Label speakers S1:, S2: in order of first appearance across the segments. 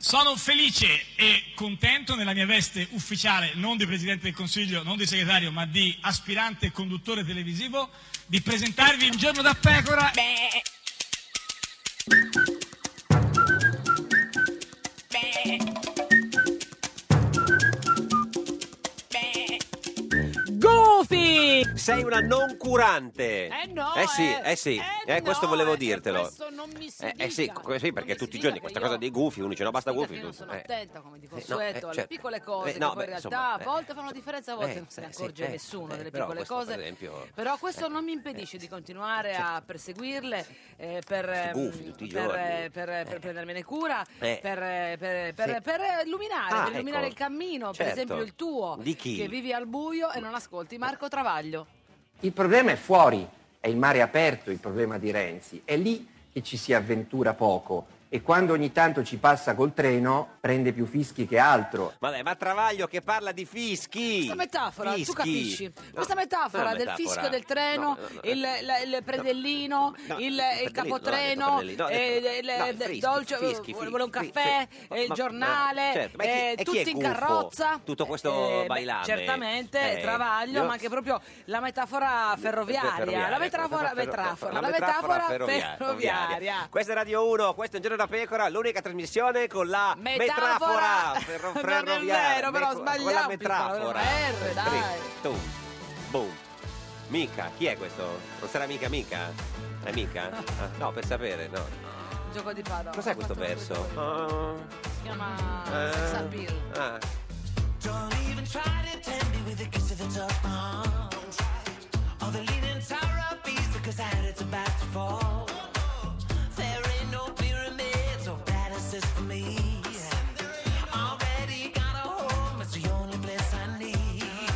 S1: Sono felice e contento nella mia veste ufficiale, non di Presidente del Consiglio, non di segretario, ma di aspirante conduttore televisivo, di presentarvi un giorno da pecora.
S2: Goofy!
S3: Sei una non curante.
S2: Eh no!
S3: Eh sì, eh, sì. Eh,
S2: no,
S3: questo volevo
S2: eh,
S3: dirtelo.
S2: Questo non mi si
S3: Eh, eh sì,
S2: dica.
S3: que- sì, perché tutti
S2: Non mi si
S3: i
S2: dica
S3: giorni
S2: che
S3: questa
S2: io-
S3: cosa dei gufi, uno dice no basta
S2: Gufi,
S3: gufi.
S2: Io non
S3: tu-
S2: sono
S3: eh.
S2: attenta, come dico,
S3: Eh, no,
S2: sueto,
S3: eh,
S2: alle
S3: certo.
S2: piccole cose,
S3: Eh, no,
S2: che poi
S3: beh,
S2: in realtà
S3: insomma,
S2: a
S3: eh,
S2: volte fanno la differenza, a volte
S3: eh,
S2: non se ne
S3: sì, sì,
S2: accorge
S3: eh,
S2: nessuno
S3: eh,
S2: delle
S3: però
S2: piccole
S3: questo,
S2: cose.
S3: per esempio, eh.
S2: però questo non mi impedisce di continuare a perseguirle, eh, per,
S3: Questi
S2: ehm,
S3: gufi tutti i
S2: per,
S3: giorni.
S2: eh, per- per prendermene cura,
S3: Eh.
S2: per, eh, per- per-
S3: Sì.
S2: per, eh, illuminare,
S3: Ah,
S2: per illuminare
S3: ecco.
S2: il cammino, per
S3: Certo.
S2: esempio il tuo,
S3: Di chi?
S2: che vivi al buio e non ascolti Marco Travaglio.
S4: Il problema è fuori, è il mare aperto il problema di Renzi, è lì che ci si avventura poco e quando ogni tanto ci passa col treno prende più fischi che altro.
S3: Ma dai, ma Travaglio che parla di fischi.
S2: Questa metafora,
S3: Fischi.
S2: tu capisci?
S3: No,
S2: Questa
S3: non
S2: metafora
S3: è
S2: del
S3: metafora.
S2: fischio del treno,
S3: No, no, no,
S2: il, la- il predellino,
S3: No,
S2: il, il
S3: Pernellini, non
S2: capotreno,
S3: ho detto Pernellini, no, ho
S2: eh,
S3: detto-
S2: il-
S3: no,
S2: il
S3: Frischi,
S2: dolce,
S3: Fischi,
S2: vuole
S3: Fischi,
S2: un caffè,
S3: Fischi.
S2: eh, il
S3: Ma-
S2: giornale,
S3: ma- certo, ma chi-
S2: eh,
S3: e chi è
S2: tutti in
S3: gufo?
S2: carrozza. Eh,
S3: Tutto questo
S2: beh,
S3: bailame.
S2: Certamente,
S3: Eh,
S2: travaglio,
S3: io- Eh,
S2: ma anche proprio la metafora ferroviaria, la metafora,
S3: ecco, ferro-
S2: metrafora, la
S3: metrafora
S2: metafora
S3: ferroviaria.
S2: ferroviaria.
S3: Questa è Radio 1, questo è Un Giorno da Pecora, l'unica trasmissione con la
S2: Metafora-
S3: metrafora ferro-
S2: Non è
S3: ferroviaria.
S2: vero, però
S3: Me- Con la
S2: sbagliamo,
S3: metrafora.
S2: Pipa, R, dai.
S3: Tu, boom. Mica, chi è questo? Non sarà mica mica? È mica? Ah, No, per sapere, no.
S2: Gioco di parole.
S3: Cos'è questo verso?
S2: Ah, Si chiama
S3: Ah,
S2: Sex Appeal.
S3: ah.
S5: Don't even try to tempt me with a kiss of the tough palm. All the leaning tower of Pisa, cause I had it's about to fall. There ain't no pyramids or palaces for me. Already got a home, it's the only place I need.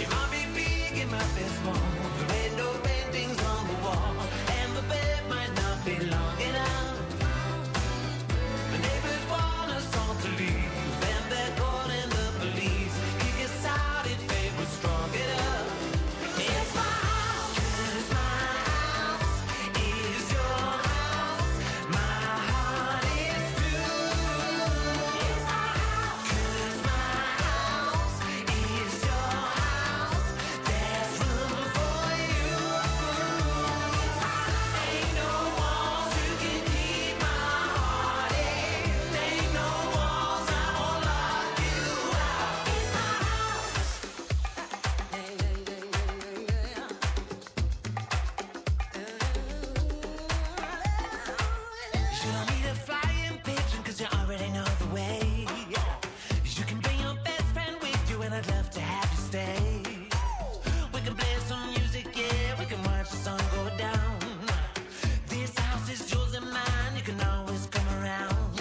S5: It might be big, it might be small. There ain't no paintings on the wall. And the bed might not be long enough. The neighbors want us all to leave, and they're calling the police. Kick us out if they were strong enough. It's my house, it's my house, it's your house. My heart is through. It's my house, it's my house, it's your house. There's room for you. Ain't no walls you can keep my heart in. Ain't no walls I won't lock you out. It's my house. You don't need a flying pigeon cause you already know the way. You can bring your best friend with you and I'd love to have you stay. We can play some music, yeah, we can watch the sun go down. This house is yours and mine, you can always come around.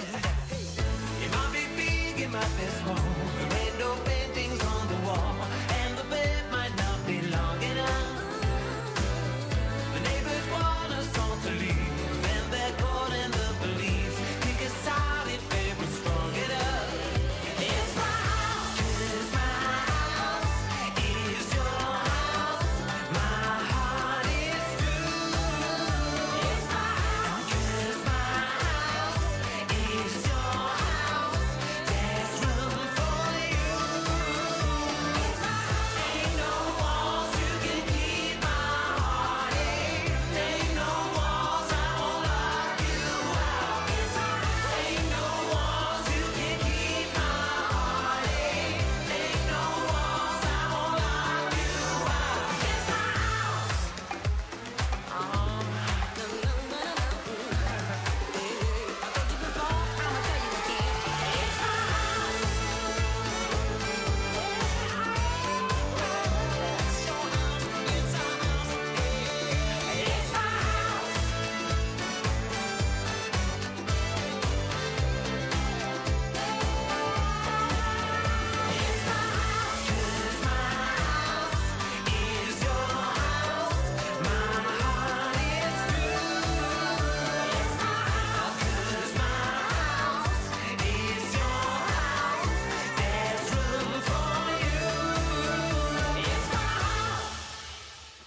S5: It might be big, it might be small. There ain't no paintings on the wall. And the bed might not be long enough. The neighbors want us all to leave, and they're calling the police. Kick us out if they were strong enough. It's my house, it's my house, it's your house. My heart is through. It's my house, it's my house, it's your house. There's room for you.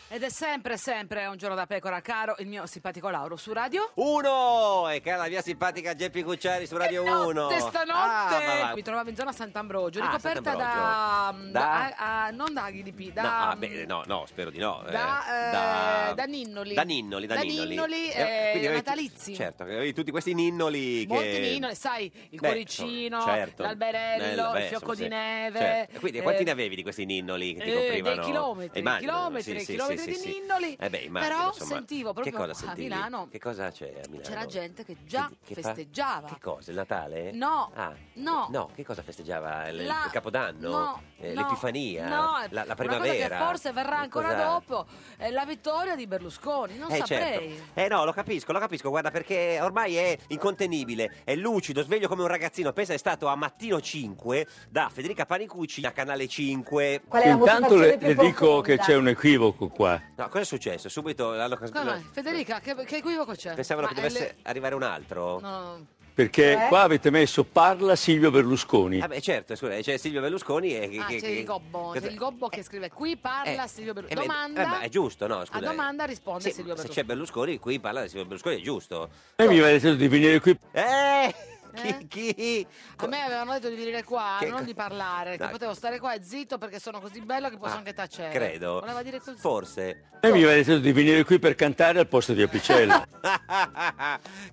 S2: Ed è sempre, sempre un giorno da pecora, caro il mio simpatico Lauro su radio.
S3: Uno! E cara la mia simpatica Geppi Cucciari su Radio 1.
S2: Notte stanotte
S3: Ah, ma va-
S2: mi trovavo in zona Sant'Ambrogio,
S3: Ah,
S2: ricoperta
S3: Sant'Ambrogio.
S2: da,
S3: Da?
S2: a- a- non da AGDP, da, mm,
S3: No, ah, beh, no, no, spero di no. eh,
S2: da, eh, da Ninnoli.
S3: Da Ninnoli, da
S2: Da
S3: Ninnoli.
S2: Ninnoli,
S3: Eh, quindi
S2: eh,
S3: avevi-
S2: natalizi.
S3: Certo, avevi tutti questi Ninnoli
S2: Molti
S3: che...
S2: Ninnoli, sai, il
S3: Beh,
S2: cuoricino,
S3: insomma, certo.
S2: l'alberello,
S3: Eh, beh,
S2: il fiocco
S3: insomma,
S2: di
S3: sì.
S2: neve.
S3: Certo. E Quindi quanti
S2: eh,
S3: ne avevi di questi Ninnoli che ti
S2: eh,
S3: coprivano?
S2: dei chilometri,
S3: Eh, immagino,
S2: chilometri,
S3: sì, sì,
S2: chilometri
S3: sì,
S2: di
S3: sì.
S2: Ninnoli.
S3: Eh beh, immagino,
S2: Però
S3: insomma.
S2: sentivo proprio
S3: che cosa
S2: a
S3: sentivi?
S2: Milano-
S3: Che cosa c'è a Milano?
S2: C'era gente che già
S3: Che- che fa-
S2: festeggiava.
S3: Che cosa? Il Natale?
S2: No,
S3: Ah,
S2: no.
S3: No, che cosa festeggiava? Il,
S2: La-
S3: il Capodanno?
S2: no,
S3: Eh,
S2: no,
S3: l'Epifania?
S2: no,
S3: la, la
S2: Una
S3: primavera?
S2: cosa che forse verrà
S3: Che
S2: ancora
S3: cosa-
S2: dopo è la vittoria di Berlusconi, non
S3: eh,
S2: saprei.
S3: certo. Eh no, lo capisco, lo capisco, guarda, perché ormai è incontenibile, è lucido, sveglio come un ragazzino. Pensa è stato a mattino 5 da Federica Panicucci a Canale 5.
S6: Intanto le, le dico che c'è un equivoco qua.
S3: No, cosa è successo? Subito l'hanno cas-
S2: Come
S3: lo-
S2: mai? Federica, che, che equivoco c'è?
S3: Pensavano che
S2: Ma è
S3: dovesse arrivare un altro.
S2: le- no.
S6: Perché
S3: Cioè?
S2: Eh?
S6: qua avete messo parla Silvio Berlusconi.
S3: Ah beh, certo, scusa, c'è Silvio Berlusconi e...
S2: Ah,
S3: che-
S2: c'è
S3: che-
S2: il gobbo, c'è
S3: cosa-
S2: il gobbo che scrive qui parla
S3: Eh,
S2: Silvio
S3: eh, beh,
S2: Berlusconi. Domanda.
S3: eh, ma è giusto, no? Scusa,
S2: a domanda risponde
S3: Sì,
S2: Silvio
S3: se
S2: Berlusconi.
S3: c'è Berlusconi, qui parla di Silvio Berlusconi, è giusto.
S6: E mi avete detto di venire qui.
S3: Eh!
S2: Eh?
S3: Chi? chi?
S2: A me avevano detto di venire qua,
S3: Che-
S2: non di parlare,
S3: No.
S2: che potevo stare qua e zitto perché sono così bello che posso
S3: Ah,
S2: anche tacere.
S3: Credo.
S2: Voleva dire così.
S3: Forse.
S6: E mi avete detto di venire qui per cantare al posto di Apicella.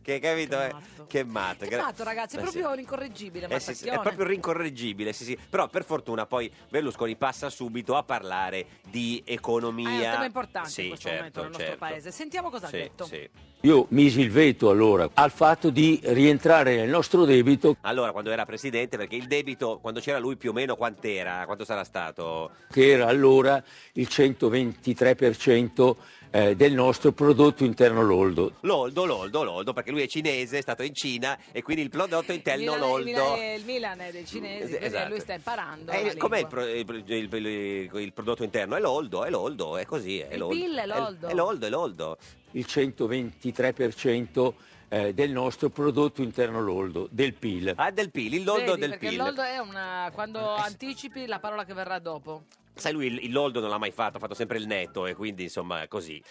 S3: che capito? eh? Che matto.
S2: Che fatto Esatto, ragazzi, è
S3: Eh, sì.
S2: proprio l'incorreggibile, ma
S3: Eh, sì, sì, è proprio rincorreggibile, sì, sì. Però per fortuna poi Berlusconi passa subito a parlare di economia.
S2: Ah, è un tema importante
S3: Sì,
S2: in questo
S3: certo,
S2: momento nel nostro
S3: certo.
S2: paese. Sentiamo cosa
S3: Sì,
S2: ha detto.
S3: sì.
S6: Io misi il veto allora al fatto di rientrare nel nostro debito
S3: Allora, quando era presidente, perché il debito, quando c'era lui più o meno, quant'era? Quanto sarà stato?
S6: che era allora il 123% eh, del nostro prodotto interno lordo.
S3: Loldo, Loldo, Loldo, perché lui è cinese, è stato in Cina e quindi il prodotto
S2: Il
S3: interno
S2: Milan, il
S3: Loldo.
S2: Milan- il Milan è dei cinesi,
S3: Mm,
S2: quindi
S3: esatto.
S2: lui sta imparando.
S3: Eh,
S2: la
S3: com'è il,
S2: lingua.
S3: pro- il pro- il- il- il prodotto interno? È l'oldo, è l'oldo, è così. È
S2: Il
S3: l'oldo.
S2: PIL è l'oldo.
S3: È l'oldo, è l'oldo.
S6: Il 123% eh, del nostro prodotto interno lordo, del PIL.
S3: Ah, è del PIL, il loldo
S2: Vedi,
S3: del
S2: perché
S3: PIL. Eh,
S2: l'oldo è una quando anticipi la parola che verrà dopo.
S3: Sai, lui il, il loldo non l'ha mai fatto, ha fatto sempre il netto e quindi insomma è così.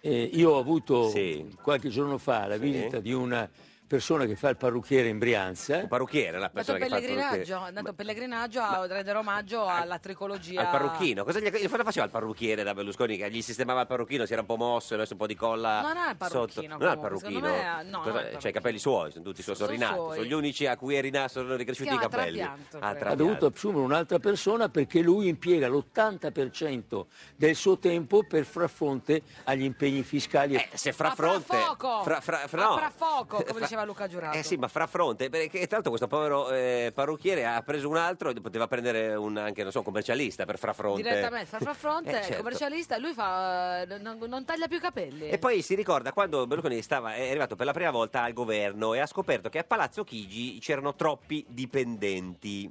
S6: Eh, io ho avuto
S3: Sì.
S6: qualche giorno fa la visita di una persona che fa il parrucchiere in Brianza.
S3: Un parrucchiere, la
S2: È andato
S3: persona
S2: in
S3: che fa il
S2: pellegrinaggio, è
S3: parrucchiere.
S2: andato in pellegrinaggio a rendere omaggio alla tricologia.
S3: Al parrucchino, cosa, gli, cosa faceva il parrucchiere da Berlusconi? Che gli sistemava il parrucchino, si era un po' mosso e messo un po' di colla.
S2: Non ha il parrucchino,
S3: sotto. Non
S2: comunque,
S3: ha il parrucchino.
S2: secondo me, no, non ha il
S3: Cioè,
S2: parrucchino.
S3: i capelli suoi, sono tutti suoi
S2: Sono
S3: sorrinati. Sono,
S2: suoi.
S3: gli unici a cui è rina- sono ricresciuti i
S2: chiama
S3: capelli.
S2: trapianto,
S3: Ah,
S2: credo.
S6: Ha
S3: trapianto.
S6: dovuto assumere un'altra persona perché lui impiega l'80% del suo tempo per far fronte agli impegni fiscali.
S3: Eh, se fra
S2: A fra
S3: fronte
S2: fuoco!
S3: fra, fra, fra,
S2: A
S3: no.
S2: fra fuoco, come
S3: Fra-
S2: diceva Luca Giurato.
S3: eh sì ma fra fronte perché tra l'altro questo povero eh, parrucchiere ha preso un altro e poteva prendere un, anche non so un commercialista per fra fronte
S2: Direttamente, fa fra fronte,
S3: Eh, certo.
S2: commercialista, lui fa, eh, non, non taglia più i capelli.
S3: e poi si ricorda quando Berlusconi stava, è arrivato per la prima volta al governo e ha scoperto che a Palazzo Chigi c'erano troppi dipendenti.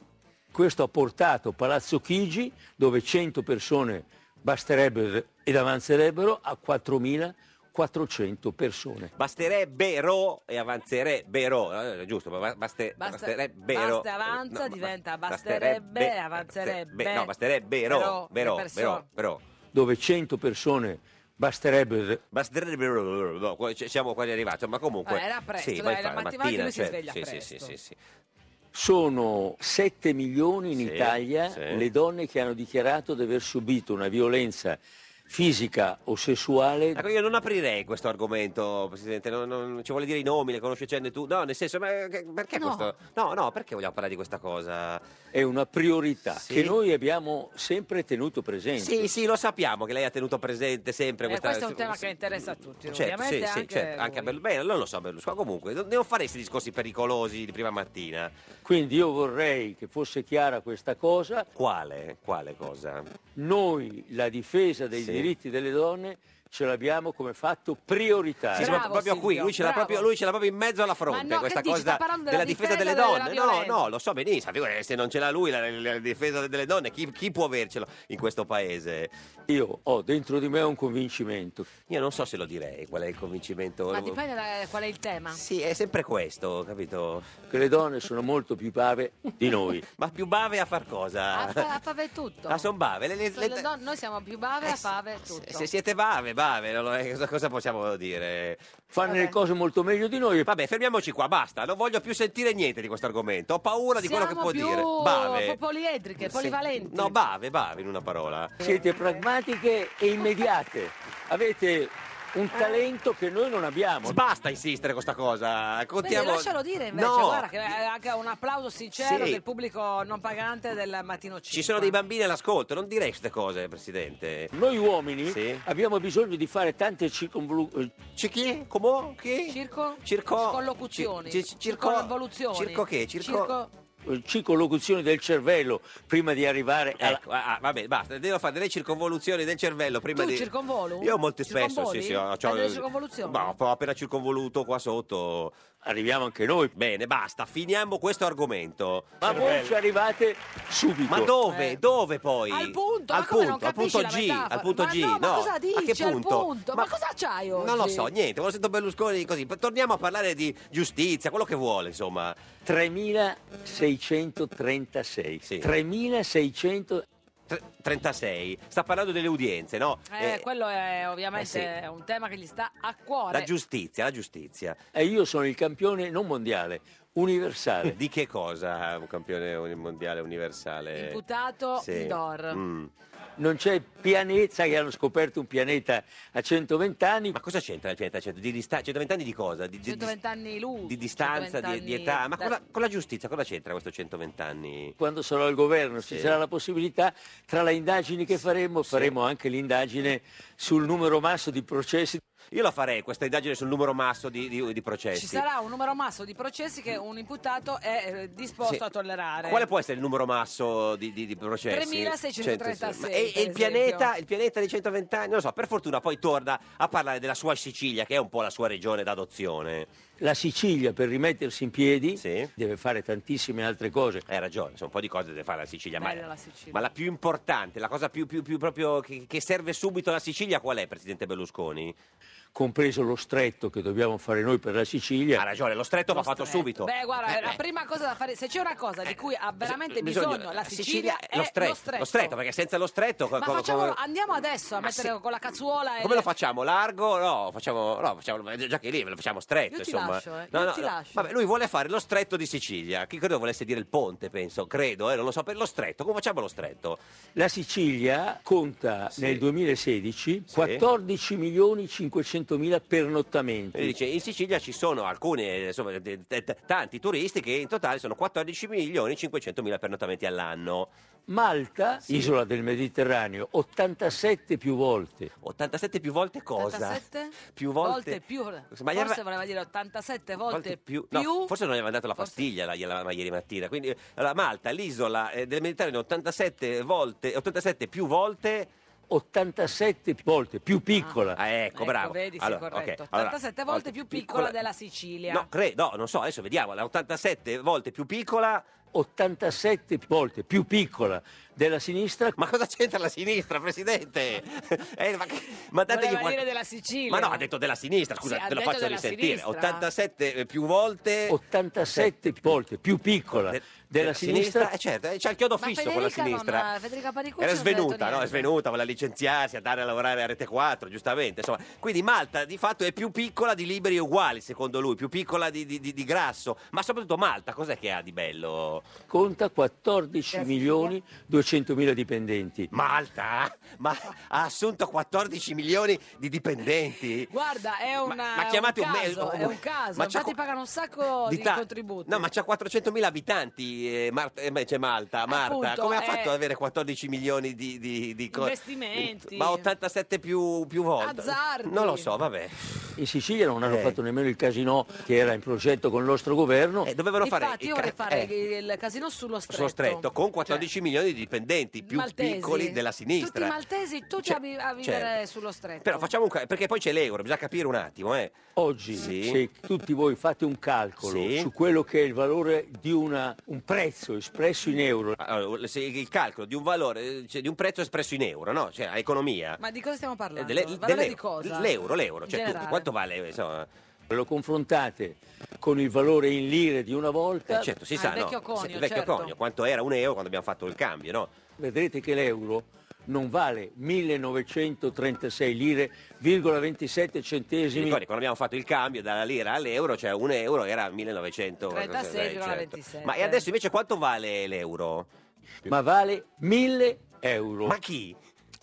S6: Questo ha portato Palazzo Chigi, dove 100 persone basterebbero ed avanzerebbero, a 4.400 persone.
S3: Basterebbero e avanzerebbero, eh, giusto, ma ba- baste-
S2: Basta-
S3: basterebbero.
S2: basta, avanza,
S3: ma-
S2: diventa
S3: ma-
S2: basterebbe,
S3: basterebbe- eh,
S2: avanzerebbe.
S3: No,
S2: Però,
S3: basterebbero,
S2: le
S3: però,
S2: persone. Eh,
S3: però, però.
S6: dove 100 persone basterebbero
S3: Basterebbe, no, qua- ci- siamo quasi arrivati, ma comunque...
S2: Ah, era presto,
S3: ma
S2: dai,
S3: infatti,
S2: la mattina lui si sveglia
S3: certo. sì, sì,
S2: presto.
S3: sì, sì, sì.
S6: sono 7 milioni in
S3: Sì,
S6: Italia
S3: sì.
S6: le donne che hanno dichiarato di aver subito una violenza fisica o sessuale
S3: Ecco, io non aprirei questo argomento, Presidente, non, non- ci vuole dire i nomi, le conoscendo tu. No, nel senso, ma che- perché
S2: No.
S3: questo... No, no, perché vogliamo parlare di questa cosa?
S6: è una priorità
S3: Sì.
S6: che noi abbiamo sempre tenuto presente.
S3: Sì, sì, lo sappiamo che lei ha tenuto presente sempre
S2: Eh,
S3: questa...
S2: questo è un tema che interessa a tutti,
S3: Certo,
S2: ovviamente
S3: sì, sì,
S2: anche
S3: certo, anche a
S2: voi.
S3: Berlusconi, non lo so Berlusconi, comunque non non fare questi discorsi pericolosi di prima mattina.
S6: Quindi io vorrei che fosse chiara questa cosa,
S3: Quale? Quale cosa?
S6: noi la difesa dei
S3: Sì.
S6: diritti delle donne ce l'abbiamo come fatto prioritario.
S3: Sì, ma proprio qui, lui ce, l'ha proprio, lui ce l'ha proprio in mezzo alla fronte,
S6: Ma no,
S3: questa
S6: che dici?
S3: cosa
S6: Sta parlando
S3: della
S6: della
S3: difesa delle
S6: difesa della
S3: donne. no,
S6: violenza.
S3: no, lo so benissimo, figurati, se non ce l'ha lui la, la- la difesa delle donne, chi, chi può avercelo in questo paese?
S6: Io ho dentro di me un convincimento.
S3: Io non so se lo direi qual è il convincimento.
S2: Ma dipende da qual è il tema.
S3: Sì, è sempre questo, capito?
S6: Che le donne sono molto più bave di noi.
S3: Ma più bave a far cosa?
S2: A, fa- a fave tutto.
S3: Ah, son bave, le- le-
S2: Sono
S3: le- Eh,
S2: don- Cioè, noi siamo più bave a fave tutto.
S3: Se siete bave, bave, non lo- eh, cosa, cosa possiamo dire?
S6: Fanno le cose molto meglio di noi.
S3: Vabbè, fermiamoci qua, basta, non voglio più sentire niente di questo argomento. Ho paura di quello che
S2: Siamo
S3: può
S2: più
S3: dire. Bave.
S2: poliedriche,
S3: Sì.
S2: polivalenti.
S3: No, bave, bave in una parola.
S6: Siete pragmatiche e immediate. Avete un
S3: Eh.
S6: talento che noi non abbiamo.
S3: Basta insistere con sta cosa.
S2: Vedi,
S3: Contiamo...
S2: lascialo dire invece,
S3: No.
S2: guarda che è anche un applauso sincero
S3: Sì.
S2: del pubblico non pagante del mattino 5.
S3: Ci sono dei bambini all'ascolto, non direi queste cose, Presidente.
S6: Noi uomini
S3: Sì.
S6: abbiamo bisogno di fare tante eh, circonvoluzioni.
S3: chi? Come? Chi?
S2: Circo?
S3: Circo-
S2: Collocuzioni.
S3: ci- ci- circo-
S2: Circonvoluzioni.
S3: circo che? Circo-
S6: circonlocuzioni Eh, del cervello prima di arrivare alla...
S3: Ecco, ah, ah, vabbè, basta, devo fare delle circonvoluzioni del cervello prima
S2: Tu
S3: di...
S2: circonvolu?
S3: Io molto spesso,
S2: Circonvoli?
S3: sì, sì. Ho, cioè,
S2: Fai delle circonvoluzioni?
S3: Ma ho appena circonvoluto qua sotto.
S6: Arriviamo anche noi.
S3: Bene, basta, finiamo questo argomento.
S6: Ma voi ci arrivate subito.
S3: Ma dove?
S6: Eh.
S3: Dove poi?
S2: Al punto,
S3: al
S2: ma come
S3: punto,
S2: non
S3: al
S2: capisci
S3: punto
S2: la
S3: G,
S2: metafora?
S3: al punto
S2: Ma
S3: G.
S2: no, ma cosa
S3: a che
S2: dici al
S3: punto?
S2: punto? Ma cosa c'hai
S3: Non lo
S2: oggi?
S3: so, niente, ho sentito Berlusconi così. P- Torniamo a parlare di giustizia, quello che vuole, insomma.
S6: 3636. 3600
S3: Tre- 36. Sta parlando delle udienze, no?
S2: Eh,
S3: Eh,
S2: quello è ovviamente
S3: eh, sì.
S2: un tema che gli sta a cuore.
S3: la giustizia, la giustizia.
S6: e io sono il campione non mondiale, universale.
S3: Di che cosa un campione uni- mondiale universale?
S2: Imputato
S3: Sì.
S2: indoor.
S3: Mm.
S6: Non c'è pianeta, sai che hanno scoperto un pianeta a 120 anni,
S3: Ma cosa c'entra il pianeta 100? Di dista- 120 anni di cosa? Di, di-
S2: 120 anni lui.
S3: di distanza, di,
S2: 120
S3: di
S2: anni
S3: età? Ma
S2: da-
S3: con la, con la giustizia cosa c'entra questo 120 anni?
S6: quando sarò al governo, se
S3: Sì.
S6: sarà la possibilità, tra le indagini che faremo, faremo anche l'indagine sul numero masso di processi.
S3: Io la farei questa indagine sul numero masso di, di- di processi.
S2: Ci sarà un numero masso di processi che un imputato è eh, disposto
S3: Sì.
S2: a tollerare.
S3: Quale può essere il numero masso di, di, di processi?
S2: 3636,
S3: Ma- E, e il,
S2: per
S3: pianeta,
S2: esempio.
S3: il pianeta di 120 anni? Non lo so, per fortuna poi torna a parlare della sua Sicilia, che è un po' la sua regione d'adozione.
S6: La Sicilia per rimettersi in piedi
S3: Sì.
S6: deve fare tantissime altre cose.
S3: Hai ragione, sono un po' di cose deve fare la Sicilia. Ma,
S2: Bella la Sicilia.
S3: ma la più importante, la cosa più, più- più proprio che, che serve subito alla Sicilia qual è, Presidente Berlusconi?
S6: compreso lo stretto che dobbiamo fare noi per la Sicilia.
S3: Ha ragione, lo stretto va fatto
S2: Stretto.
S3: subito.
S2: Beh, guarda,
S3: Eh,
S2: la
S3: eh,
S2: prima cosa da fare, se c'è una cosa di cui ha veramente
S3: bisogna-
S2: bisogno la Sicilia,
S3: è
S2: è
S3: lo stretto, lo stretto, perché senza lo stretto... co-
S2: Eh, Ma
S3: co-
S2: facciamolo,
S3: come-
S2: andiamo adesso a
S3: Ma
S2: mettere
S3: sì.
S2: con la cazzuola e
S3: Come lo facciamo? Largo? No, facciamo, no, facciamo già che lì lo facciamo stretto,
S2: Io ti
S3: insomma.
S2: lascio, eh,
S3: No,
S2: io
S3: no,
S2: ti
S3: no.
S2: lascio.
S3: Vabbè, lui vuole fare lo stretto di Sicilia. Chi credo volesse dire il ponte, penso, credo, eh, non lo so, per lo stretto. Come facciamo lo stretto?
S6: La Sicilia conta nel 2016
S3: Sì.
S6: 14 milioni 500 mila pernottamenti.
S3: E dice, in Sicilia ci sono alcuni, eh, insomma, t- t- tanti turisti che in totale sono 14 milioni e 500 mila pernottamenti all'anno.
S6: Malta, isola del Mediterraneo, 87 più volte.
S3: 87 più volte cosa?
S2: 87
S3: Più volte,
S2: più.
S3: Ma gli aveva-
S2: Forse voleva dire 87 volte,
S3: volte
S2: più.
S3: no, forse non gli avevano dato la
S2: Forse-
S3: pastiglia la- gliela- ma ieri mattina. Quindi eh, allora, Malta, l'isola eh, del Mediterraneo, 87 volte, 87 più volte.
S6: 87 volte più piccola.
S3: Ah, ecco,
S2: Ecco,
S3: bravo.
S2: vedi, sì,
S3: Allora,
S2: corretto.
S3: ok, allora,
S2: 87 volte più piccola della Sicilia.
S3: No, credo, no, non so, adesso vediamo. La 87 volte più piccola.
S6: 87 volte più piccola della sinistra.
S3: Ma cosa c'entra la sinistra, presidente? Eh, ma, che- ma dategli
S2: Voleva
S3: qual-
S2: dire della Sicilia.
S3: Ma no, ha detto della sinistra, scusa,
S2: Sì, ha
S3: te lo
S2: detto
S3: faccio
S2: della
S3: risentire.
S2: sinistra.
S3: 87 più volte
S6: 87 volte più piccola
S3: de-
S6: della sinistra.
S3: eh, certo, eh, c'ha il chiodo
S2: Ma
S3: fisso con la
S2: Federica non-
S3: sinistra.
S2: Federica Panicucci
S3: Era
S2: non ha detto
S3: svenuta, no? È
S2: niente.
S3: svenuta, voleva licenziarsi, andare a lavorare a Rete 4, giustamente. Insomma, quindi Malta di fatto è più piccola di liberi e uguali, secondo lui, più piccola di, di- di- di grasso. Ma soprattutto Malta, cos'è che ha di bello?
S6: conta 14 milioni 200 mila dipendenti.
S3: Malta? eh? Ma ha assunto 14 milioni di dipendenti?
S2: Guarda, è
S3: Ma-
S2: una,
S3: ma chiamate
S2: è un
S3: un me-
S2: caso,
S3: un-
S2: è un caso.
S3: ma c'ha
S2: infatti
S3: co-
S2: pagano un sacco di,
S3: ta-
S2: contributi.
S3: No, ma c'ha 400.000 abitanti, eh, Mar- eh, beh, c'è Malta. Marta,
S2: Appunto,
S3: come ha
S2: eh,
S3: fatto ad avere 14 milioni di, di, di co-
S2: Investimenti.
S3: Ma 87 più, più volte.
S2: Azzardi.
S3: Non lo so, vabbè.
S6: In Sicilia non hanno
S3: Eh.
S6: fatto nemmeno il casino che era in progetto con il nostro governo.
S3: Eh, dovevano fare.
S2: Infatti,
S3: i
S2: io vorrei
S3: ca-
S2: fare
S3: eh.
S2: il il casino sullo stretto.
S3: Sono stretto con 14
S2: Cioè,
S3: milioni di dipendenti più
S2: maltesi.
S3: piccoli della
S2: Tutti
S3: sinistra.
S2: i maltesi, tutti
S3: Cioè,
S2: a, vi- a vivere
S3: certo.
S2: sullo stretto.
S3: Però facciamo un ca- perché poi c'è l'euro, bisogna capire un attimo, eh.
S6: Oggi,
S3: Sì.
S6: se tutti voi fate un calcolo
S3: Sì.
S6: su quello che è il valore di una- un prezzo espresso in euro,
S3: Ah, Allora, se il calcolo di un valore, eh, cioè di un prezzo espresso in euro, no? Cioè, a economia.
S2: Ma di cosa stiamo
S3: Eh,
S2: parlando?
S3: delle-
S2: Valore
S3: dell'euro.
S2: di cosa?
S3: L'euro, l'euro.
S2: In
S3: Cioè, tu-
S2: generale.
S3: quanto vale? Insomma,
S6: lo confrontate con il valore in lire di una volta,
S3: eh, certo, si
S2: Ah,
S3: sa,
S2: il
S3: no?
S2: vecchio conio,
S3: Se- il vecchio
S2: certo.
S3: conio, quanto era un euro quando abbiamo fatto il cambio, no?
S6: vedrete che l'euro non vale 1936 lire, 27
S3: Ti
S6: centesimi.
S3: ricordi quando abbiamo fatto il cambio dalla lira all'euro, cioè un euro era 1900
S2: diciamo, 36,27.
S3: Ma e adesso invece quanto vale l'euro?
S6: ma vale 1000 euro.
S3: Ma chi?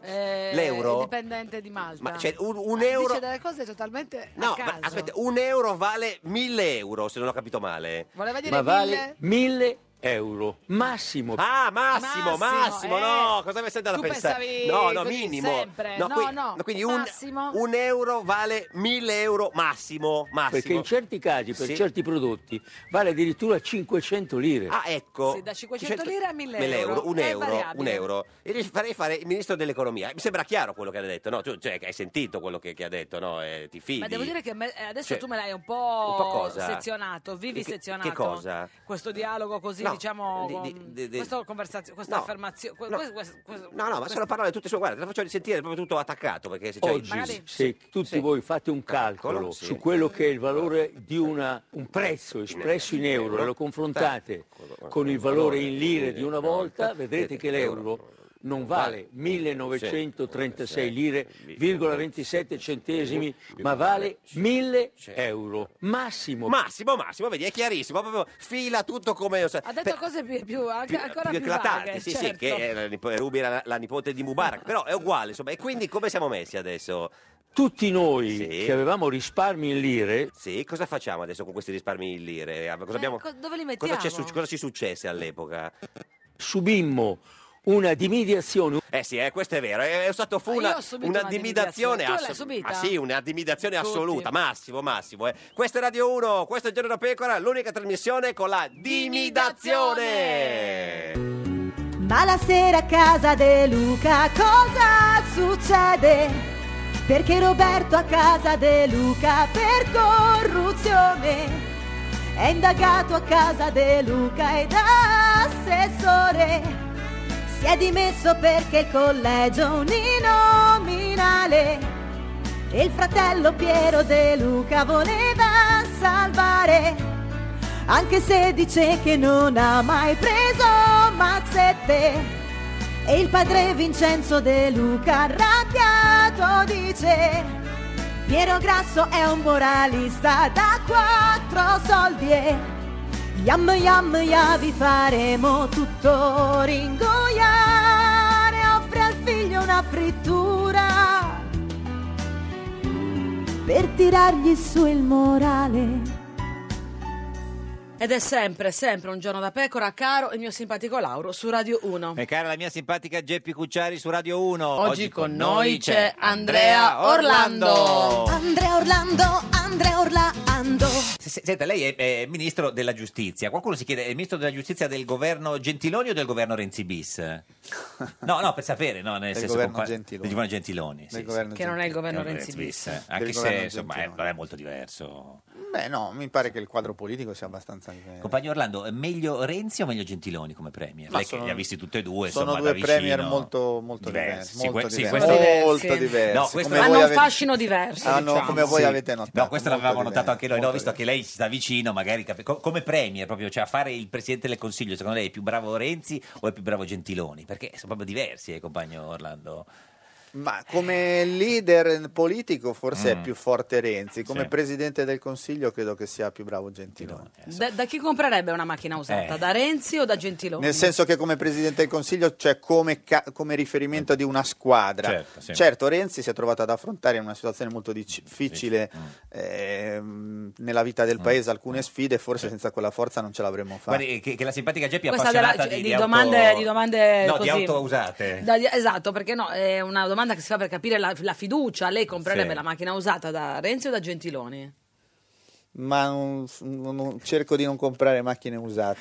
S2: Eh,
S3: L'euro?
S2: il dipendente di Malta.
S3: Ma c'è un- un
S2: Ah,
S3: euro-
S2: Dice delle cose totalmente
S3: No,
S2: a caso.
S3: ma aspetta, un euro vale 1000 euro, se non ho capito male.
S2: Voleva dire
S6: ma
S2: mille?
S6: vale 1000 euro massimo.
S3: Ah, Massimo, Massimo,
S2: Massimo,
S3: no,
S2: eh.
S3: cosa mi è stata da
S2: Tu
S3: pensare?
S2: pensavi
S3: No, no,
S2: così,
S3: minimo.
S2: sempre. No,
S3: qui-
S2: no,
S3: quindi un,
S2: massimo.
S3: un euro vale 1000 euro massimo, massimo.
S6: Perché in certi casi, per
S3: Sì.
S6: certi prodotti, vale addirittura 500 lire.
S3: Ah, ecco.
S2: Sì, da 500 lire a 1000 euro.
S3: un
S2: È
S3: euro,
S2: variabile.
S3: un euro. E gli farei fare il ministro dell'economia. Mi sembra chiaro quello che ha detto, no? Tu, cioè, hai sentito quello che, che ha detto, no? Eh, ti fidi.
S2: Ma devo dire che me- eh, adesso
S3: Cioè,
S2: tu me l'hai un po',
S3: un po' cosa?
S2: sezionato, vivi
S3: Che- che-
S2: sezionato.
S3: che cosa?
S2: Questo dialogo così,
S3: No,
S2: diciamo,
S3: di- di-
S2: con-
S3: di- di-
S2: questa conversazione, questa
S3: No,
S2: affermazione, que-
S3: no.
S2: questo- questo- questo-
S3: No, no, ma
S2: questo-
S3: sono parole tutte sue. Guarda, te la faccio risentire proprio tutto attaccato. Perché se c'hai-
S6: Oggi,
S2: magari-
S6: se tutti
S3: sì.
S6: voi fate un calcolo,
S3: Calcolo, sì.
S6: su quello che è il valore di una- un prezzo espresso in euro e
S3: euro.
S6: lo confrontate
S3: Sì.
S6: con il valore in lire di una volta, vedrete che l'euro non vale
S3: Sì.
S6: 1936 lire, 27 centesimi, ma vale 1000 euro massimo.
S3: Massimo, Massimo, vedi, è chiarissimo, proprio fila tutto come...
S2: Ha detto cose più, più- anche- ancora più,
S3: eclatanti,
S2: vaghe,
S3: sì, sì,
S2: certo.
S3: che era la nipo- Rubi era la, la nipote di Mubarak, però è uguale, insomma, e quindi come siamo messi adesso?
S6: Tutti noi
S3: Sì.
S6: che avevamo risparmi in lire,
S3: Sì, cosa facciamo adesso con questi risparmi in lire? Cosa
S2: Eh,
S3: abbiamo-
S2: co- dove li
S3: diciamo, cosa, c'è
S2: mettiamo?
S3: su- cosa ci successe all'epoca?
S6: subimmo una dimidiazione,
S3: Eh sì, eh, questo è vero, è, è stato fu
S2: Ma
S3: una,
S2: Ah, io ho subito
S3: una
S2: una
S3: dimidazione
S2: dimidazione. Tu l'hai
S3: ass-
S2: subita?
S3: Ma sì, una dimidazione
S2: Tutti.
S3: assoluta, massimo, massimo. eh. Questa è Radio 1, questo è Il Giorno da Pecora, l'unica trasmissione con la dimidazione.
S2: Dimidazione!
S7: Ma la sera a casa De Luca cosa succede? Perché Roberto a casa De Luca per corruzione è indagato a casa De Luca ed assessore si è dimesso perché il collegio è uninominale e il fratello Piero De Luca voleva salvare anche se dice che non ha mai preso mazzette. E il padre Vincenzo De Luca arrabbiato dice, Piero Grasso è un moralista da quattro soldi e yam yam ya vi faremo tutto ringoiare, offre al figlio una frittura per tirargli su il morale.
S2: Ed è sempre, sempre un giorno da pecora, caro il mio simpatico Lauro su Radio 1.
S3: Eh,
S8: E cara la mia simpatica Geppi Cucciari su Radio 1.
S2: Oggi con noi c'è Andrea Orlando.
S7: Andrea Orlando, Andrea Orlando.
S8: Se- se- Senta, lei è, è ministro della giustizia. Qualcuno si chiede, è ministro della giustizia del governo Gentiloni o del governo Renzi bis? No, no, per sapere, no, nel
S9: Del
S8: senso...
S9: governo
S8: con qua-
S9: Gentiloni.
S8: Del governo Gentiloni, sì,
S9: Del
S8: sì.
S9: governo
S2: Che non è il
S9: Gentiloni.
S2: governo
S8: Del
S2: Renzi bis.
S8: Anche
S9: Del
S8: se,
S9: governo
S8: insomma, è,
S9: Gentiloni.
S8: non è molto diverso.
S9: Beh, no, mi pare che il quadro politico sia abbastanza. livello.
S8: Compagno Orlando, è meglio Renzi o meglio Gentiloni come premier?
S9: Ma
S8: lei
S9: sono-
S8: che li ha visti tutti e due,
S9: sono
S8: insomma,
S9: due
S8: da vicino.
S9: premier molto, molto diversi,
S8: diversi.
S9: molto
S8: que- sì,
S9: diversi.
S8: questo-
S2: Molto
S9: molto
S2: diversi.
S9: diversi,
S8: No, questo-
S9: come
S8: Hanno
S2: Hanno
S9: voi
S2: un
S9: avete-
S2: fascino diverso.
S9: hanno-
S2: diciamo.
S9: come voi
S8: Sì.
S9: avete notato.
S8: No, questo l'avevamo
S9: molto
S8: notato anche
S9: diversi,
S8: noi, no,
S9: molto
S8: visto che lei ci sta vicino, magari capi- co- come premier proprio, cioè a fare il presidente del Consiglio, secondo lei è più bravo Renzi o è più bravo Gentiloni? Perché sono proprio diversi, eh, compagno Orlando.
S9: Ma come leader politico forse
S8: Mm.
S9: è più forte Renzi, come
S8: Sì.
S9: presidente del Consiglio credo che sia più bravo Gentiloni.
S8: Eh,
S2: Da, da chi comprerebbe una macchina usata?
S8: Eh.
S2: Da Renzi o da Gentiloni?
S9: Nel senso che come presidente del Consiglio c'è come, ca- come riferimento di una squadra.
S8: Certo, sì.
S9: Renzi si è trovato ad affrontare in una situazione molto dic- difficile
S8: Mm.
S9: ehm, nella vita del paese alcune sfide, forse senza quella forza non ce l'avremmo fatta.
S8: Guardi che, che la simpatica Geppi è
S2: Questa della-
S8: appassionata di,
S2: di domande-
S8: auto...
S2: di domande
S8: no,
S2: eh, così.
S8: di auto usate.
S2: Da- esatto, perché no, è una domanda che si fa per capire la, la fiducia. Lei comprerebbe
S8: Sì.
S2: la macchina usata da Renzi o da Gentiloni?
S9: ma non- non- cerco di non comprare macchine usate.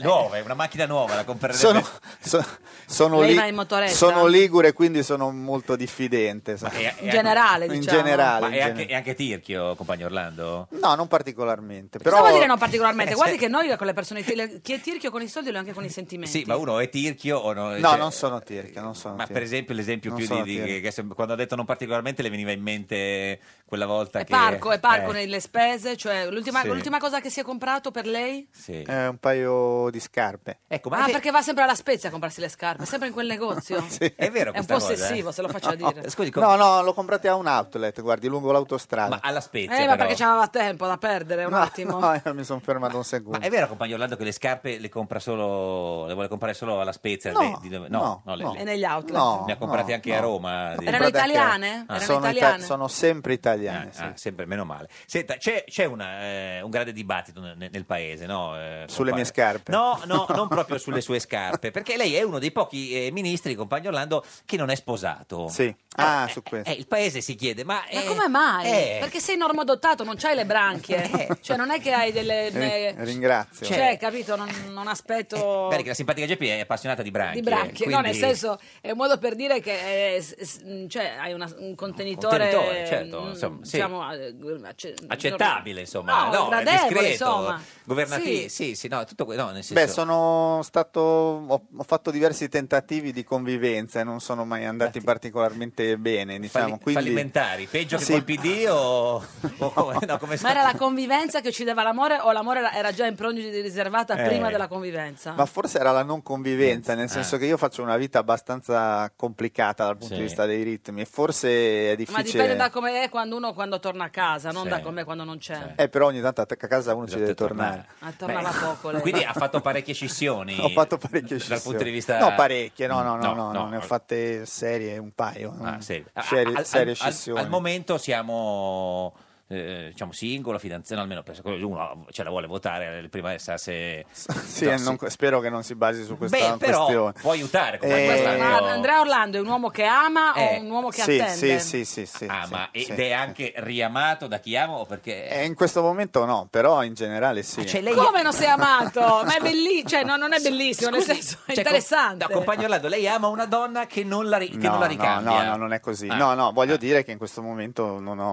S3: Nuova, è una macchina nuova, la comprerebbe.
S9: Sono, so- sono
S2: Lei
S9: li-
S2: va in motoretta?
S9: sono ligure, quindi sono molto diffidente. sa.
S2: In generale,
S9: In
S2: diciamo.
S9: generale,
S3: Ma
S9: in
S3: è anche,
S9: generale.
S3: è anche Tirchio, compagno Orlando?
S9: No, non particolarmente.
S2: Però...
S9: Però
S2: Stavo a dire no particolarmente.
S3: Eh,
S2: Guardi
S3: sì.
S2: che noi con le persone... le- Chi è tirchio con i soldi lo è anche con i sentimenti.
S3: Sì, ma uno è Tirchio o no?
S9: No,
S3: Cioè,
S9: non sono tirchia, non sono
S3: Ma
S9: tirchia.
S3: per esempio l'esempio
S9: Non
S3: più di,
S9: sono
S3: di-
S9: tirchia.
S3: che sem- quando ho detto non particolarmente le veniva in mente quella volta
S2: È
S3: che...
S2: parco, è parco
S3: eh,
S2: nelle spese. Cioè, l'ultima,
S3: Sì.
S2: l'ultima cosa che si è comprato per lei?
S3: sì.
S9: Eh, un paio di scarpe.
S3: Ecco, ma
S2: Ah,
S3: è, ve-
S2: perché va sempre alla Spezia a comprarsi le scarpe, sempre in quel negozio.
S3: è vero
S2: È un
S3: questa
S2: po'
S3: cosa, eh?
S2: ossessivo, se lo faccio dire.
S3: Eh, Scusi, com-
S9: No, no, lo comprate a un outlet, guardi, lungo l'autostrada.
S3: ma alla Spezia
S2: Eh, ma
S3: però. eh.
S2: perché c'aveva tempo da perdere un
S9: No,
S2: attimo.
S9: no, io mi sono fermato un secondo.
S3: Ma è vero, compagno Orlando, che le scarpe le compra solo... le vuole comprare solo alla Spezia?
S9: No,
S3: di- di dove-
S9: no,
S3: le-
S9: no.
S3: le-
S2: E negli outlet.
S9: No,
S3: ne ha comprati
S9: no,
S3: anche
S9: no.
S3: a Roma. di-
S9: Comprate
S2: Eh, Erano
S9: anche a-
S2: italiane? Erano
S9: sono, ita-
S2: italiane?
S9: sono sempre italiane.
S3: Ah,
S9: sì.
S3: ah, sempre meno male. Senta, c'è, c'è una, eh, un grande dibattito ne- nel, paese, no? eh,
S9: Sulle
S3: compagno?
S9: mie scarpe.
S3: No, no, non proprio sulle sue scarpe, perché lei è uno dei pochi eh, ministri, compagno Orlando, che non è sposato.
S9: Sì. Ah,
S3: Eh,
S9: su
S3: eh,
S9: questo.
S3: eh, il paese si chiede, ma...
S2: Ma
S3: eh,
S2: come mai?
S3: eh,
S2: Perché sei normodottato, non c'hai le branchie.
S3: Eh.
S2: Cioè, non è che hai delle.
S9: Ri-
S2: ne-
S9: Eh, ringrazio.
S2: Cioè,
S3: Cioè-
S2: capito? Non, non
S3: eh,
S2: aspetto.
S3: guardi che la simpatica Geppi è appassionata di branchie.
S2: di branchie, no,
S3: quindi-
S2: nel senso è un modo per dire che eh, s- s- cioè, hai una- un contenitore,
S3: Contenitore, certo,
S2: mm,
S3: insomma, sì.
S2: diciamo, eh, acce-
S3: Accettabile, insomma,
S2: no,
S3: no,
S2: gradevole,
S3: discreto,
S2: insomma.
S3: governativo, sì.
S2: Sì.
S3: sì, no, tutto que- no, nel senso...
S9: Beh, sono stato, ho, ho fatto diversi tentativi di convivenza e non sono mai andati particolarmente bene, diciamo.
S3: Eh, falli-
S9: quindi-
S3: fallimentari, peggio che
S9: Sì.
S3: col PD o, o- no, come
S2: Ma era la convivenza che uccideva l'amore o l'amore era- era già in prognosi di riservata
S3: Eh.
S2: prima della convivenza?
S9: Ma forse era la non convivenza,
S3: Ah.
S9: nel senso che io faccio una vita abbastanza complicata dal punto
S3: Sì.
S9: di vista dei ritmi e forse è
S2: Ma
S9: difficile.
S2: dipende da come è quando uno quando torna a casa, non
S3: Sì.
S2: da come quando non c'è.
S3: Sì.
S9: Eh, però ogni tanto a te- a casa uno ci deve tornare.
S2: Ah, tornava
S3: Beh,
S2: poco lei.
S3: eh, Quindi ha fatto parecchie scissioni.
S9: Ho fatto parecchie
S3: Dal
S9: scissioni.
S3: punto di vista...
S9: No, parecchie, no, no, no,
S3: Mm,
S9: no, no, ne ho fatte serie un paio.
S3: Ah,
S9: mm.
S3: serie.
S9: Serie,
S3: Al- al-
S9: serie
S3: al,
S9: scissioni.
S3: al momento siamo... eh, diciamo singolo, fidanzato, no, almeno per- uno ce la vuole votare prima sa se
S9: Sì,
S3: no,
S9: e non- spero che non si basi
S3: Mm-hmm.
S9: su questa
S3: Beh, però
S9: questione.
S3: può aiutare con
S9: Eh,
S2: Questo, ma
S3: io-
S2: Ah, Andrea Orlando è un uomo che ama
S3: Eh.
S2: o un uomo che
S9: sì,
S2: attende?
S9: sì, sì, sì, sì,
S3: Ah,
S9: sì,
S3: ma-
S9: sì,
S3: ed
S9: sì.
S3: è anche riamato da chi amo perché
S9: Eh, in questo momento no, però in generale sì.
S3: Ah, cioè, lei-
S2: Come non sei amato? Ma è bellissimo, cioè no, non è bellissimo, nel
S3: Scusi,
S2: senso è
S3: cioè,
S2: interessante.
S3: com- no, compagno Orlando, lei ama una donna che non la, ri- che
S9: no,
S3: non la
S9: no,
S3: ricambia.
S9: no, no, non è così.
S3: Ah.
S9: No, no, voglio dire che in questo momento non ho,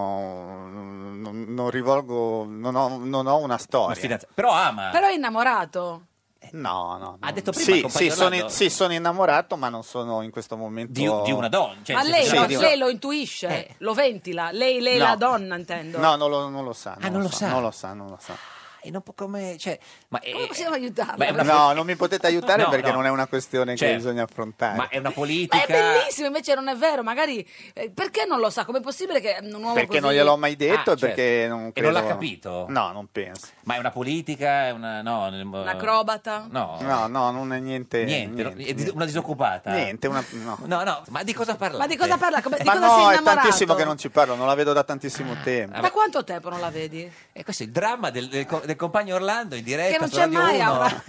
S9: non, non rivolgo, non ho, non ho una
S3: Un
S9: storia. Eh,
S3: fidanzato. Però ama.
S2: Però è innamorato.
S9: No, no, no.
S3: Ha detto prima,
S9: sì,
S3: compagno
S9: sì, sono,
S3: Orlando.
S9: sì, sono innamorato, ma non sono in questo momento
S3: Di, di una donna. Cioè,
S2: ma
S3: nel
S2: lei,
S3: senso-
S2: lo,
S9: sì,
S2: lei
S9: sì.
S2: lo intuisce,
S3: Eh.
S2: lo ventila. Lei, lei
S9: No.
S2: la donna, intendo.
S9: No, non lo, non lo sa.
S3: Ah, non lo sa. Ah,
S9: Non lo sa, non lo sa.
S3: E non può come... Cioè, ma è-
S2: Come possiamo aiutarla?
S3: Ma è una-
S9: No, non mi potete aiutare
S3: No,
S9: perché
S3: no.
S9: non è una questione che
S3: Certo.
S9: bisogna affrontare.
S3: Ma è una
S2: Ma
S3: politica...
S2: è bellissimo, invece non è vero. Magari eh, perché non lo sa? Com'è possibile che un uomo
S9: Perché
S2: così...
S9: non gliel'ho mai detto
S3: Ah,
S9: e perché
S3: certo.
S9: non
S3: E
S9: credo...
S3: non l'ha capito?
S9: No, non penso.
S3: Ma è una politica, è una... No,
S2: Un acrobata?
S3: No.
S9: No, no, non è niente...
S3: Niente, no? È di-
S9: niente.
S3: una disoccupata.
S9: Niente, una- no.
S3: No, no, ma di cosa parla?
S2: Ma di cosa parla? Come- di
S9: Ma
S2: cosa
S9: no,
S2: sei
S9: è
S2: innamorato?
S9: tantissimo che non ci parlo, non la vedo da tantissimo tempo.
S3: Ah,
S2: Da quanto tempo non la vedi?
S3: E questo è il dramma del, del co- del compagno Orlando in diretta
S2: Che non
S3: su
S2: c'è
S3: Radio
S2: mai.
S3: 1.
S2: Aura.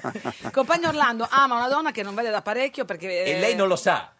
S2: Il Compagno Orlando ama una donna che non vede da parecchio perché... eh,
S3: e lei non lo sa.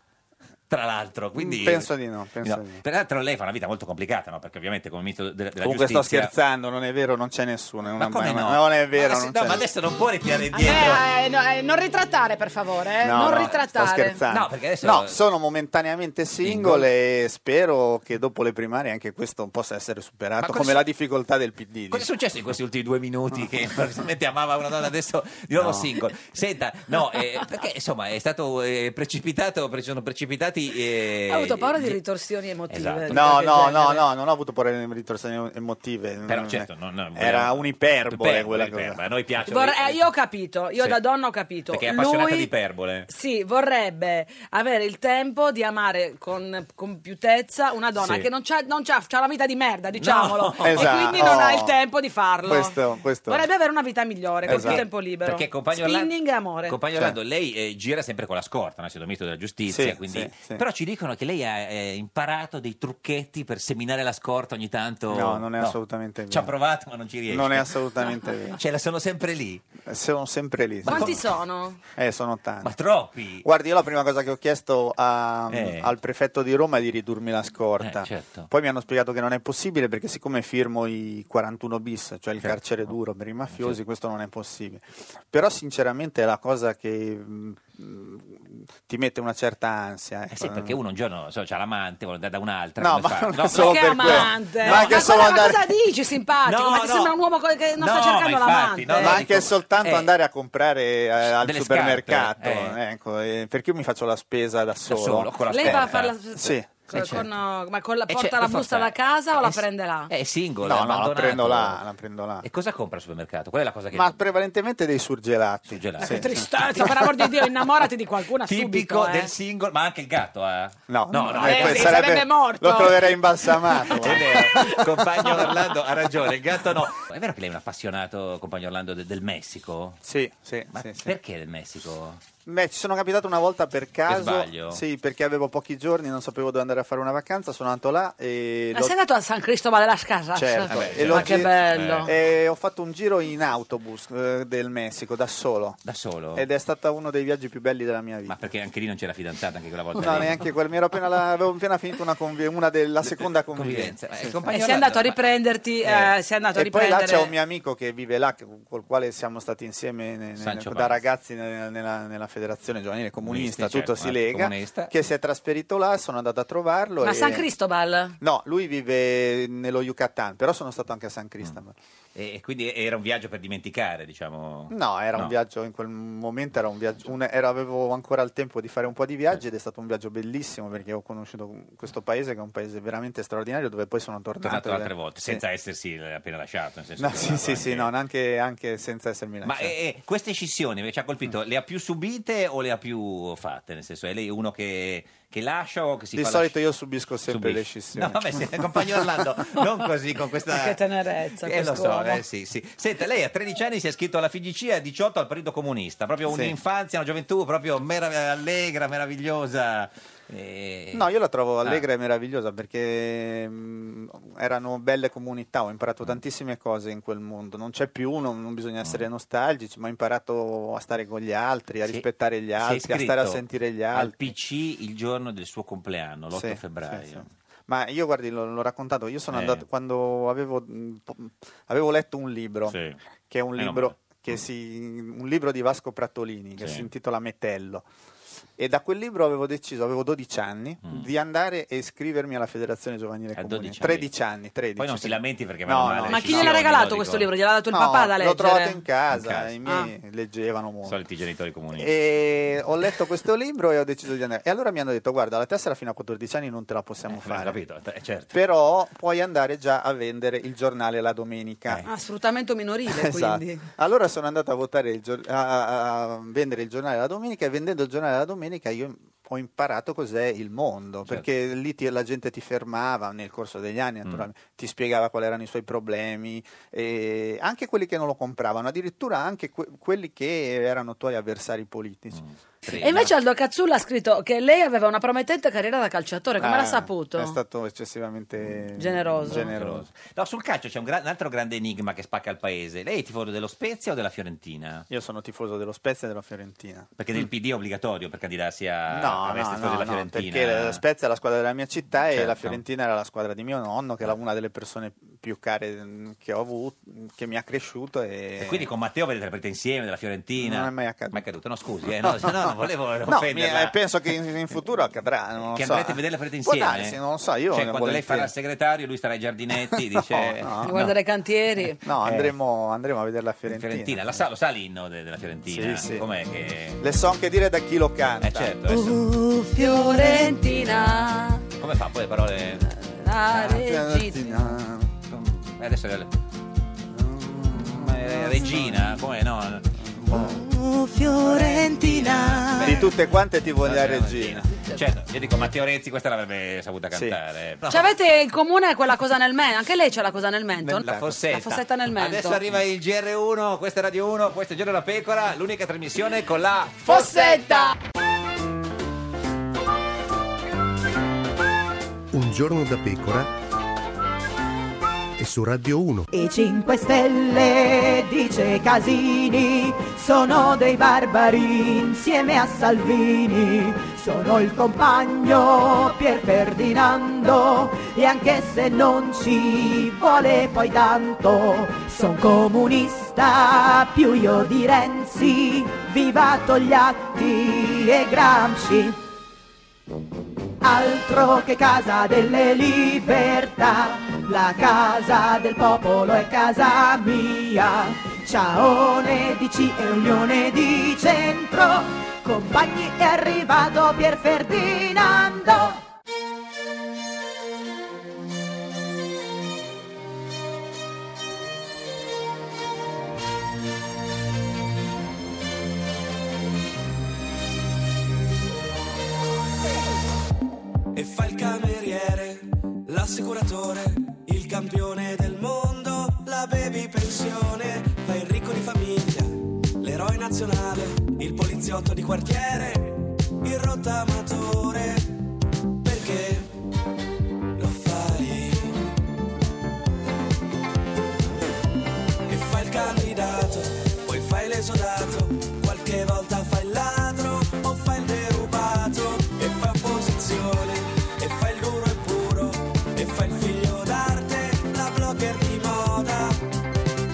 S3: Tra l'altro, quindi
S9: Mm, Penso di no, penso di no.
S3: Peraltro lei fa una vita molto complicata, no? Perché ovviamente come ministro della, della
S9: Comunque sto
S3: giustizia
S9: scherzando, non è vero, non c'è nessuno. è una-
S3: Ma come no?
S9: Non è
S3: Ma
S9: vero,
S3: se-
S9: non
S3: no,
S9: c'è Ah,
S3: ma adesso non può ritirare indietro.
S2: Andrea, eh, no, eh, non ritrattare per favore, eh,
S9: No,
S2: non
S9: no,
S2: ritrattare.
S9: Sto scherzando.
S3: No, perché adesso-
S9: No, sono momentaneamente singole e spero che dopo le primarie anche questo possa essere
S3: Ma
S9: superato,
S3: cosa
S9: come
S3: su-
S9: la difficoltà del PD. dico.
S3: Cosa è successo in questi ultimi due minuti che improvvisamente amava una donna adesso di nuovo
S9: No.
S3: single? Senta, no, eh, perché insomma è stato eh, precipitato, pre- sono precipitati... eh,
S2: Ho avuto paura di
S3: gli-
S2: ritorsioni emotive.
S3: Esatto.
S2: di
S9: No,
S2: qualche
S9: no, no,
S2: genere.
S9: no, non ho avuto paura di ritorsioni emotive.
S3: Però
S9: Non-
S3: certo, no, no, vogliamo-
S9: era un'iperbole
S3: Iperbole,
S9: quella
S3: iperbole.
S9: cosa.
S3: A noi piace...
S2: Vorrei- eh, io ho capito, io
S3: Sì.
S2: da donna ho capito.
S3: Perché è appassionata
S2: Lui-
S3: di iperbole.
S2: Sì, vorrebbe avere il tempo di amare con compiutezza una donna
S3: Sì.
S2: che non c'ha, non c'ha, c'ha la vita di merda, diciamolo.
S3: No.
S2: E
S9: Esatto.
S2: quindi non ha il
S9: Oh.
S2: tempo di farlo.
S9: Questo- questo-
S2: Vorrebbe avere una vita migliore, con più
S9: Esatto.
S2: tempo libero.
S3: Perché compagno
S2: Spinning
S3: Orlando-
S2: e amore.
S3: Compagno
S9: Cioè.
S3: Orlando, lei eh, gira sempre con la scorta, no? Siete ministro della giustizia,
S9: Sì,
S3: quindi
S9: sì, sì.
S3: Però ci dicono che lei ha eh, imparato dei trucchetti per seminare la scorta ogni tanto.
S9: No, non è assolutamente
S3: Ci ha
S9: vero.
S3: provato, ma non ci riesce.
S9: Non è assolutamente vero.
S3: Cioè, la sono sempre lì.
S9: Sono sempre lì.
S2: Quanti sono?
S9: Eh, sono tanti.
S3: Ma troppi.
S9: Guardi, io la prima cosa che ho chiesto a-
S3: Eh.
S9: al prefetto di Roma è di ridurmi la scorta.
S3: Eh, certo.
S9: Poi mi hanno spiegato che non è possibile perché siccome firmo i 41 bis, cioè
S3: Certo.
S9: il carcere duro per i mafiosi, questo non è possibile. Però sinceramente è la cosa che mh, mh, ti mette una certa ansia.
S3: Eh
S9: ecco.
S3: sì, perché uno un giorno non so, c'ha l'amante, vuole andare da un'altra.
S9: No,
S3: come
S9: ma
S3: fa?
S9: non
S3: No,
S9: è solo
S2: ma che
S9: per quello.
S2: amante!
S9: Ma anche
S2: ma
S9: solo
S2: cosa,
S9: andare-
S2: ma cosa dici, simpatico?
S3: No,
S2: ma ti
S3: no.
S2: sembra un uomo co- che non sta
S3: No,
S2: cercando
S3: ma infatti,
S2: l'amante?
S3: no, no,
S9: Ma
S3: dico-
S9: anche soltanto
S3: eh.
S9: andare a comprare eh, al
S3: Delle
S9: supermercato,
S3: scarpe, eh.
S9: ecco, eh, perché io mi faccio la spesa da solo.
S3: solo, con la
S2: Lei va
S3: scorta.
S2: a fare la...
S9: Sì.
S2: con-
S3: Eh, certo.
S2: con- ma con la-
S3: Eh,
S2: porta
S3: cioè,
S2: la
S3: per forza.
S2: busta da casa o
S3: Eh,
S2: la
S3: s-
S2: prende là?
S3: È single,
S9: No,
S3: è
S9: no, la
S3: abbandonato.
S9: prendo là, la prendo là.
S3: E cosa compra al supermercato? Qual è la cosa che...
S9: Ma prevalentemente dei surgelati.
S3: Surgelati.
S2: Ma
S9: Sì,
S2: che
S9: sì.
S2: tristezza, Eh, per amor di Dio, innamorati di qualcuna
S3: Tipico
S2: subito, eh.
S3: del single, ma anche il gatto, eh?
S9: No,
S3: no, no.
S2: eh,
S3: è
S9: que-
S2: sì, sarebbe morto.
S9: Lo troverei imbalsamato.
S3: È vero, compagno Orlando ha ragione, il gatto no. È vero che lei è un appassionato, compagno Orlando, de- del Messico?
S9: sì, sì,
S3: Ma
S9: sì, sì.
S3: perché del Messico?
S9: Beh, ci sono capitato una volta per
S3: sbaglio?
S9: caso. Sì, perché avevo pochi giorni, non sapevo dove andare a fare una vacanza, sono andato là e
S2: Ma
S9: l'ho-
S2: sei andato a San Cristobal della Casas?
S9: Certo, Eh,
S3: Vabbè,
S9: e
S3: certo. Eh.
S9: l'ho
S2: ma che
S9: gi-
S2: bello.
S9: e ho fatto un giro in autobus eh, del Messico da solo
S3: Da solo?
S9: ed è stato uno dei viaggi più belli della mia vita.
S3: Ma Ah, perché anche lì non c'era fidanzata, anche quella volta
S9: No,
S3: lì?
S9: neanche quel, mi ero appena la- avevo appena finito una, convi- una della seconda
S3: Convivenza.
S9: convivenza.
S3: Ma, eh,
S9: Sì.
S3: compagno
S2: E sei
S3: Orlando,
S2: andato a
S3: ma-
S2: riprenderti,
S9: Eh,
S2: eh, sei andato a
S9: e poi là
S2: riprendere...
S9: c'è un mio amico che vive là, che- col quale siamo stati insieme ne- ne-
S3: Sancio
S9: da
S3: Panza.
S9: ragazzi ne- nella, nella federazione giovanile comunista,
S3: Comunisti,
S9: tutto
S3: certo,
S9: si lega,
S3: comunista.
S9: che si è trasferito là, sono andato a trovarlo.
S2: Ma
S9: e-
S2: San Cristobal?
S9: No, lui vive nello Yucatan, però sono stato anche a San
S3: Mm.
S9: Cristobal.
S3: E, e quindi era un viaggio per dimenticare, diciamo.
S9: No, era un viaggio, in quel momento era un viaggio, un- era- avevo ancora il tempo di fare un po' di viaggi ed è stato un viaggio bellissimo perché ho conosciuto questo paese che è un paese veramente straordinario dove poi sono tornato.
S3: Tornato altre volte,
S9: Sì.
S3: senza essersi appena lasciato. nel senso
S9: No,
S3: che
S9: sì,
S3: avevamo
S9: sì, sì,
S3: anche-
S9: no, anche, anche senza essermi
S3: Ma
S9: lasciato.
S3: eh, eh, queste scissioni che ci ha
S9: Mm.
S3: colpito, le ha più subite o le ha più fatte? Nel senso, è lei uno che, che lascia o che si
S9: Di
S3: fa
S9: solito
S3: lasci-
S9: io subisco sempre le
S3: Subisce.
S9: scissioni.
S3: No, vabbè, se, compagno Orlando, non così con questa...
S2: Che tenerezza
S3: Eh, lo so,
S2: quest'uomo.
S3: eh, sì, sì. Senta, lei a 13 anni si è iscritto alla FIGC e a 18 al Partito Comunista. Proprio
S9: Sì.
S3: un'infanzia, una gioventù proprio merav- allegra, meravigliosa. Eh,
S9: No, io la trovo
S3: Ah.
S9: allegra e meravigliosa perché mm, erano belle comunità, ho
S3: Mm.
S9: imparato tantissime cose in quel mondo, non c'è più, non, non bisogna essere nostalgici, ma ho imparato a stare con gli altri, a
S3: Mm. Sì.
S9: rispettare gli
S3: Si è
S9: altri, a stare a
S3: iscritto
S9: sentire gli
S3: Al
S9: altri.
S3: PC il giorno del suo compleanno, l'8
S9: Sì,
S3: febbraio.
S9: sì, sì. Ma io guardi, l'ho, l'ho raccontato, io sono
S3: Eh.
S9: andato quando avevo, mm, po- avevo letto un libro,
S3: Sì.
S9: che è un
S3: Eh, no,
S9: libro,
S3: ma-
S9: che si- un libro di Vasco Prattolini che
S3: Sì.
S9: si intitola Metello. E da quel libro avevo deciso, avevo 12 anni,
S3: Mm.
S9: di andare e iscrivermi alla Federazione Giovanile
S3: A
S9: Comunista.
S3: 12 anni.
S9: 13 anni, 13.
S3: Poi non si lamenti perché
S9: No,
S3: vanno male
S9: no.
S3: le
S2: Ma chi
S3: scissioni,
S2: gliel'ha regalato
S3: lo
S2: questo
S3: dico.
S2: libro? Gliel'ha dato il
S9: No,
S2: papà da leggere?
S9: L'ho trovato in casa,
S3: In casa.
S9: i miei leggevano molto.
S3: Soliti genitori comunisti.
S9: E ho letto questo libro e ho deciso di andare. E allora mi hanno detto: Guarda, la tessera fino a 14 anni non te la possiamo
S3: Eh,
S9: fare.
S3: Capito, eh, certo.
S9: Però puoi andare già a vendere il giornale la domenica.
S3: Eh.
S2: Ah, sfruttamento minorile,
S9: Esatto.
S2: quindi.
S9: Allora sono andato a votare il gior- a, a- a vendere il giornale la domenica e vendendo il giornale la domenica io ho imparato cos'è il mondo, perché lì ti- la gente ti fermava nel corso degli anni, naturalmente, ti spiegava quali erano i suoi problemi, e anche quelli che non lo compravano, addirittura anche que- quelli che erano tuoi avversari politici.
S3: Tre,
S2: E invece Aldo Cazzulla ha scritto che lei aveva una promettente carriera da calciatore, come
S9: Ah,
S2: l'ha saputo?
S9: È stato eccessivamente
S2: Generoso.
S9: generoso.
S3: No, sul calcio c'è un, gra- un altro grande enigma che spacca il paese. Lei è tifoso dello Spezia o della Fiorentina?
S9: Io sono tifoso dello Spezia e della Fiorentina.
S3: Perché del PD è obbligatorio Eh, per candidarsi a
S9: Mm. No,
S3: a
S9: no,
S3: essere tifoso
S9: no,
S3: della
S9: no,
S3: Fiorentina. eh.
S9: perché eh, la Spezia è la squadra della mia città e la
S3: Certo. Eh.
S9: Fiorentina era la squadra di mio nonno, che era una delle persone più care mh, che ho avuto, mh, che mi ha cresciuto. E,
S3: E quindi con Matteo vedete la partita insieme della Fiorentina.
S9: Eh. Non è mai accaduto.
S3: No, scusi, eh, no, se no non volevo
S9: No,
S3: offenderla.
S9: mi- eh, penso che in, in futuro accadrà. Non lo
S3: che
S9: so.
S3: andrete a vedere la partita
S9: Può
S3: insieme.
S9: darsi, non lo so. Io
S3: cioè, quando
S9: ne
S3: lei
S9: volentieri.
S3: farà il segretario, lui starà ai giardinetti, dice
S9: No, no.
S2: A guardare i cantieri.
S9: No,
S3: Eh.
S9: andremo, andremo a vedere la Fiorentina.
S3: Fiorentina, la sa, lo sa l'inno de- della Fiorentina?
S9: Sì, sì.
S3: Com'è che
S9: Le so anche dire da chi lo canta.
S3: Eh certo, adesso-
S2: Uh, Fiorentina,
S3: come fa poi le parole
S2: la regina.
S9: Fiorentina.
S3: Eh, adesso è- eh, regina, come no?
S9: Boh.
S7: Oh, Fiorentina.
S9: Di tutte quante ti voglio
S3: voglio
S9: la regina.
S3: Certo, io dico Matteo Renzi questa l'avrebbe saputa cantare. No.
S2: Ci avete in comune quella cosa nel mento? Anche lei c'ha la cosa nel mento?
S9: Nel-
S3: La fossetta.
S2: La fossetta nel mento.
S3: Adesso arriva il GR1, questa è Radio 1, questo è Giorno della Pecora, l'unica trasmissione con la
S2: Fossetta!
S10: Un giorno da pecora e su Radio 1.
S11: I 5 Stelle, dice Casini, sono dei barbari insieme a Salvini. Sono il compagno Pier Ferdinando e anche se non ci vuole poi tanto, son comunista più io di Renzi, viva Togliatti e Gramsci. Altro che casa delle libertà, la casa del popolo è casa mia. Ciaone di C e Unione di Centro, compagni è arrivato Pier Ferdinando.
S1: e fa il cameriere, l'assicuratore, il campione del mondo, la baby pensione, fa il ricco di famiglia, l'eroe nazionale, il poliziotto di quartiere, il rottamatore, perché lo fai. E fa il candidato, poi fai l'esodato, qualche volta fai il ladro o fai il derubato e fai opposizione, e fai il duro e puro, e fai il figlio d'arte, la blogger di moda.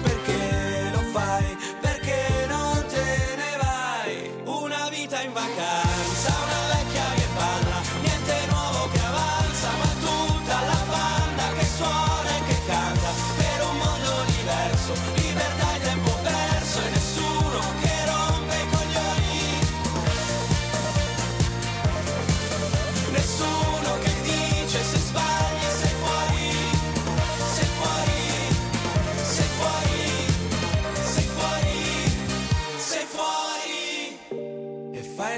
S1: Perché lo fai? Perché non te ne vai? Una vita in vacanza, una vecchia che parla, niente nuovo che avanza, ma tutta la banda che suona e che canta per un mondo diverso, libertà e tempo perso e nessuno che rompe i coglioni. Nessuno che dice se sbagli sei fuori, sei fuori, sei fuori, sei fuori, sei fuori. E fai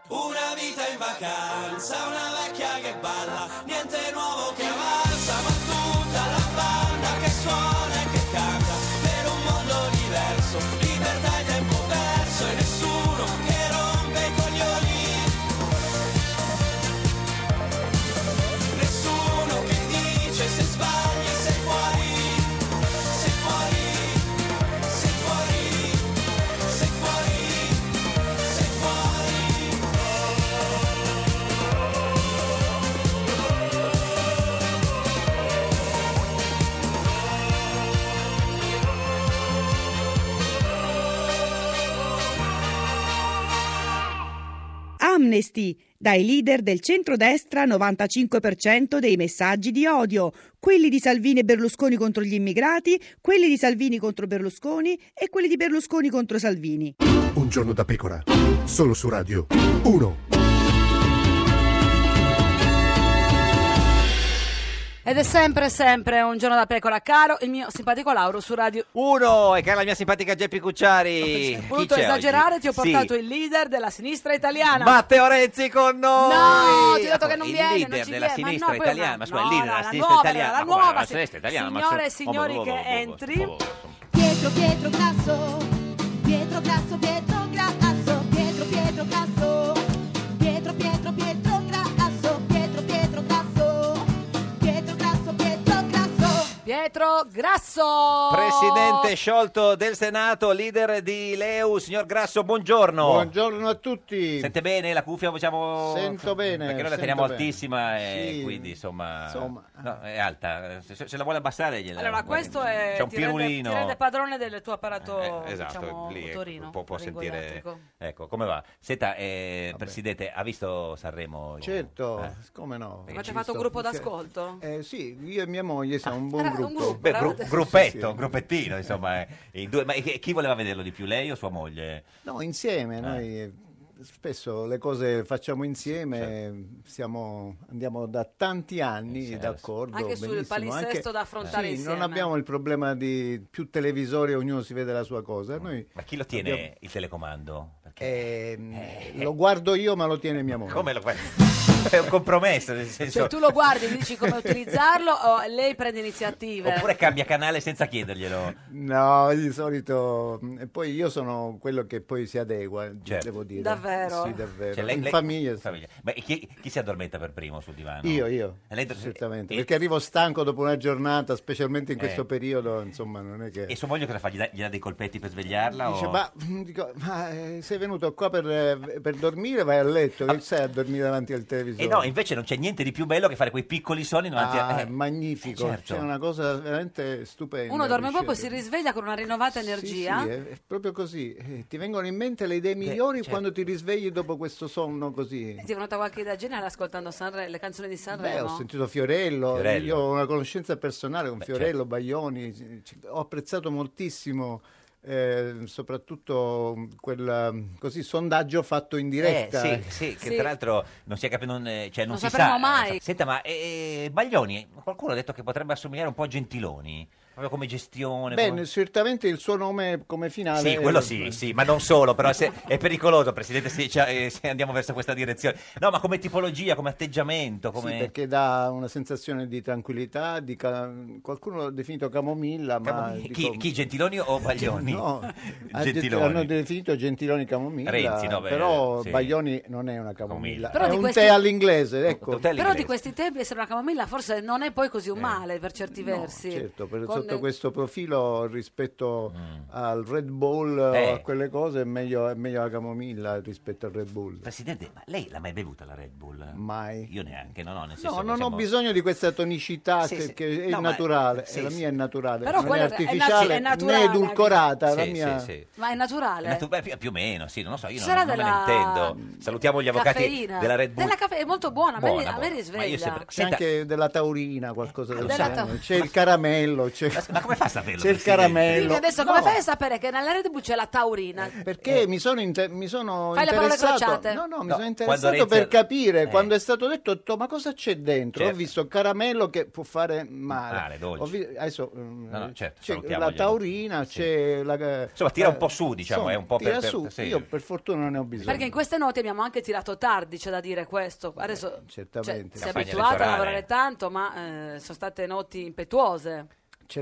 S1: Una vita in vacanza, una vecchia che balla, niente nuovo che avanza, ma tutta la banda che suona e che canta per un mondo diverso, libertà e tempo perso e nessuno che rompe i coglioni. Nessuno che dice se sbagli sei fuori, sei fuori, sei fuori, sei fuori, sei fuori.
S12: Amnesty, dai leader del centrodestra 95% dei messaggi di odio, quelli di Salvini e Berlusconi contro gli immigrati, quelli di Salvini contro Berlusconi e quelli di Berlusconi contro Salvini.
S10: Un giorno da pecora. Solo su Radio 1.
S2: Ed è sempre, sempre un giorno da pecora, caro il mio simpatico Lauro su Radio
S3: Uno, e cara la mia simpatica Geppi Cucciari.
S2: Ho voluto
S3: Chi c'è
S2: esagerare,
S3: oggi?
S2: ti ho
S3: Sì.
S2: portato il leader della sinistra italiana.
S3: Matteo Renzi con noi!
S2: No, ti ho detto che non
S3: il
S2: viene, non
S3: leader
S2: ci
S3: della
S2: viene. Ma
S3: sinistra
S2: no, poi
S3: italiana,
S2: una-
S3: ma scusa, il
S2: no,
S3: leader
S2: no,
S3: della
S2: la
S3: sinistra
S2: nuova,
S3: italiana.
S2: la
S3: Ma come,
S2: nuova,
S3: la
S2: sì.
S3: Ah, sinistra italiana, ma
S2: Signore e
S3: se-
S2: signori
S3: oh, boh, boh, boh,
S2: che
S3: boh, boh.
S2: entri.
S7: Pietro, Pietro Grasso, Pietro Grasso, Pietro Grasso, Pietro, Pietro Grasso, Pietro, Pietro, Pietro Grasso, Pietro, Pietro Grasso, Pietro Grasso, Pietro Grasso.
S2: Pietro Grasso.
S3: Presidente sciolto del Senato, leader di Leu, signor Grasso, buongiorno.
S13: Buongiorno a tutti.
S3: Sente bene la cuffia? Facciamo...
S13: Sento bene,
S3: Perché noi la
S13: sento
S3: teniamo
S13: bene.
S3: altissima e
S13: Sì.
S3: quindi insomma...
S13: Insomma.
S3: No, è alta. Se, se la vuole abbassare gliela...
S2: Allora, questo è
S3: C'è un
S2: ti rende-
S3: pirulino.
S2: ti rende padrone del tuo apparato
S3: Eh, esatto,
S2: diciamo,
S3: lì ecco,
S2: motorino.
S3: può, può sentire...
S2: laringoelettrico.
S3: Ecco, come va? Senta, eh, Presidente, ha visto Sanremo?
S13: Certo,
S3: Eh.
S13: come no?
S3: Avete
S13: Ci
S2: fatto un
S13: sto-
S2: gruppo
S13: cioè,
S2: d'ascolto?
S13: Eh, sì, io e mia moglie siamo un buon
S2: era un
S13: gruppo.
S2: gruppo,
S3: Beh, gru- gruppetto, gruppettino, insomma. eh. I due, ma chi chi voleva vederlo di più, lei o sua moglie?
S13: No, insieme, noi eh, spesso le cose facciamo insieme, eh,
S3: certo.
S13: siamo- andiamo da tanti
S3: Eh,
S13: anni d'accordo.
S2: Anche sul
S13: benissimo,
S2: palinsesto da affrontare
S13: sì,
S2: insieme.
S13: Non abbiamo il problema di più televisori, ognuno si vede la sua cosa. Noi
S3: Mm. Ma chi lo tiene
S13: abbiamo-
S3: il telecomando? Perché- Eh.
S13: ehm, Lo guardo io, ma lo tiene mia moglie.
S3: Come lo È un compromesso, nel senso...
S2: Cioè, tu lo guardi e dici come utilizzarlo o lei prende iniziative?
S3: Oppure cambia canale senza chiederglielo.
S13: No, di solito. E poi io sono quello che poi si adegua, devo dire.
S2: Davvero?
S13: Sì, davvero.
S3: Certo. Cioè, lei-
S13: In
S3: lei-
S13: famiglia. sì.
S3: famiglia. Ma chi, chi si addormenta per primo sul divano?
S13: Io, io.
S3: E Eh, lei-
S13: Certamente.
S3: e-
S13: Perché arrivo stanco dopo una giornata, specialmente in
S3: Eh.
S13: questo periodo, insomma, non è che.
S3: E sua moglie cosa fa? Gli dà, gli dà dei colpetti per svegliarla?
S13: Dice,
S3: o-
S13: ma, mm, dico, ma, eh, sei venuto qua per, eh, per dormire, vai a letto, che stai a dormire davanti al televisore?
S3: E Ah. Eh, no, invece non c'è niente di più bello che fare quei piccoli sonni davanti a...
S13: Ah,
S3: eh,
S13: magnifico,
S3: certo.
S13: c'è una cosa veramente stupenda.
S2: Uno dorme un po' poi si
S13: riuscite-
S2: risveglia con una rinnovata energia.
S13: Sì, sì, è, è proprio così. Eh, ti vengono in mente le idee migliori
S2: certo.
S13: quando ti risvegli dopo questo sonno così.
S2: Ti è venuta qualche idea geniale ascoltando Sanre- le canzoni di
S13: Beh,
S2: Sanremo?
S13: ho sentito Fiorello,
S3: Fiorello.
S13: io ho una conoscenza personale con
S3: Beh, certo.
S13: Fiorello, Baglioni, c- c- ho apprezzato moltissimo eh, soprattutto mm, quel mm, così, sondaggio fatto in diretta.
S3: Eh, sì, sì, che peraltro non si è capito, non, eh, cioè non,
S13: Non
S3: si sa.
S13: sapremo mai.
S3: eh, Senta, ma eh, Baglioni, qualcuno ha detto che potrebbe assomigliare un po' a Gentiloni, proprio come gestione.
S13: Beh,
S3: come-
S13: certamente il suo nome come finale.
S3: Sì, quello sì, sì, ma non solo, però se- è pericoloso, Presidente, se, cioè, eh, se andiamo verso questa direzione. No, ma come tipologia, come atteggiamento, come...
S13: Sì, perché dà una sensazione di tranquillità, di ca- qualcuno l'ha definito camomilla, ma
S3: Camomilla-
S13: dico-
S3: chi, chi, Gentiloni o Baglioni?
S13: No, ha detto- hanno
S3: Gentiloni.
S13: definito Gentiloni camomilla,
S3: Renzi, no, beh,
S13: però
S3: sì.
S13: Baglioni non è una camomilla,
S2: Però
S13: è
S2: di
S13: un
S2: questi-
S13: tè all'inglese, ecco.
S2: Però di questi tempi essere una camomilla forse non è poi così un male per certi versi.
S13: Eh, Certo, per-
S2: Con-
S13: sotto questo profilo rispetto al Red Bull,
S3: Mm. Eh.
S13: a quelle cose, è meglio, è meglio la camomilla rispetto al Red Bull.
S3: Presidente, ma lei l'ha mai bevuta la Red Bull?
S13: Mai.
S3: Io neanche, no, no, nel senso
S13: No,
S3: che
S13: non ho
S3: siamo-
S13: bisogno di questa tonicità
S3: Sì,
S13: che,
S3: sì.
S13: che è
S3: No, ma-
S13: naturale,
S3: sì,
S13: e la
S3: sì.
S13: mia è naturale,
S2: Però
S13: non è
S2: quella è- è
S13: artificiale
S2: natu- è
S13: né
S2: naturale.
S13: edulcorata, la
S3: Sì,
S13: mia...
S3: sì, sì.
S2: Ma è naturale.
S3: Natu- beh, più, più o meno, sì, non lo so, io non,
S2: Sarà
S3: non
S2: della
S3: me ne intendo. Salutiamo gli avvocati
S2: Caffeina.
S3: della Red Bull.
S2: Della caffe- è molto buona, a me-
S3: Buona,
S2: a me
S3: buona. Ma io
S2: risveglia.
S3: sempre-
S13: C'è
S3: Senta- Ah,
S13: anche della taurina, qualcosa del
S2: Della
S13: genere.
S2: tau-
S13: C'è il caramello. C'è...
S3: Ma come fa a saperlo?
S13: C'è il
S3: Presidente?
S2: Dimmi
S13: caramello.
S2: adesso come fai a sapere che nella Red Bull c'è la taurina?
S13: Eh,
S2: Eh.
S13: Perché mi sono, inter- mi sono
S2: Fai le parole
S13: interessato,
S2: crociate.
S13: no, no, mi
S2: No,
S13: sono
S3: quando
S13: interessato
S3: Renzi-
S13: per capire
S3: eh.
S13: quando è stato detto, ho detto, ma cosa c'è dentro?
S3: Certo.
S13: Ho visto caramello che può fare male.
S3: Male, dolce.
S13: Ho vi- adesso, mm,
S3: No, no, certo,
S13: c'è
S3: salutiamo
S13: la
S3: gli-
S13: taurina, c'è la.
S3: Insomma, tira
S13: eh,
S3: un po' su, diciamo,
S13: insomma,
S3: è un po' per-
S13: tira
S3: per-
S13: su.
S3: sì.
S13: Io per fortuna non ne ho bisogno.
S2: Perché in queste note abbiamo anche tirato tardi, c'è da dire questo. Adesso cioè,
S13: certamente.
S2: si è
S13: Campagna
S2: abituata a
S13: elettorale.
S2: lavorare tanto, ma eh, sono state noti impetuose.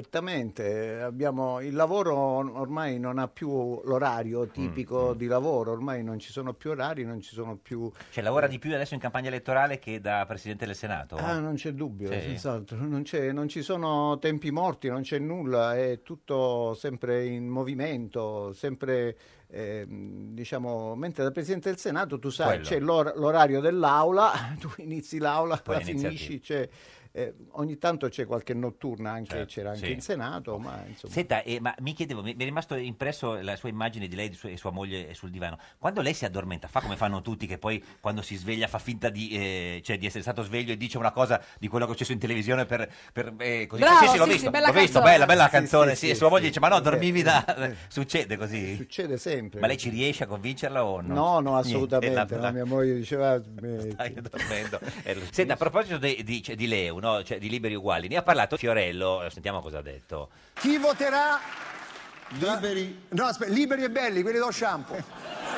S13: Certamente, abbiamo, il lavoro ormai non ha più
S3: Mm,
S13: l'orario tipico di lavoro, ormai non ci sono più orari, non ci sono più...
S3: Cioè, lavora di più adesso in campagna elettorale che da Presidente del Senato?
S13: Ah, non c'è dubbio,
S3: Sì.
S13: senz'altro, non, c'è- non ci sono tempi morti, non c'è nulla, è tutto sempre in movimento, sempre, ehm, diciamo, mentre da Presidente del Senato tu sai,
S3: Quello.
S13: c'è l'or- l'orario dell'aula, tu inizi l'aula,
S3: Poi
S13: la
S3: inizi a
S13: finisci, c'è, eh, ogni tanto c'è qualche notturna, anche, c'era anche
S3: Certo, sì.
S13: in Senato, ma insomma...
S3: Senta, eh, ma mi chiedevo, mi mi è rimasto impresso la sua immagine di lei e di sua- e sua moglie eh, sul divano. Quando lei si addormenta, fa come fanno tutti, che poi quando si sveglia fa finta di, eh, cioè, di essere stato sveglio e dice una cosa di quello che è successo in televisione per, per, eh, così.
S2: Bravo,
S3: sì, sì, l'ho
S2: sì,
S3: visto,
S2: sì, bella
S3: l'ho visto,
S2: canzone.
S3: bella, bella
S2: Sì,
S3: canzone.
S13: sì,
S3: Sì,
S13: sì,
S3: e sua moglie
S13: sì.
S3: dice, ma no,
S13: Vabbè,
S3: dormivi da... Succede così?
S13: Succede sempre.
S3: Ma lei ci riesce a convincerla o no?
S13: No, no,
S3: Niente,
S13: assolutamente.
S3: la-
S13: no, mia moglie diceva... eh,
S3: Stai dormendo. Eh, Senta, a proposito de- di, cioè, di Leu, no? sono cioè, di liberi uguali. Ne ha parlato Fiorello, eh, sentiamo cosa ha detto.
S14: Chi voterà? Liberi. No, aspetta, liberi e belli, quelli dello shampoo.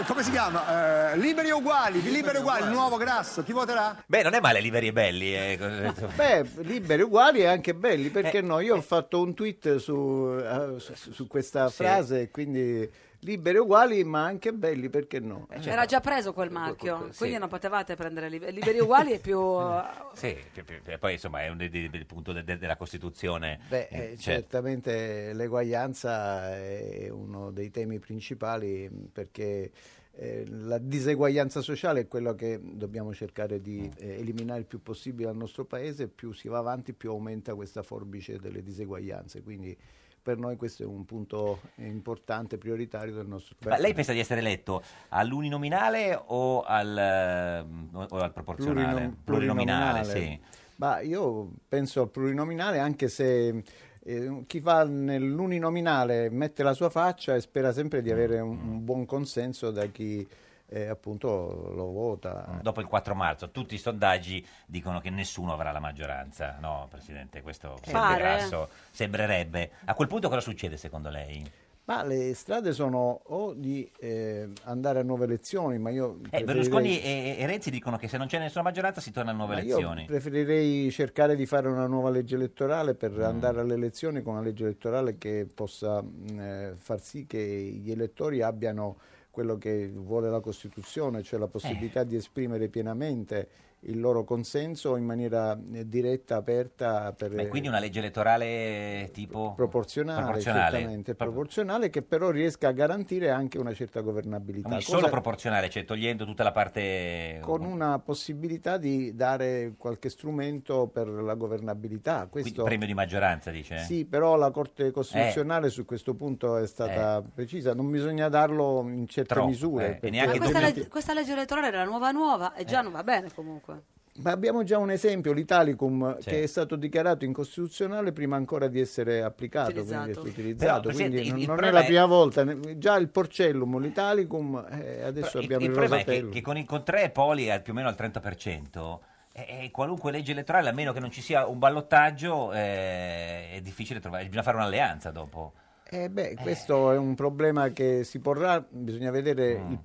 S14: Come si chiama? Eh, liberi e uguali, liberi, e uguali, il nuovo grasso. Chi voterà?
S3: Beh, non è male liberi e belli. eh, cosa-
S13: Beh, liberi uguali e anche belli, perché no? Io ho fatto un tweet su, eh, su- su questa
S3: Sì.
S13: frase, quindi liberi uguali ma anche belli, perché no? Cioè,
S2: Era già preso quel marchio,
S13: sì.
S2: quindi non potevate prendere li- liberi uguali e più... eh,
S3: Sì, pi- pi- pi- poi insomma è un de- de- del punto de- de- della Costituzione.
S13: Beh,
S3: Eh,
S13: eh,
S3: cioè,
S13: certamente l'eguaglianza è uno dei temi principali mh, perché eh, la diseguaglianza sociale è quello che dobbiamo cercare
S3: Mm.
S13: di eh, eliminare il più possibile al nostro paese, più si va avanti più aumenta questa forbice delle diseguaglianze, quindi per noi questo è un punto importante, prioritario del nostro
S3: Ma
S13: paese.
S3: lei pensa di essere eletto all'uninominale o al, ehm, o al proporzionale?
S13: Plurinom-
S3: sì.
S13: Ma io penso al plurinominale anche se eh, chi va nell'uninominale mette la sua faccia e spera sempre
S3: Mm.
S13: di avere un, un buon consenso da chi eh, appunto lo vota.
S3: Dopo il 4 marzo tutti i sondaggi dicono che nessuno avrà la maggioranza, no Presidente? Questo sembra
S13: Pare.
S3: grasso, sembrerebbe. A quel punto cosa succede secondo lei? Eh,
S13: Ma le strade sono o di eh, andare a nuove elezioni, ma io...
S3: Eh,
S13: preferirei-
S3: Berlusconi e, e Renzi dicono che se non c'è nessuna maggioranza si torna a nuove
S13: Ma io
S3: elezioni.
S13: preferirei cercare di fare una nuova legge elettorale per andare alle elezioni con una legge elettorale che possa mh, eh, far sì che gli elettori abbiano quello che vuole la Costituzione, cioè la
S3: Eh.
S13: possibilità di esprimere pienamente il loro consenso in maniera eh, diretta, aperta per
S3: Beh, quindi una legge elettorale eh, tipo...
S13: proporzionale,
S3: proporzionale.
S13: certamente, proporzionale che però riesca a garantire anche una certa governabilità.
S3: Quindi
S13: Cosa-
S3: solo proporzionale, cioè togliendo tutta la parte...
S13: con una possibilità di dare qualche strumento per la governabilità.
S3: quindi
S13: Questo
S3: premio di maggioranza, dice? eh?
S13: Sì, però la Corte Costituzionale su questo punto è stata precisa, non bisogna darlo in certe
S3: Eh. Troppo, eh, e
S13: misure. perché-
S2: Ma questa, leg- questa legge elettorale era nuova nuova e
S13: Eh.
S2: già non va bene comunque.
S13: Ma abbiamo già un esempio, l'Italicum,
S3: Sì.
S13: che è stato dichiarato incostituzionale prima ancora di essere applicato, quindi
S3: Utilizzato.
S13: essere utilizzato.
S3: Però,
S13: quindi
S3: Presidente, il-
S13: non,
S3: il
S13: non è
S3: problema
S13: la
S3: è-
S13: prima volta, ne- già il Porcellum, l'Italicum, eh, adesso
S3: Però
S13: abbiamo
S3: il,
S13: il,
S3: il problema è che,
S13: Rosatellum.
S3: che con, il- con tre poli al- più o meno al 30%, eh, eh, qualunque legge elettorale, a meno che non ci sia un ballottaggio, eh, è difficile trovare, bisogna fare un'alleanza dopo.
S13: Eh beh, questo è un problema che si porrà, bisogna vedere
S3: Mm.
S13: il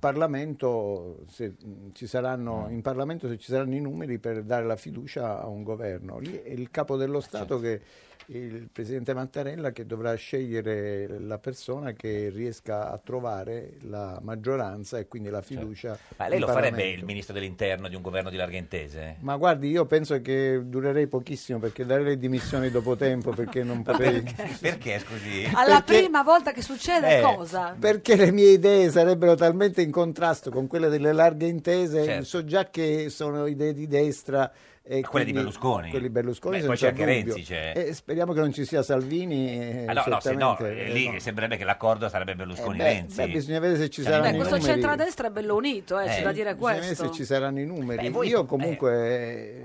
S13: Parlamento, se mh, ci saranno, in Parlamento se ci saranno i numeri per dare la fiducia a un governo. Lì è il capo
S3: Eh,
S13: dello
S3: certo.
S13: Stato, che, il Presidente Mattarella, che dovrà scegliere la persona che riesca a trovare la maggioranza e quindi la fiducia.
S3: Certo. Ma lei
S13: in
S3: lo farebbe
S13: Parlamento.
S3: il ministro dell'interno di un governo di larghe intese?
S13: Ma guardi, io penso che durerei pochissimo perché darei le dimissioni dopo tempo perché non potrei...
S3: Perché, scusi?
S2: Alla
S13: Eh, Perché-
S2: prima volta che succede
S13: Eh,
S2: cosa?
S13: Perché le mie idee sarebbero talmente in contrasto con quelle delle larghe intese,
S3: Certo.
S13: so già che sono idee di destra. E
S3: quelle di
S13: quindi-
S3: Berlusconi.
S13: Quelle di Berlusconi
S3: Beh, poi
S13: senza
S3: c'è anche
S13: dubbio.
S3: Renzi, c'è.
S13: E speriamo che non ci sia Salvini. eh,
S3: Ah, no, no, se no,
S13: certamente,
S3: eh,
S13: eh,
S3: lì
S13: no.
S3: sembrerebbe che l'accordo sarebbe
S13: Eh, beh,
S3: Berlusconi-Renzi.
S13: beh, bisogna vedere se ci
S3: Cioè,
S13: saranno
S2: Beh,
S13: i
S2: Eh, questo
S13: numeri.
S2: centrodestra è bello unito, eh, c'è
S13: Eh,
S2: da dire
S13: bisogna vedere
S2: questo.
S13: se ci saranno i numeri.
S2: Beh, voi-
S3: eh,
S13: Io comunque, eh,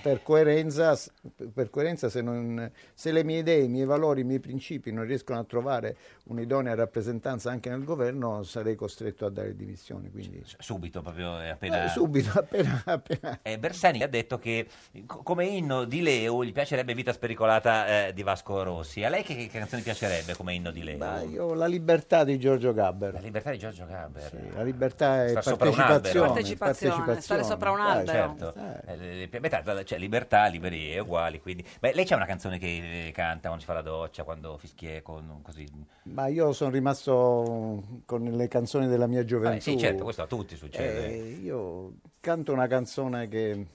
S13: per, coerenza, per coerenza se, non- se le mie idee, i miei valori, i miei principi non riescono a trovare un'idonea rappresentanza anche nel governo, sarei costretto a dare dimissioni. Quindi.
S3: Subito, proprio eh, appena...
S13: Eh, subito, appena, appena.
S3: Eh, Bersani ha detto che co- come inno di Leo gli piacerebbe Vita spericolata eh, di Vasco Rossi. A lei che, che canzone piacerebbe come inno di Leo?
S13: Io ho la libertà di Giorgio Gabber.
S3: La libertà di Giorgio Gaber.
S13: La libertà è
S3: Sta sopra un
S13: partecipazione,
S3: albero.
S2: Partecipazione, stare sopra un
S13: Dai,
S2: albero.
S3: Certo, Eh, le- le- beh, tanto, cioè, libertà, liberi e uguali. Quindi. Beh, lei c'è una canzone che eh, canta quando si fa la doccia, quando fischia con così.
S13: Ma io sono rimasto con le canzoni della mia gioventù.
S3: Vabbè, sì, certo, questo a tutti succede.
S13: Eh, io canto una canzone che eh,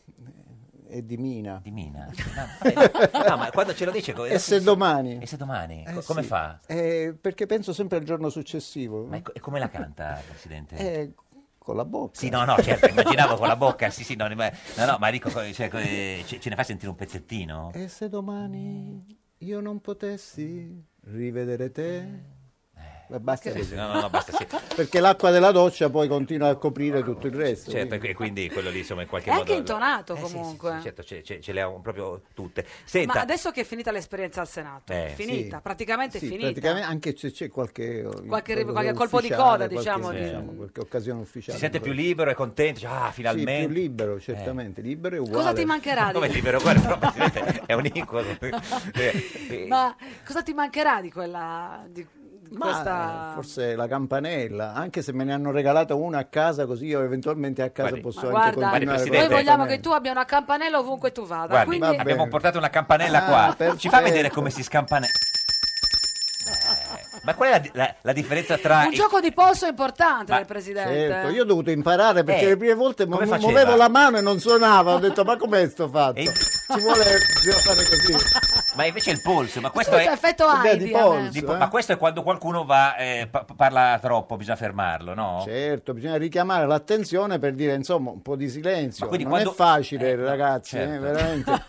S13: è di Mina.
S3: Di Mina? Ah, ecco, vabbè, no, ma quando ce lo dice, co-
S13: E se domani?
S3: E se domani? Co- come fa?
S13: Eh, perché penso sempre al giorno successivo.
S3: Ma e come la canta, Presidente?
S13: Eh, con la bocca.
S3: Sì, no, no, certo, immaginavo con la bocca, sì, sì, no, ma, no, no, ma dico, co- cioè, co- eh, ce, ce ne fa sentire un pezzettino?
S13: E se domani io non potessi rivedere te, Basta così.
S3: Eh. No, no, no, basta, sì.
S13: Perché l'acqua della doccia poi continua a coprire tutto il resto.
S3: Certo, e quindi quello lì insomma in qualche
S2: È
S3: modo...
S2: anche intonato comunque.
S3: Certo, ce, ce- ce le ha un- proprio tutte.
S2: Ma
S3: Senta,
S2: adesso che è finita l'esperienza al Senato,
S3: Eh,
S2: è finita,
S13: sì.
S2: praticamente è
S13: Sì,
S2: finita.
S13: praticamente anche se c'è qualche,
S2: Qualche ri-
S13: qualcosa
S2: qualche colpo di
S13: ufficiale,
S2: coda,
S13: qualche,
S2: diciamo, di-
S13: qualche occasione
S3: si
S13: ufficiale.
S3: sente più libero e contento? dice, Ah, finalmente. Eh.
S13: Sì, più libero, certamente, libero e uguale.
S2: Cosa ti mancherà?
S3: Come
S2: di-
S3: libero? Guarda, però, Presidente, è un incubo. Eh,
S2: Ma cosa ti mancherà di quella di di
S13: Ma
S2: questa
S13: forse la campanella, anche se me ne hanno regalata una a casa, così io eventualmente a casa posso
S2: Ma
S13: anche
S2: guarda,
S13: continuare con la
S2: noi vogliamo
S13: campanella.
S2: che tu abbia una campanella ovunque tu vada.
S3: Guardi,
S2: quindi
S3: abbiamo portato una campanella
S13: Ah,
S3: qua. Ci fa
S13: perfetto.
S3: vedere come si scampanella. Ma qual è la, la- la differenza tra...
S2: un
S3: i-
S2: gioco di polso è importante del presidente.
S13: Certo, io ho dovuto imparare perché
S3: Eh,
S13: le prime volte mu-
S3: come faceva?
S13: muovevo la mano e non suonava, ho detto ma com'è sto fatto? Ci vuole bisogna fare così.
S3: Ma invece il polso, ma questo
S2: Questo
S3: è...
S2: effetto
S13: Vabbè,
S2: Heidi
S13: di
S2: a me.
S13: polso.
S3: Tipo, eh. Ma questo è quando qualcuno va, eh, pa- parla troppo, bisogna fermarlo, no?
S13: Certo, bisogna richiamare l'attenzione per dire insomma un po' di silenzio.
S3: quindi
S13: Non
S3: quando-
S13: è facile ragazzi, eh,
S3: certo.
S13: veramente.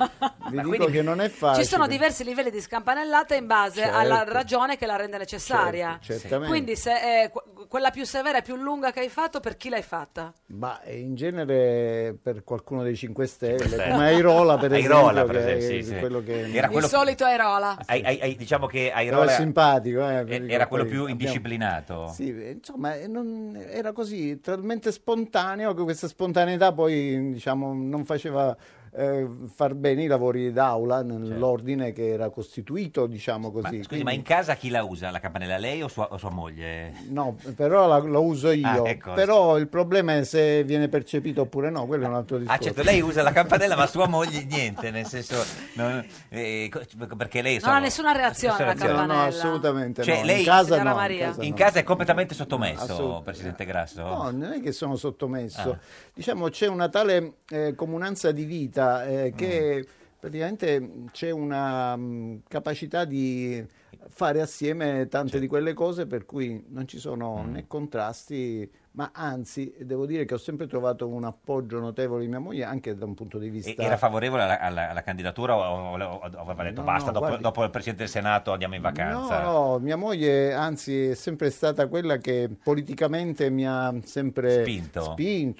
S13: Vi dico che non è facile.
S2: Ci sono diversi livelli di scampanellata in base
S13: Certo.
S2: alla ragione che la rende necessaria.
S13: certamente.
S2: Quindi se è qu- quella più severa e più lunga che hai fatto, per chi l'hai fatta?
S13: Ma eh, in genere per qualcuno dei 5 Stelle,
S3: Stelle.
S13: come Airola per esempio,
S3: Airola, per
S13: che è
S3: esempio, sì, sì.
S13: quello che
S3: Era quello-
S2: Il solito Airola.
S3: Ai- ai- ai- diciamo che
S13: però è
S3: Airola
S13: simpatico, eh,
S3: eh,
S13: perché
S3: era quello
S13: poi
S3: più
S13: abbiamo-
S3: indisciplinato.
S13: Sì, eh, insomma, eh, non- era così, talmente spontaneo che questa spontaneità poi, diciamo, non faceva eh, far bene i lavori d'aula nell'ordine che era costituito, diciamo così.
S3: Certo. Ma, scusi,
S13: Quindi-
S3: ma in casa chi la usa la campanella? Lei o sua, o sua moglie?
S13: No, però la, lo uso io.
S3: Ah, ecco.
S13: Però il problema è se viene percepito oppure no, quello è un altro
S3: Ah,
S13: discorso.
S3: certo, lei usa la campanella, ma sua moglie niente, nel senso. non- eh, co- perché lei.
S2: Non ha nessuna reazione alla
S13: No, no,
S2: campanella.
S13: assolutamente
S3: Cioè,
S13: no.
S3: lei-
S13: in casa
S2: Signora
S13: no,
S2: Maria.
S13: in casa
S3: In
S13: no.
S3: casa è completamente sottomesso,
S13: Assolutamente.
S3: Presidente Grasso?
S13: No, non è che sono sottomesso.
S3: Ah.
S13: Diciamo c'è una tale eh, comunanza di vita eh, che
S3: Mm.
S13: praticamente c'è una mh, capacità di fare assieme tante
S3: Certo.
S13: di quelle cose per cui non ci sono
S3: Mm.
S13: né contrasti, ma anzi devo dire che ho sempre trovato un appoggio notevole di mia moglie anche da un punto di
S3: E-
S13: vista...
S3: Era favorevole alla, alla- alla candidatura o, o- o- o aveva detto
S13: No,
S3: basta,
S13: no,
S3: dopo,
S13: guardi-
S3: dopo il Presidente del Senato andiamo in vacanza?
S13: No, no, mia moglie anzi è sempre stata quella che politicamente mi ha sempre
S3: Spinto.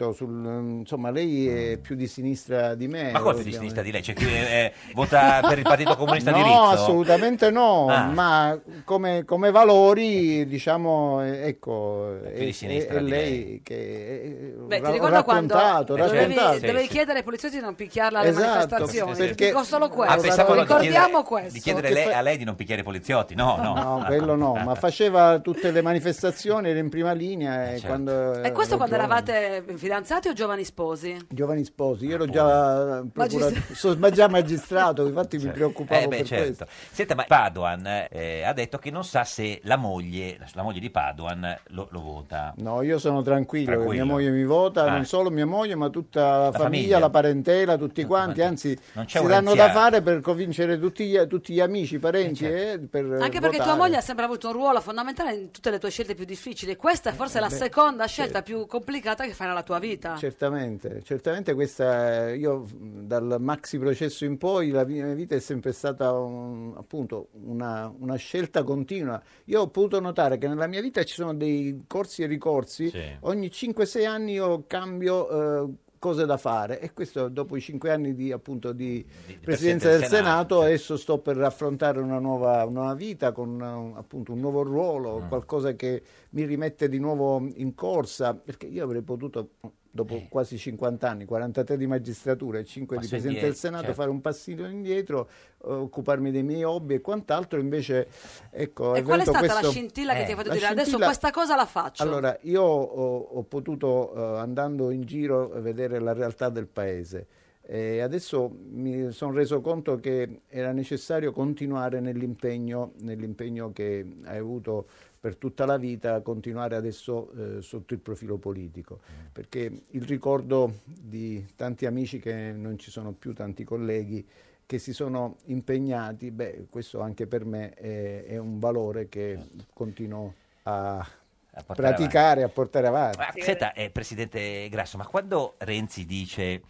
S3: Mm.
S13: sul- insomma, lei è più di sinistra di me.
S3: Ma colpi di
S13: ovviamente.
S3: sinistra di lei? C'è chi eh, vota per il Partito Comunista
S13: no,
S3: di Rizzo?
S13: assolutamente no,
S3: Ah.
S13: ma come, come valori, diciamo, eh, ecco, è,
S3: più di
S13: è-
S3: sinistra
S13: è
S3: di
S13: lei,
S3: lei.
S13: che eh,
S2: Beh,
S13: ho
S2: ti ricordo quando
S13: raccontato,
S2: dovevi,
S13: raccontato.
S2: dovevi chiedere ai poliziotti di non picchiarla alle
S13: Esatto,
S2: manifestazioni.
S13: sì, sì.
S2: Ti dico solo questo.
S3: Ah, pensavo di chiedere-
S2: Ricordiamo questo.
S3: Di chiedere
S13: Che
S3: lei-
S13: fa-
S3: a lei di non picchiare i poliziotti? No, Eh, no.
S13: No, quello no, ma faceva tutte le manifestazioni, era in prima linea.
S3: Eh, certo.
S13: E, quando,
S2: E questo
S13: ero
S2: quando
S13: giovane.
S2: eravate fidanzati o giovani sposi?
S13: Giovani sposi,
S3: Ah,
S13: io ero già,
S2: Magistra-
S13: procurato, sono ma già magistrato, infatti mi preoccupavo
S3: Eh beh,
S13: per
S3: certo. Senta, ma Padoan eh, ha detto che non sa se la moglie, la moglie di Padoan lo, lo vota.
S13: questo. No, io sono tranquillo, che
S3: Tranquillo.
S13: mia moglie mi vota,
S3: Ah.
S13: non solo mia moglie, ma tutta la, famiglia,
S3: famiglia.
S13: la parentela, tutti quanti, anzi
S3: Non c'è
S13: si
S3: un
S13: danno da
S3: renziano.
S13: fare per convincere tutti gli, tutti gli amici, i parenti.
S3: certo.
S13: eh, per
S2: Anche perché
S13: votare.
S2: tua moglie ha sempre avuto un ruolo fondamentale in tutte le tue scelte più difficili. Questa è forse la
S13: Eh, beh,
S2: seconda scelta più complicata che fai nella tua vita.
S13: Certamente, certamente questa, eh, io mh, dal maxi processo in poi la mia vita è sempre stata un- appunto una, una scelta continua. Io ho potuto notare che nella mia vita ci sono dei corsi e ricorsi,
S3: Sì.
S13: ogni 5-6 anni io cambio eh, cose da fare e questo dopo i 5 anni di, appunto, di
S3: Presidente
S13: presidenza
S3: del
S13: del Senato, adesso sto per affrontare una nuova, una nuova vita con eh, appunto un nuovo
S3: Ah.
S13: ruolo, qualcosa che mi rimette di nuovo in corsa, perché io avrei potuto dopo
S3: Eh.
S13: quasi 50 anni, 43 di magistratura e 5
S3: Ma
S13: di
S3: se
S13: Presidente
S3: indietro,
S13: del Senato,
S3: certo.
S13: fare un passino indietro, eh, occuparmi dei miei hobby e quant'altro, invece ecco,
S2: E qual è
S13: venuto
S2: stata la
S13: questo- Eh,
S2: scintilla che ti ha fatto
S13: la
S2: dire adesso
S13: scintilla-
S2: questa cosa la faccio?
S13: allora, io ho, ho potuto, eh, andando in giro, eh, vedere la realtà del paese. E adesso mi sono reso conto che era necessario continuare nell'impegno, nell'impegno che hai avuto per tutta la vita, continuare adesso eh, sotto il profilo politico, perché il ricordo di tanti amici che non ci sono più, tanti colleghi che si sono impegnati, beh, questo anche per me è, è un valore che continuo a
S3: A portare
S13: praticare, a portare avanti.
S3: Ma, senta, eh, Presidente Grasso, ma quando Renzi dice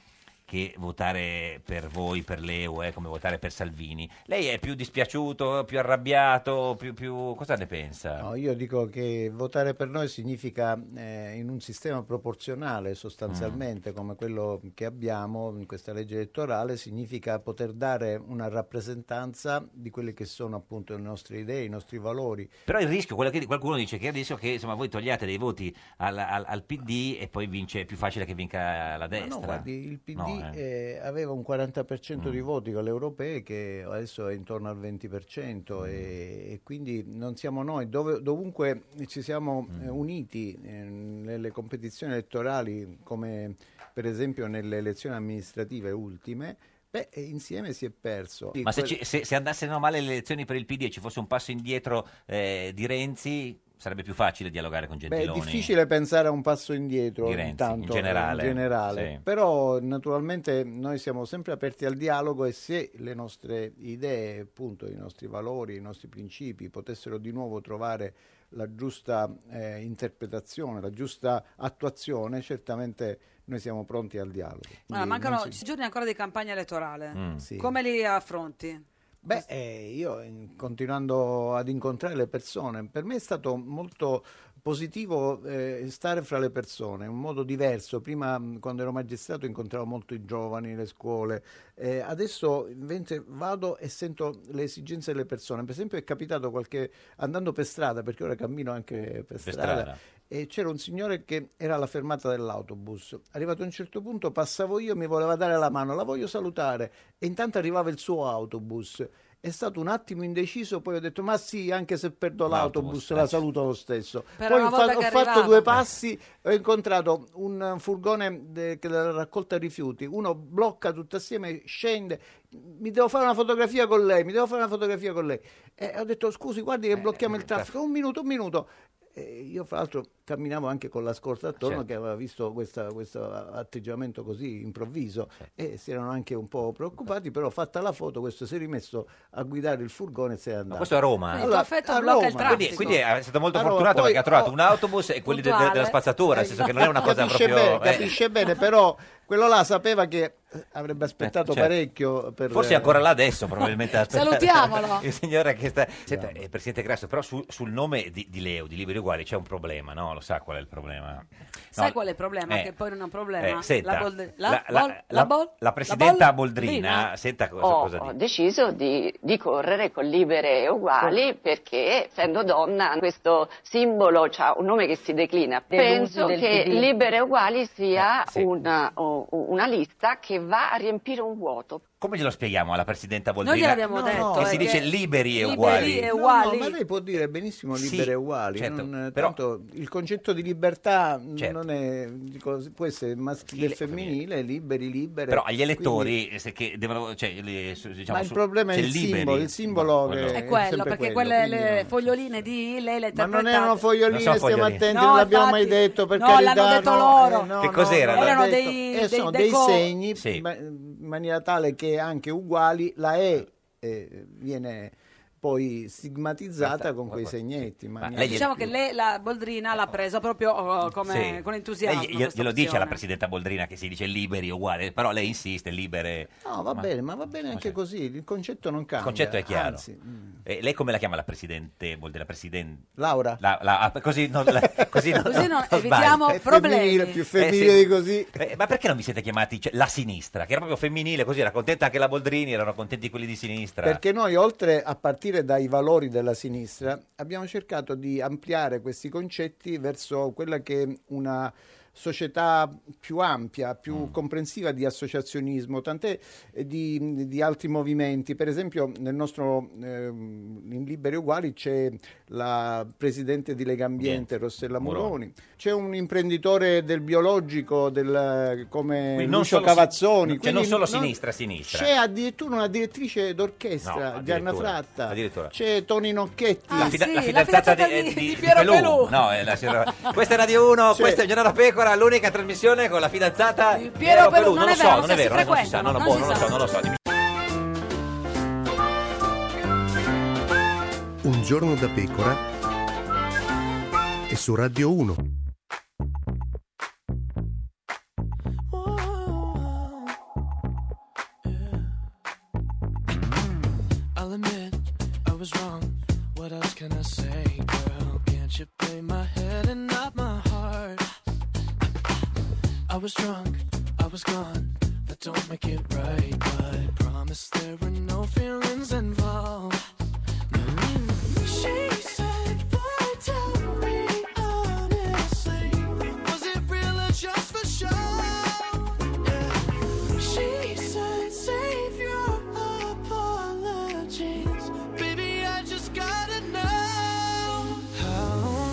S3: che votare per voi, per l'EU, è come votare per Salvini. Lei è più dispiaciuto, più arrabbiato, più... più- cosa ne pensa?
S13: Eh. No, io dico che votare per noi significa eh, in un sistema proporzionale sostanzialmente come quello che abbiamo in questa legge elettorale significa poter dare una rappresentanza di quelle che sono appunto le nostre idee, i nostri valori.
S3: Però il rischio, quello che qualcuno dice che il rischio è che insomma, voi togliate dei voti al, al- al PD e poi vince, è più facile che vinca la destra.
S13: No, guardi, il PD
S3: No, eh. Mm.
S13: eh, aveva un 40% di voti con le europee che adesso è intorno al 20% e,
S3: Mm.
S13: e quindi non siamo noi, dove- dovunque ci siamo
S3: Mm.
S13: eh, uniti eh, nelle competizioni elettorali come per esempio nelle elezioni amministrative ultime, beh, eh, insieme si è perso.
S3: Ma se,
S13: Quel-
S3: ci- se- se andassero male le elezioni per il PD e ci fosse un passo indietro eh, di Renzi, sarebbe più facile dialogare con
S13: Beh, è
S3: Gentiloni.
S13: difficile pensare a un passo indietro
S3: Di Renzi,
S13: intanto,
S3: in generale.
S13: generale.
S3: Sì.
S13: però naturalmente noi siamo sempre aperti al dialogo e se le nostre idee, appunto, i nostri valori, i nostri principi potessero di nuovo trovare la giusta eh, interpretazione, la giusta attuazione, certamente noi siamo pronti al dialogo.
S2: Guarda,
S13: Quindi
S2: mancano
S13: non si-
S2: 10 giorni ancora di campagna elettorale.
S13: Mm. Sì.
S2: Come li affronti?
S13: Beh, eh, io in- continuando ad incontrare le persone, per me è stato molto positivo eh, stare fra le persone, in un modo diverso. Prima, mh, quando ero magistrato, incontravo molto i giovani, le scuole. Eh, adesso invece vado e sento le esigenze delle persone. Per esempio è capitato qualche... andando per strada, perché ora cammino anche per strada,
S3: strada.
S13: e c'era un signore che era alla fermata dell'autobus. Arrivato a un certo punto passavo io, mi voleva dare la mano, la voglio salutare e intanto arrivava il suo autobus. È stato un attimo indeciso, poi ho detto ma sì, anche se perdo l'autobus, la saluto lo stesso.
S2: Però una
S13: poi ho
S2: volta
S13: fa- ho
S2: che
S13: fatto
S2: arrivava.
S13: due passi, ho incontrato un eh, furgone de- che della raccolta rifiuti, uno blocca tutto assieme, scende, mi devo fare una fotografia con lei, mi devo fare una fotografia con lei. E ho detto scusi, guardi che blocchiamo il traffico, un minuto, un minuto. E io fra l'altro camminavo anche con la scorta attorno
S3: Certo.
S13: che aveva visto questa- questo atteggiamento così improvviso
S3: Certo.
S13: e si erano anche un po' preoccupati, però fatta la foto questo si è rimesso a guidare il furgone e se n'è andato.
S3: questo a Roma? Quindi il
S2: prefetto blocca il traffico.
S3: Quindi, quindi è stato molto
S13: A Roma,
S3: fortunato
S13: poi-
S3: perché ha trovato
S13: oh,
S3: un autobus e quelli de- de- della
S13: puntuale.
S3: spazzatura, nel senso che non è una cosa
S13: capisce
S3: proprio...
S13: Bene,
S3: eh.
S13: capisce bene, però quello là sapeva che eh, avrebbe aspettato
S3: certo.
S13: parecchio per... eh,
S3: Forse è ancora là adesso, probabilmente. a aspettare.
S13: Salutiamolo.
S3: Il signore che sta. Senta, eh, Presidente Grasso, però su- sul nome di, di Leo, di Liberi Uguali, c'è un problema, no? Lo sa qual è il problema? No,
S2: Sai qual è il problema?
S3: eh,
S2: Che poi non è un problema.
S3: eh, senta,
S2: la, Bold- la,
S3: la-
S2: Bol-
S3: la-
S2: la Oh, Bol-
S3: la presidenta
S2: la
S3: Boldrina, senta cosa,
S15: ho,
S3: cosa
S15: ho
S3: dice.
S15: deciso di, di correre con libere e uguali perché essendo donna questo simbolo ha un nome che si declina
S8: Delusi
S15: penso
S8: del
S15: che
S8: PD.
S15: libere e uguali sia
S3: Eh, sì.
S15: una, o- una lista che va a riempire un vuoto
S3: Come glielo spieghiamo alla presidenta Boldrina?
S15: gliel'abbiamo No, detto,
S3: Che
S15: eh,
S3: si
S15: che-
S3: dice liberi e
S15: liberi
S3: uguali.
S15: e
S13: No, no,
S15: uguali.
S13: ma lei può dire benissimo
S3: Sì,
S13: libere e uguali.
S3: certo,
S13: non- eh,
S3: però-
S13: tanto il concetto di libertà n-
S3: Certo.
S13: non è, dico, può essere maschile e femminile, liberi, libere.
S3: Però agli
S13: Quindi-
S3: elettori, eh, se che devono, cioè, le- su- diciamo,
S13: ma il
S3: su-
S13: problema è
S3: c'è
S13: il
S3: liberi.
S13: simbolo, il simbolo
S3: quello-
S13: che
S3: È
S2: È quello,
S13: Eh, sempre
S2: perché
S13: quello,
S2: quelle
S13: quindi
S2: le
S13: no.
S2: foglioline di lei le
S13: Ma non
S2: interpretate.
S13: erano foglioline,
S3: Non sono
S13: stiamo
S3: foglioline.
S13: attenti,
S2: No,
S13: non l'abbiamo mai
S2: infatti,
S13: detto per
S2: no,
S13: carità.
S2: l'hanno detto
S13: no,
S2: loro.
S13: eh, no,
S3: Che
S13: no,
S3: cos'era?
S13: no,
S3: Erano
S13: l'hanno
S2: dei-
S13: detto. Eh, sono
S2: dei
S13: dei
S2: deco-
S13: segni
S3: Sì.
S13: ma- in maniera tale che anche uguali la E
S3: Ah.
S13: eh, viene poi stigmatizzata con quei segnetti. in maniera-
S2: diciamo che lei, la Boldrina l'ha presa proprio oh, come,
S3: Eh, Sì.
S2: con entusiasmo.
S3: Lei gli-
S2: questa
S3: glielo dice
S2: opzione.
S3: alla presidenta Boldrina che si dice liberi e uguali, però lei insiste, libere.
S13: No, va
S3: Ma- cioè
S13: bene, ma va bene anche così, il concetto non
S3: Il
S13: cambia.
S3: concetto è chiaro.
S13: Anzi, mm.
S3: Eh, lei come la chiama la presidente Boldrina? Presidente...
S13: Laura.
S3: La- la- ah, così non, la- così non-
S2: Così
S3: non
S2: non- evitiamo
S3: sbaglio.
S2: problemi. È femminile, più femminile
S13: di così.
S3: Eh, ma perché non vi siete chiamati cioè, la sinistra? Che era proprio femminile, così era contenta anche la Boldrini, erano contenti quelli di sinistra.
S13: Perché noi, oltre a partire dai valori della sinistra, abbiamo cercato di ampliare questi concetti verso quella che è una società più ampia, più
S3: Mm.
S13: comprensiva di associazionismo, tant'è eh, di, di altri movimenti. Per esempio nel nostro ehm, in Liberi Uguali c'è la presidente di Lega Ambiente, Rossella
S3: Muroni.
S13: Muroni, c'è un imprenditore del biologico del, come
S3: Quindi non
S13: Lucio
S3: solo si-
S13: Cavazzoni.
S3: cioè
S13: Quindi
S3: non solo
S13: no-
S3: sinistra, sinistra.
S13: C'è addirittura una direttrice d'orchestra,
S3: No,
S13: Gianna
S3: addirittura,
S13: Fratta.
S3: addirittura.
S13: C'è Toni Nocchetti.
S3: la, fida- Ah, la fidanzata di, eh, di- di Pelù. No, eh, la signora- questa è Radio 1,
S13: Sì.
S3: questa è Giornata Pecora, l'unica trasmissione con la fidanzata di
S2: Piero Pelù. Non
S3: Non lo
S2: è vero,
S3: so, non è
S2: se si
S3: vero, non si sa,
S2: frequentano,
S3: non lo
S2: non
S3: boh,
S2: si
S3: non lo
S2: sa.
S3: so, non lo so. dimmi-
S10: Un giorno da pecora e su Radio 1.
S16: Oh, oh, oh. you blame my head and not my heart? I was drunk, I was gone. That don't make it right, but I promise there were no feelings involved. She said, "Boy, tell me honestly, was it real or just for show?" Yeah. She said, "Save your apologies, baby. I just gotta know." How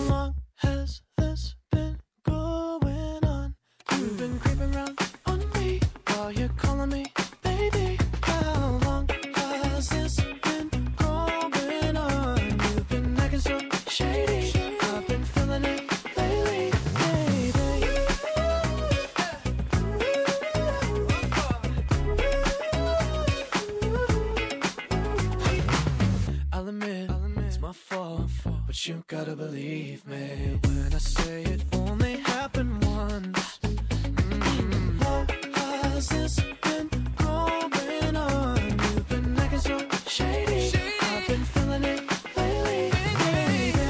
S16: long has this been going on? You've been creeping around on me while you're calling me baby. How long has this been going on? You've been acting so shady. I've been feeling it lately, baby. I'll admit, it's my fault, but you gotta believe me when I say it only happened once. Mm. What has this been going on? You've been acting so shady. I've been feeling it lately, baby.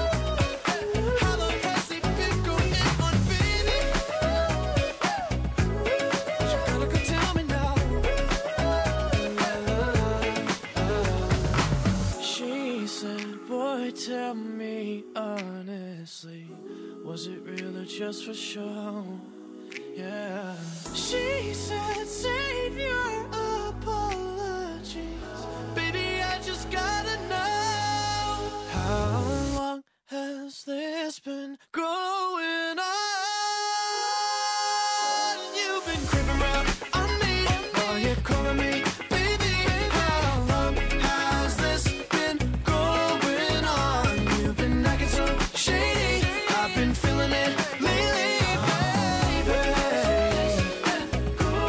S16: How long has it been going on, baby? You gotta go tell me now. She said, Boy, tell me honestly, was it real or just for show? Yeah. She said, Save your apologies, baby. I just gotta know how long has this been going on? You've been creeping around on me. Now you're calling me baby. How long has this been going on? You've been acting so shady. I've been feeling it lately, baby. Oh,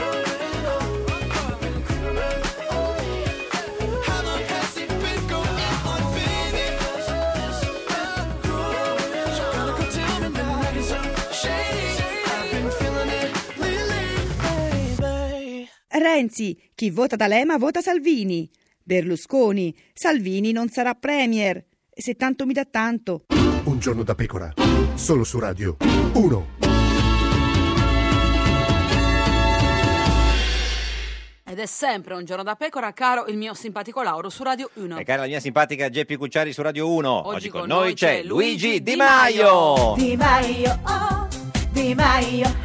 S16: How long has it been going on, baby? You gotta go tell me now. You've been acting so shady. I've been feeling it lately, baby.
S12: Renzi, chi vota D'Alema vota Salvini. Berlusconi, Salvini non sarà premier. Se tanto mi dà tanto.
S10: Un giorno da pecora. Solo su Radio 1.
S2: Ed è sempre un giorno da pecora, caro il mio simpatico Lauro su Radio 1.
S3: E cara la mia simpatica Geppi Cucciari su Radio 1. Oggi, con noi c'è Luigi Di Maio.
S7: Maio. Di Maio, oh, Di Maio,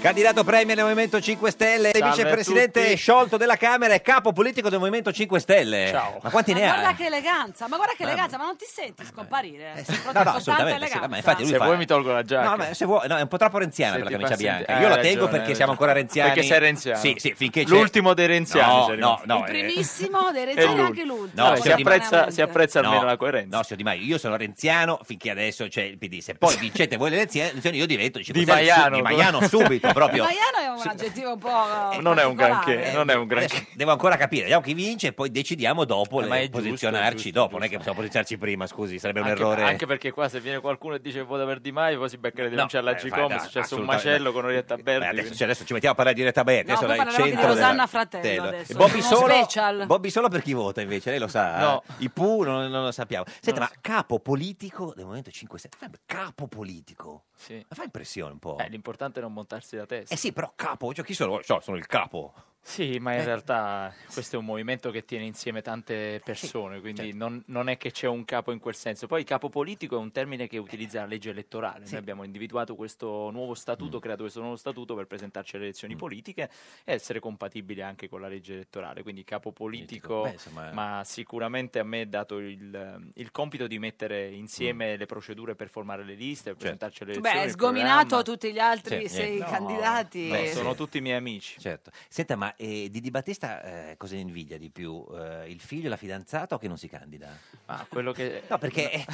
S3: Candidato premier del Movimento 5 Stelle,
S1: Salve a
S3: vicepresidente
S1: tutti.
S3: sciolto della Camera e capo politico del Movimento 5 Stelle. Ciao. Ma quanti
S2: Ma
S3: ne ha?
S2: guarda che eleganza, ma guarda che eleganza, ma non ti senti scomparire?
S3: Eh, No,
S2: Sei proprio
S3: no,
S2: con tanta
S3: assolutamente. sì, ma infatti lui
S8: Se
S3: fa-
S8: vuoi mi tolgo la giacca.
S3: No, ma se vuoi, no, è un po' troppo renziana
S8: Se
S3: per la
S8: ti
S3: camicia
S8: fa sentire-
S3: bianca.
S8: Hai
S3: Io la
S8: ragione,
S3: tengo
S8: hai
S3: perché siamo ancora renziani.
S8: Perché sei renziano.
S3: Sì, sì, finché c'è-
S8: L'ultimo dei renziani
S3: No,
S8: sei
S3: no,
S8: rimasto.
S3: no.
S2: eleganza.
S3: eh.
S2: Primissimo dei
S3: È
S2: Reggini,
S3: lui.
S2: anche l'ultimo. Cioè,
S3: No, signor Di Maio-
S2: No.
S3: la coerenza. No, signor Di Maio, io sono renziano finché adesso c'è il PD. Se poi vincete voi le elezioni, io divento Di
S8: Maiano,
S3: Di Maiano
S8: come-
S3: subito, proprio.
S2: Maiano è un aggettivo un po'. eh,
S3: Non è un
S2: particolare.
S3: granché, non è un granché. Devo ancora capire, vediamo chi vince e poi decidiamo
S8: Eh,
S3: dopo le- posizionarci dopo, non è che possiamo posizionarci prima, scusi, sarebbe un
S8: Anche,
S3: errore.
S8: anche perché qua se viene qualcuno e dice vota per Di Maio poi si becca le denunce alla
S3: eh, fai,
S8: Gcom è
S3: dai,
S8: successo un
S3: assolutamente.
S8: macello con Orietta
S3: Beh,
S8: Berti
S3: adesso, cioè, adesso ci mettiamo a parlare direttamente.
S2: No,
S3: adesso
S2: poi
S3: era il
S2: parleremo
S3: centro
S2: di
S3: della-
S2: Rosanna Fratello
S3: della-
S2: adesso,
S3: E Bobby
S2: uno
S3: solo,
S2: special.
S3: Bobby solo per chi vota invece, lei lo sa.
S2: No.
S3: I PU non, non lo sappiamo. Senta, ma capo politico del Movimento 5 Stelle, capo politico. Ma fa impressione un po'.
S8: Eh, l'importante è non montarsi la testa
S3: Eh sì, però capo, cioè chi sono? Cioè, sono il capo.
S8: Sì, ma in
S3: Eh.
S8: realtà questo è un movimento che tiene insieme tante persone, quindi
S3: certo.
S8: non, non è che c'è un capo in quel senso. Poi capo politico è un termine che utilizza la legge elettorale. Noi abbiamo individuato questo nuovo
S3: Mm.
S8: statuto, creato questo nuovo statuto per presentarci alle elezioni politiche e essere compatibili anche con la legge elettorale. Quindi capo politico,
S3: Beh, insomma, eh.
S8: ma sicuramente a me è dato il, il compito di mettere insieme
S3: Mm.
S8: le procedure per formare le liste,
S3: Certo.
S8: per presentarci alle elezioni.
S2: Beh, hai
S8: il
S2: sgominato
S8: programma.
S2: tutti gli altri
S8: Sì,
S2: sei
S8: niente. No,
S2: candidati.
S8: no, sono tutti miei amici.
S3: Certo. Senta, ma eh, di Di Battista eh, cosa invidia di più? Eh, il figlio, la fidanzata o che non si candida?
S8: Ma quello che...
S3: No, perché... eh,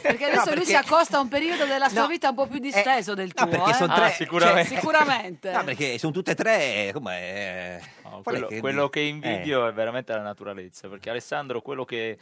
S2: Perché adesso lui si accosta a un periodo della sua vita un po' più disteso del tuo.
S3: perché
S2: eh.
S3: sono tre...
S2: Cioè, sicuramente.
S3: No, perché sono tutte e tre... eh, Come, eh, qual è
S8: quello, quello che
S3: eh. Mm.
S8: invidio è veramente la naturalezza, perché Alessandro quello che,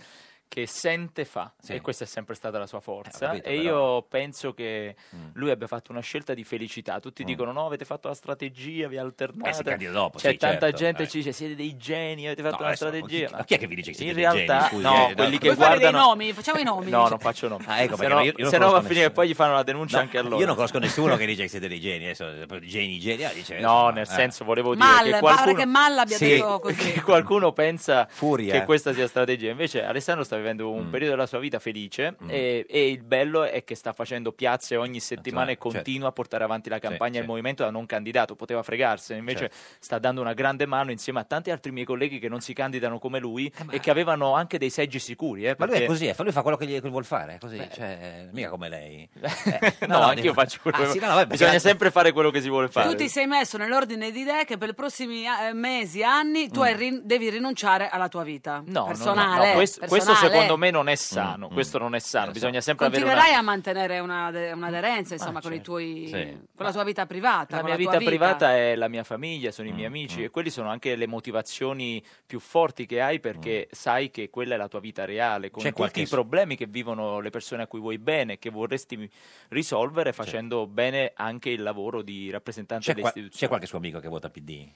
S8: che sente fa
S3: Sì. Eh,
S8: e questa è sempre stata la sua forza
S3: capito,
S8: e
S3: però.
S8: io penso che lui abbia fatto una scelta di felicità tutti
S3: Mm.
S8: dicono no avete fatto la strategia vi alternate
S3: Eh, si candida dopo,
S8: c'è
S3: sì,
S8: tanta
S3: certo,
S8: gente
S3: dai.
S8: che ci dice siete dei geni avete
S3: No,
S8: fatto una
S3: adesso,
S8: strategia
S3: chi- ma chi è che vi dice che siete
S8: in
S3: dei
S8: realtà
S3: geni, scusi,
S8: no
S3: eh,
S8: quelli
S3: no.
S8: che
S3: Vuoi fare dei
S8: guardano
S17: nomi? Facciamo i nomi.
S8: no non faccio nomi
S3: Ah, ecco,
S8: se
S3: perché
S8: no,
S3: io- io non
S8: se no va a
S3: conosco
S8: finire che poi gli fanno la denuncia
S3: No,
S8: anche a loro
S3: Io non conosco nessuno che dice che siete dei geni. Adesso, geni, geni. ah, dice,
S8: No,
S3: insomma,
S8: nel
S3: eh.
S8: senso, volevo dire
S17: Mal,
S8: che
S17: pare
S8: qualcuno...
S17: che Mal abbia
S8: Sì,
S17: detto così.
S8: che qualcuno pensa che
S3: Furia. eh. Mm.
S8: questa sia strategia. Invece Alessandro sta vivendo un periodo della sua vita felice e, e il bello è che sta facendo piazze ogni settimana e
S3: certo.
S8: continua a portare avanti la campagna del
S3: sì.
S8: movimento da non candidato. Poteva fregarsene, invece
S3: Certo.
S8: sta dando una grande mano insieme a tanti altri miei colleghi che non si candidano come lui
S17: Eh
S8: e che avevano anche dei seggi sicuri. eh,
S3: Ma lui è
S8: perché-
S3: così, eh, fa- lui fa quello che, gli, che vuol fare, è così, cioè, mica come lei. Eh,
S8: No,
S3: no,
S8: anche io
S3: dico-
S8: faccio quello
S3: Ah,
S8: che-
S3: sì, no, vabbè,
S8: Bisogna
S3: perché-
S8: sempre fare quello che si
S3: Cioè,
S8: vuole fare.
S2: Tu ti sei messo nell'ordine di idee che per i prossimi eh, mesi, anni, tu hai rin- devi rinunciare alla tua vita
S8: Mm. No, no, no, no,
S2: personale.
S8: questo, questo
S2: personale.
S8: secondo me non è sano.
S3: Mm,
S8: questo non è sano.
S3: Eh,
S8: Bisogna sempre avere una. Ah,
S2: Continuerai a mantenere una de- un'aderenza, insomma, con, i tuoi,
S8: Sì.
S2: con la tua vita privata.
S8: Diciamo La
S2: con
S8: mia
S2: tua
S8: vita privata è la mia famiglia, sono i miei
S3: Mm,
S8: amici e quelli sono anche le motivazioni più forti che hai perché sai che quella è la tua vita reale, con
S3: Mm. C'è
S8: tutti
S3: qualche-
S8: i problemi che vivono le persone a cui vuoi bene, che vorresti risolvere facendo bene anche il lavoro di rappresentante
S3: C'è,
S8: delle
S3: qua-
S8: istituzioni.
S3: c'è qualche suo amico che vota PD?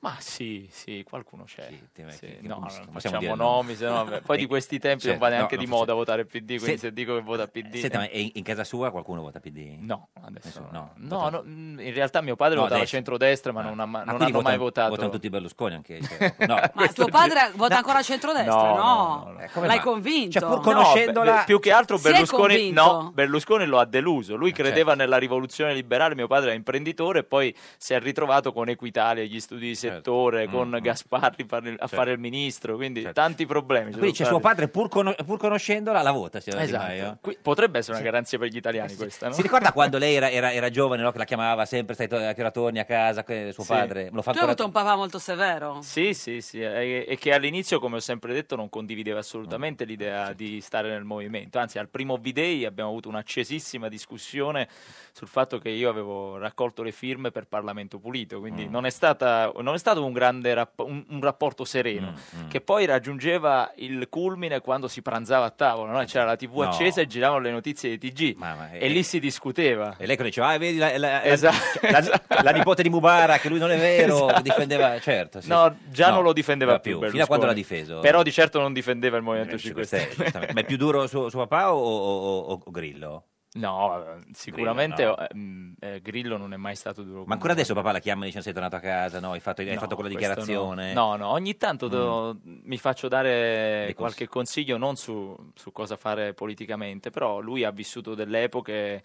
S8: Ma sì, sì, qualcuno c'è. Sì,
S3: che-
S8: no,
S3: come si-
S8: non
S3: come possiamo
S8: facciamo
S3: dire
S8: nomi,
S3: no?
S8: se no, vabbè, poi di questi tempi
S3: Certo,
S8: non va neanche
S3: no,
S8: di
S3: non
S8: moda
S3: facciamo-
S8: votare PD, quindi
S3: Se-
S8: se dico che vota PD...
S3: Senta, ma in, in casa sua qualcuno vota PD?
S8: No, adesso
S3: no.
S8: No, no, mm, in realtà mio padre
S3: No,
S8: votava
S3: adesso.
S8: centrodestra, ma non, ha, ma-
S3: Ah,
S8: non
S3: quindi
S8: hanno mai
S3: votano-
S8: votato.
S3: Votano tutti Berlusconi anche. cioè, no.
S2: Ma tuo padre vota ancora a centrodestra?
S8: No,
S2: No,
S8: no,
S3: come
S2: l'hai
S3: mai?
S2: convinto.
S3: Cioè, pur conoscendola- cioè,
S8: No, beh, più che altro
S2: Si è
S8: Berlusconi,
S2: convinto?
S8: no, Berlusconi lo ha deluso.
S3: Eh,
S8: Lui
S3: certo.
S8: credeva nella rivoluzione liberale. Mio padre era imprenditore e poi si è ritrovato con Equitalia, gli studi di
S3: Certo.
S8: settore,
S3: Mm,
S8: con Gasparri farne- a fare il ministro. Quindi tanti problemi. ci
S3: Certo. Quindi c'è
S8: sono
S3: suo
S8: stati.
S3: padre, pur, cono- pur conoscendola, la vota. signora Di Maio. Eh,
S8: Esatto. Qui- potrebbe essere una garanzia per gli italiani questa, no?
S3: Si ricorda quando lei era, era- era giovane, no? che la chiamava sempre, stai to- a che ora torni a casa, que- suo
S8: Sì.
S3: padre? Lo fa
S2: Tu
S3: ancora...
S2: hai avuto un papà molto severo.
S8: Sì, sì, sì, e, e che all'inizio, come ho sempre detto, non condivideva
S3: Mm.
S8: assolutamente l'idea di stare nel movimento. Anzi, al primo V-Day abbiamo avuto un'accesissima discussione sul fatto che io avevo raccolto le firme per Parlamento Pulito, quindi
S3: Mm.
S8: non, è stata- non è stato un grande rapp- un, un rapporto sereno,
S3: Mm,
S8: che poi raggiungeva il culmine quando si pranzava a tavola, no? E c'era la TV
S3: No.
S8: accesa e giravano le notizie dei TG e,
S3: eh,
S8: lì si discuteva.
S3: E lei cosa diceva, ah, vedi la, la- la-
S8: Esatto.
S3: la- la nipote di Mubarak, lui non è vero,
S8: Esatto.
S3: difendeva, certo. sì.
S8: No, già
S3: No,
S8: non lo difendeva
S3: non
S8: più.
S3: Fino a quando l'ha
S8: Berlusconi.
S3: difeso?
S8: Però di certo non difendeva il Movimento
S3: 5
S8: 5 Stelle.
S3: Stelle, giustamente. Ma è più duro suo, suo papà o, o- o- o Grillo?
S8: No, Sicuramente
S3: Grillo, no.
S8: eh, mm, eh, Grillo non è mai stato duro.
S3: Ma ancora adesso papà la chiama e dice sei tornato a casa, no? Hai fatto, hai
S8: No,
S3: fatto quella
S8: questo
S3: dichiarazione. Mm.
S8: No, no, no, ogni tanto do- mi faccio dare
S3: Dei
S8: qualche consiglio, non su, su cosa fare politicamente, però lui ha vissuto delle epoche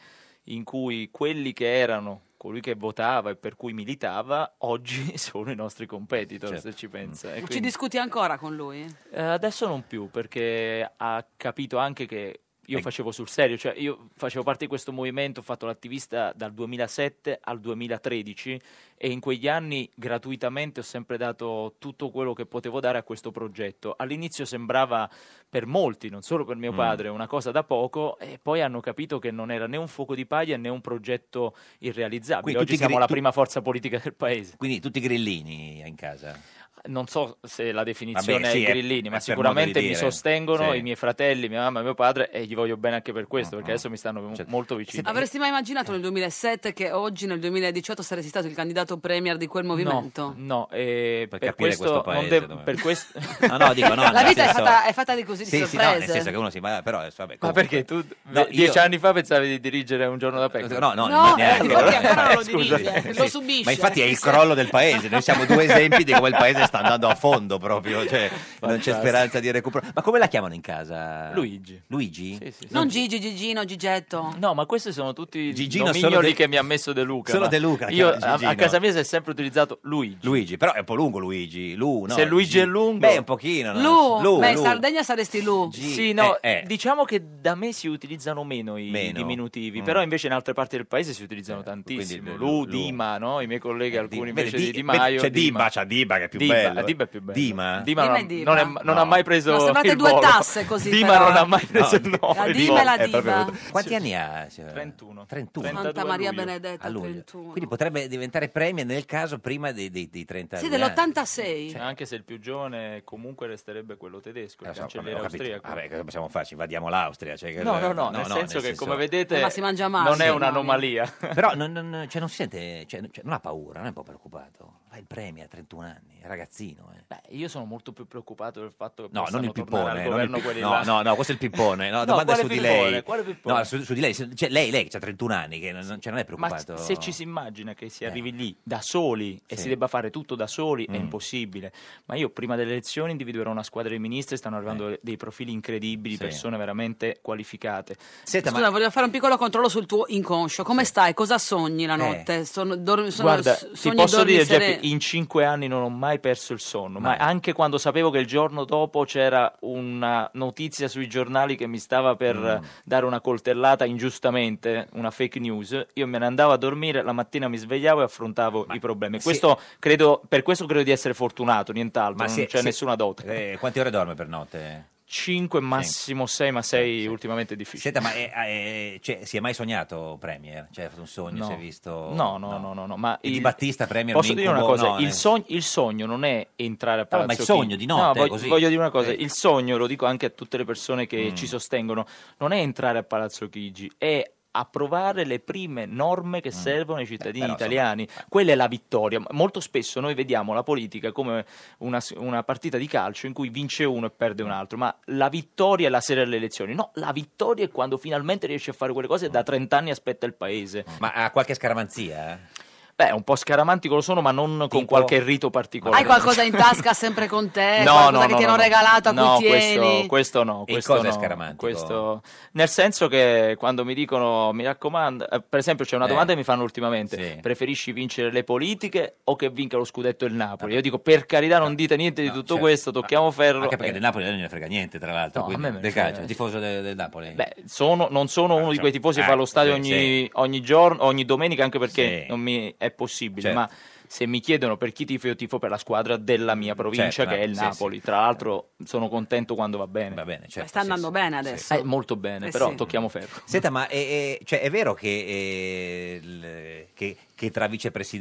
S8: in cui quelli che erano, colui che votava e per cui militava, oggi sono i nostri competitor,
S3: Certo.
S8: se ci pensa. E
S2: Ci
S8: quindi-
S2: discuti ancora con lui?
S8: Eh, adesso non più, perché ha capito anche che io
S3: Ecco.
S8: facevo sul serio, cioè io facevo parte di questo movimento, ho fatto l'attivista dal 2007 al 2013 e in quegli anni gratuitamente ho sempre dato tutto quello che potevo dare a questo progetto. All'inizio sembrava per molti, non solo per mio
S3: Mm.
S8: padre, una cosa da poco e poi hanno capito che non era né un fuoco di paglia né un progetto irrealizzabile.
S3: Quindi
S8: Oggi
S3: tutti
S8: siamo
S3: gri-
S8: la
S3: tu-
S8: prima forza politica del paese.
S3: Quindi tutti grillini in casa.
S8: Non so se la definizione
S3: Vabbè, sì,
S8: è
S3: è-
S8: grillini, ma
S3: è per modo di
S8: sicuramente mi
S3: dire.
S8: sostengono
S3: Sì.
S8: i miei fratelli, mia mamma, mio padre e gli voglio bene anche per questo, perché adesso mi stanno mo-
S3: Cioè,
S8: molto vicino.
S2: Avresti mai immaginato nel 2007 che oggi, nel 2018, saresti stato il candidato premier di quel movimento?
S8: No, no eh, per,
S3: capire
S8: questo,
S3: questo paese,
S8: non devo-
S3: dove-
S8: per questo...
S3: No, no, dico, no,
S2: La
S3: nel
S2: vita è
S3: senso-
S2: fatta- è fatta di così, di
S3: Sì, sì, no, nel
S2: sorprese.
S3: senso che uno si ma però, adesso, vabbè,
S8: Ma
S3: comunque.
S8: perché tu
S3: No,
S8: ve- dieci
S3: io-
S8: anni fa pensavi di dirigere un giorno da pecora?
S3: No, no,
S2: eh,
S3: No, neanche. infatti ancora non lo
S8: Scusa.
S3: dirige, lo Sì. subisce. Ma infatti è il crollo del paese, noi siamo due esempi di come il paese sta andando a fondo proprio, cioè non c'è
S8: Fantastico.
S3: speranza di recupero. Ma come la chiamano in casa?
S8: Luigi.
S3: Luigi?
S2: Non Gigi, Gigino, Gigetto.
S8: No, ma questi sono tutti
S3: Gigino
S8: nomignoli
S3: solo De-
S8: che mi ha messo De Luca.
S3: solo
S8: ma
S3: De Luca la
S8: Io
S3: chiama
S8: a,
S3: Gigino.
S8: a casa mia si è sempre utilizzato Luigi.
S3: Luigi, però è un po' lungo Luigi, Lu, no?
S8: Se Luigi è lungo-
S3: Beh, un pochino. no?
S2: Lu,
S3: Lu,
S2: beh, in
S3: Lu. Eh,
S2: Sardegna saresti Lu.
S8: Sì, no, diciamo che da me si utilizzano meno i diminutivi,
S3: Mm. Eh,
S8: però invece in altre parti del paese si utilizzano tantissimo. Lu, Dima, no? i miei colleghi, alcuni
S3: Vedi,
S8: invece di
S3: Eh, Di-
S8: Di Maio.
S3: vedi, c'è Dibba, c'ha Dibba che è più
S8: Dibba,
S17: bello.
S8: Adib è più bello.
S17: Dima?
S8: Dima
S17: Dima
S8: non,
S17: è Dima.
S8: non è- non ha mai preso
S17: No, sembrate
S8: il
S17: due
S8: volo.
S17: tasse così,
S8: Dima
S17: però,
S8: non
S17: eh.
S8: ha mai preso
S17: No,
S8: il nome.
S17: la Dima è la
S8: è proprio-
S17: Diva.
S3: Quanti anni ha? signora?
S8: 31.
S3: 31.
S2: Santa
S3: 32
S2: Maria
S3: luglio.
S2: Benedetta,
S3: A luglio.
S2: 31.
S3: Quindi potrebbe diventare premio nel caso prima dei, dei, dei 30
S2: Sì,
S3: anni.
S2: dell'86.
S8: Cioè, anche se il più giovane comunque resterebbe quello tedesco, il
S3: Eh, so,
S8: cancelliere
S3: ho capito.
S8: austriaco.
S3: Vabbè, cosa possiamo farci? Invadiamo l'Austria. Cioè, che-
S8: No, no, no, nel senso che, come vedete,
S2: Ma si mangia male,
S8: non è
S2: sì,
S8: un'anomalia.
S3: Però non, non- cioè, non si sente, cioè, cioè, non ha paura, non è un po' preoccupato. Fa il premio a 31 anni, è ragazzino. eh.
S8: Beh, io sono molto più preoccupato del fatto che
S3: No, non
S8: possano
S3: il
S8: tornare al
S3: pippone, non il
S8: governo
S3: pi-
S8: quelli
S3: no,
S8: là.
S3: no, no, questo è il pippone. No, domanda
S8: quale
S3: su di
S8: pippone?
S3: lei.
S8: Quale pippone?
S3: No, su, su di lei, se- cioè, lei, lei ha 31 anni, che non, cioè, non è
S8: Ma
S3: preoccupato. Eh.
S8: se ci si immagina che si arrivi lì da soli e
S3: Sì.
S8: si debba fare tutto da soli è
S3: Mm.
S8: impossibile. Ma io prima delle elezioni individuerò una squadra di ministri, stanno arrivando dei profili incredibili,
S2: Sì.
S8: persone veramente qualificate.
S2: Scusa, volevo fare un piccolo controllo sul tuo inconscio. Come stai? Cosa sogni
S3: Eh.
S2: la notte? Sono, dor- sono-
S8: Guarda,
S2: s-
S8: ti
S2: sogni
S8: posso
S2: dormi
S8: dire,
S2: sere-
S8: Geppi, in cinque anni non ho mai perso il sonno, ma anche quando sapevo che il giorno dopo c'era una notizia sui giornali che mi stava per eh, dare una coltellata ingiustamente, una fake news, io me ne andavo a dormire, la mattina mi svegliavo e affrontavo i problemi.
S3: sì.
S8: Questo credo, per questo credo di essere fortunato, nient'altro,
S3: Ma
S8: non
S3: sì,
S8: c'è
S3: sì.
S8: nessuna dote.
S3: Eh, quante ore dorme per notte?
S8: 5 massimo 6, ma 6 ultimamente è difficile.
S3: Senta, ma eh, eh, cioè, si è mai sognato Premier? Cioè, hai fatto un sogno,
S8: No.
S3: si è visto...
S8: No, no, no, no, no, Ma
S3: E Di
S8: il-
S3: Battista Premier
S8: Posso
S3: un
S8: dire una
S3: incubo?
S8: cosa?
S3: No,
S8: il,
S3: nel-
S8: sogno, il sogno non è entrare
S3: No,
S8: a
S3: eh. ma
S8: palazzo.
S3: il sogno
S8: Chigi.
S3: di notte,
S8: No, voglio,
S3: così.
S8: voglio dire una cosa:
S3: Eh.
S8: il sogno, lo dico anche a tutte le persone che
S3: Mm.
S8: ci sostengono, non è entrare a palazzo Chigi, è approvare le prime norme che servono ai cittadini
S3: Mm. Eh, però, insomma, eh.
S8: italiani. Quella è la vittoria. Molto spesso noi vediamo la politica come una, s- una partita di calcio in cui vince uno e perde un altro, ma la vittoria è la sera delle elezioni. No, la vittoria è quando finalmente riesce a fare quelle cose che da 30 anni aspetta il paese.
S3: Mm. Ma ha qualche scaramanzia? eh?
S8: Beh, un po' scaramantico lo sono, ma non con qualche rito particolare.
S2: Hai qualcosa in tasca sempre con te?
S8: No,
S2: qualcosa
S8: no,
S2: che
S8: no,
S2: ti hanno
S8: no, no.
S2: regalato, a cui
S8: No,
S2: tieni?
S8: Questo, questo no.
S3: E
S8: questo
S3: cosa è
S8: no,
S3: scaramantico?
S8: questo- Nel senso che quando mi dicono, mi raccomando, eh, per esempio c'è una
S3: Eh.
S8: domanda che mi fanno ultimamente, preferisci vincere le politiche o che vinca lo scudetto il Napoli? Io dico, per carità non dite niente di tutto questo, tocchiamo ferro.
S3: certo. Ah, Anche perché
S8: Eh,
S3: del Napoli non ne frega niente, tra l'altro.
S8: No, a
S3: quindi,
S8: me me ne
S3: del
S8: frega.
S3: calcio, il tifoso de- del Napoli.
S8: Beh, sono- non sono uno di quei tifosi che fa lo stadio
S3: Ecco, sì,
S8: ogni,
S3: sì.
S8: ogni giorno, ogni domenica, anche perché
S3: Sì.
S8: non mi è possibile.
S3: Certo.
S8: Ma se mi chiedono per chi tifo, io tifo per la squadra della mia provincia,
S3: Certo,
S8: che è il
S3: sì,
S8: Napoli. Tra l'altro, sono contento quando va bene. Va
S3: bene, certo.
S2: Sta andando bene adesso.
S8: molto bene,
S2: Eh
S8: però
S2: sì.
S8: tocchiamo ferro.
S3: Senta, ma è, è- cioè, è vero che, eh, il- che- che tra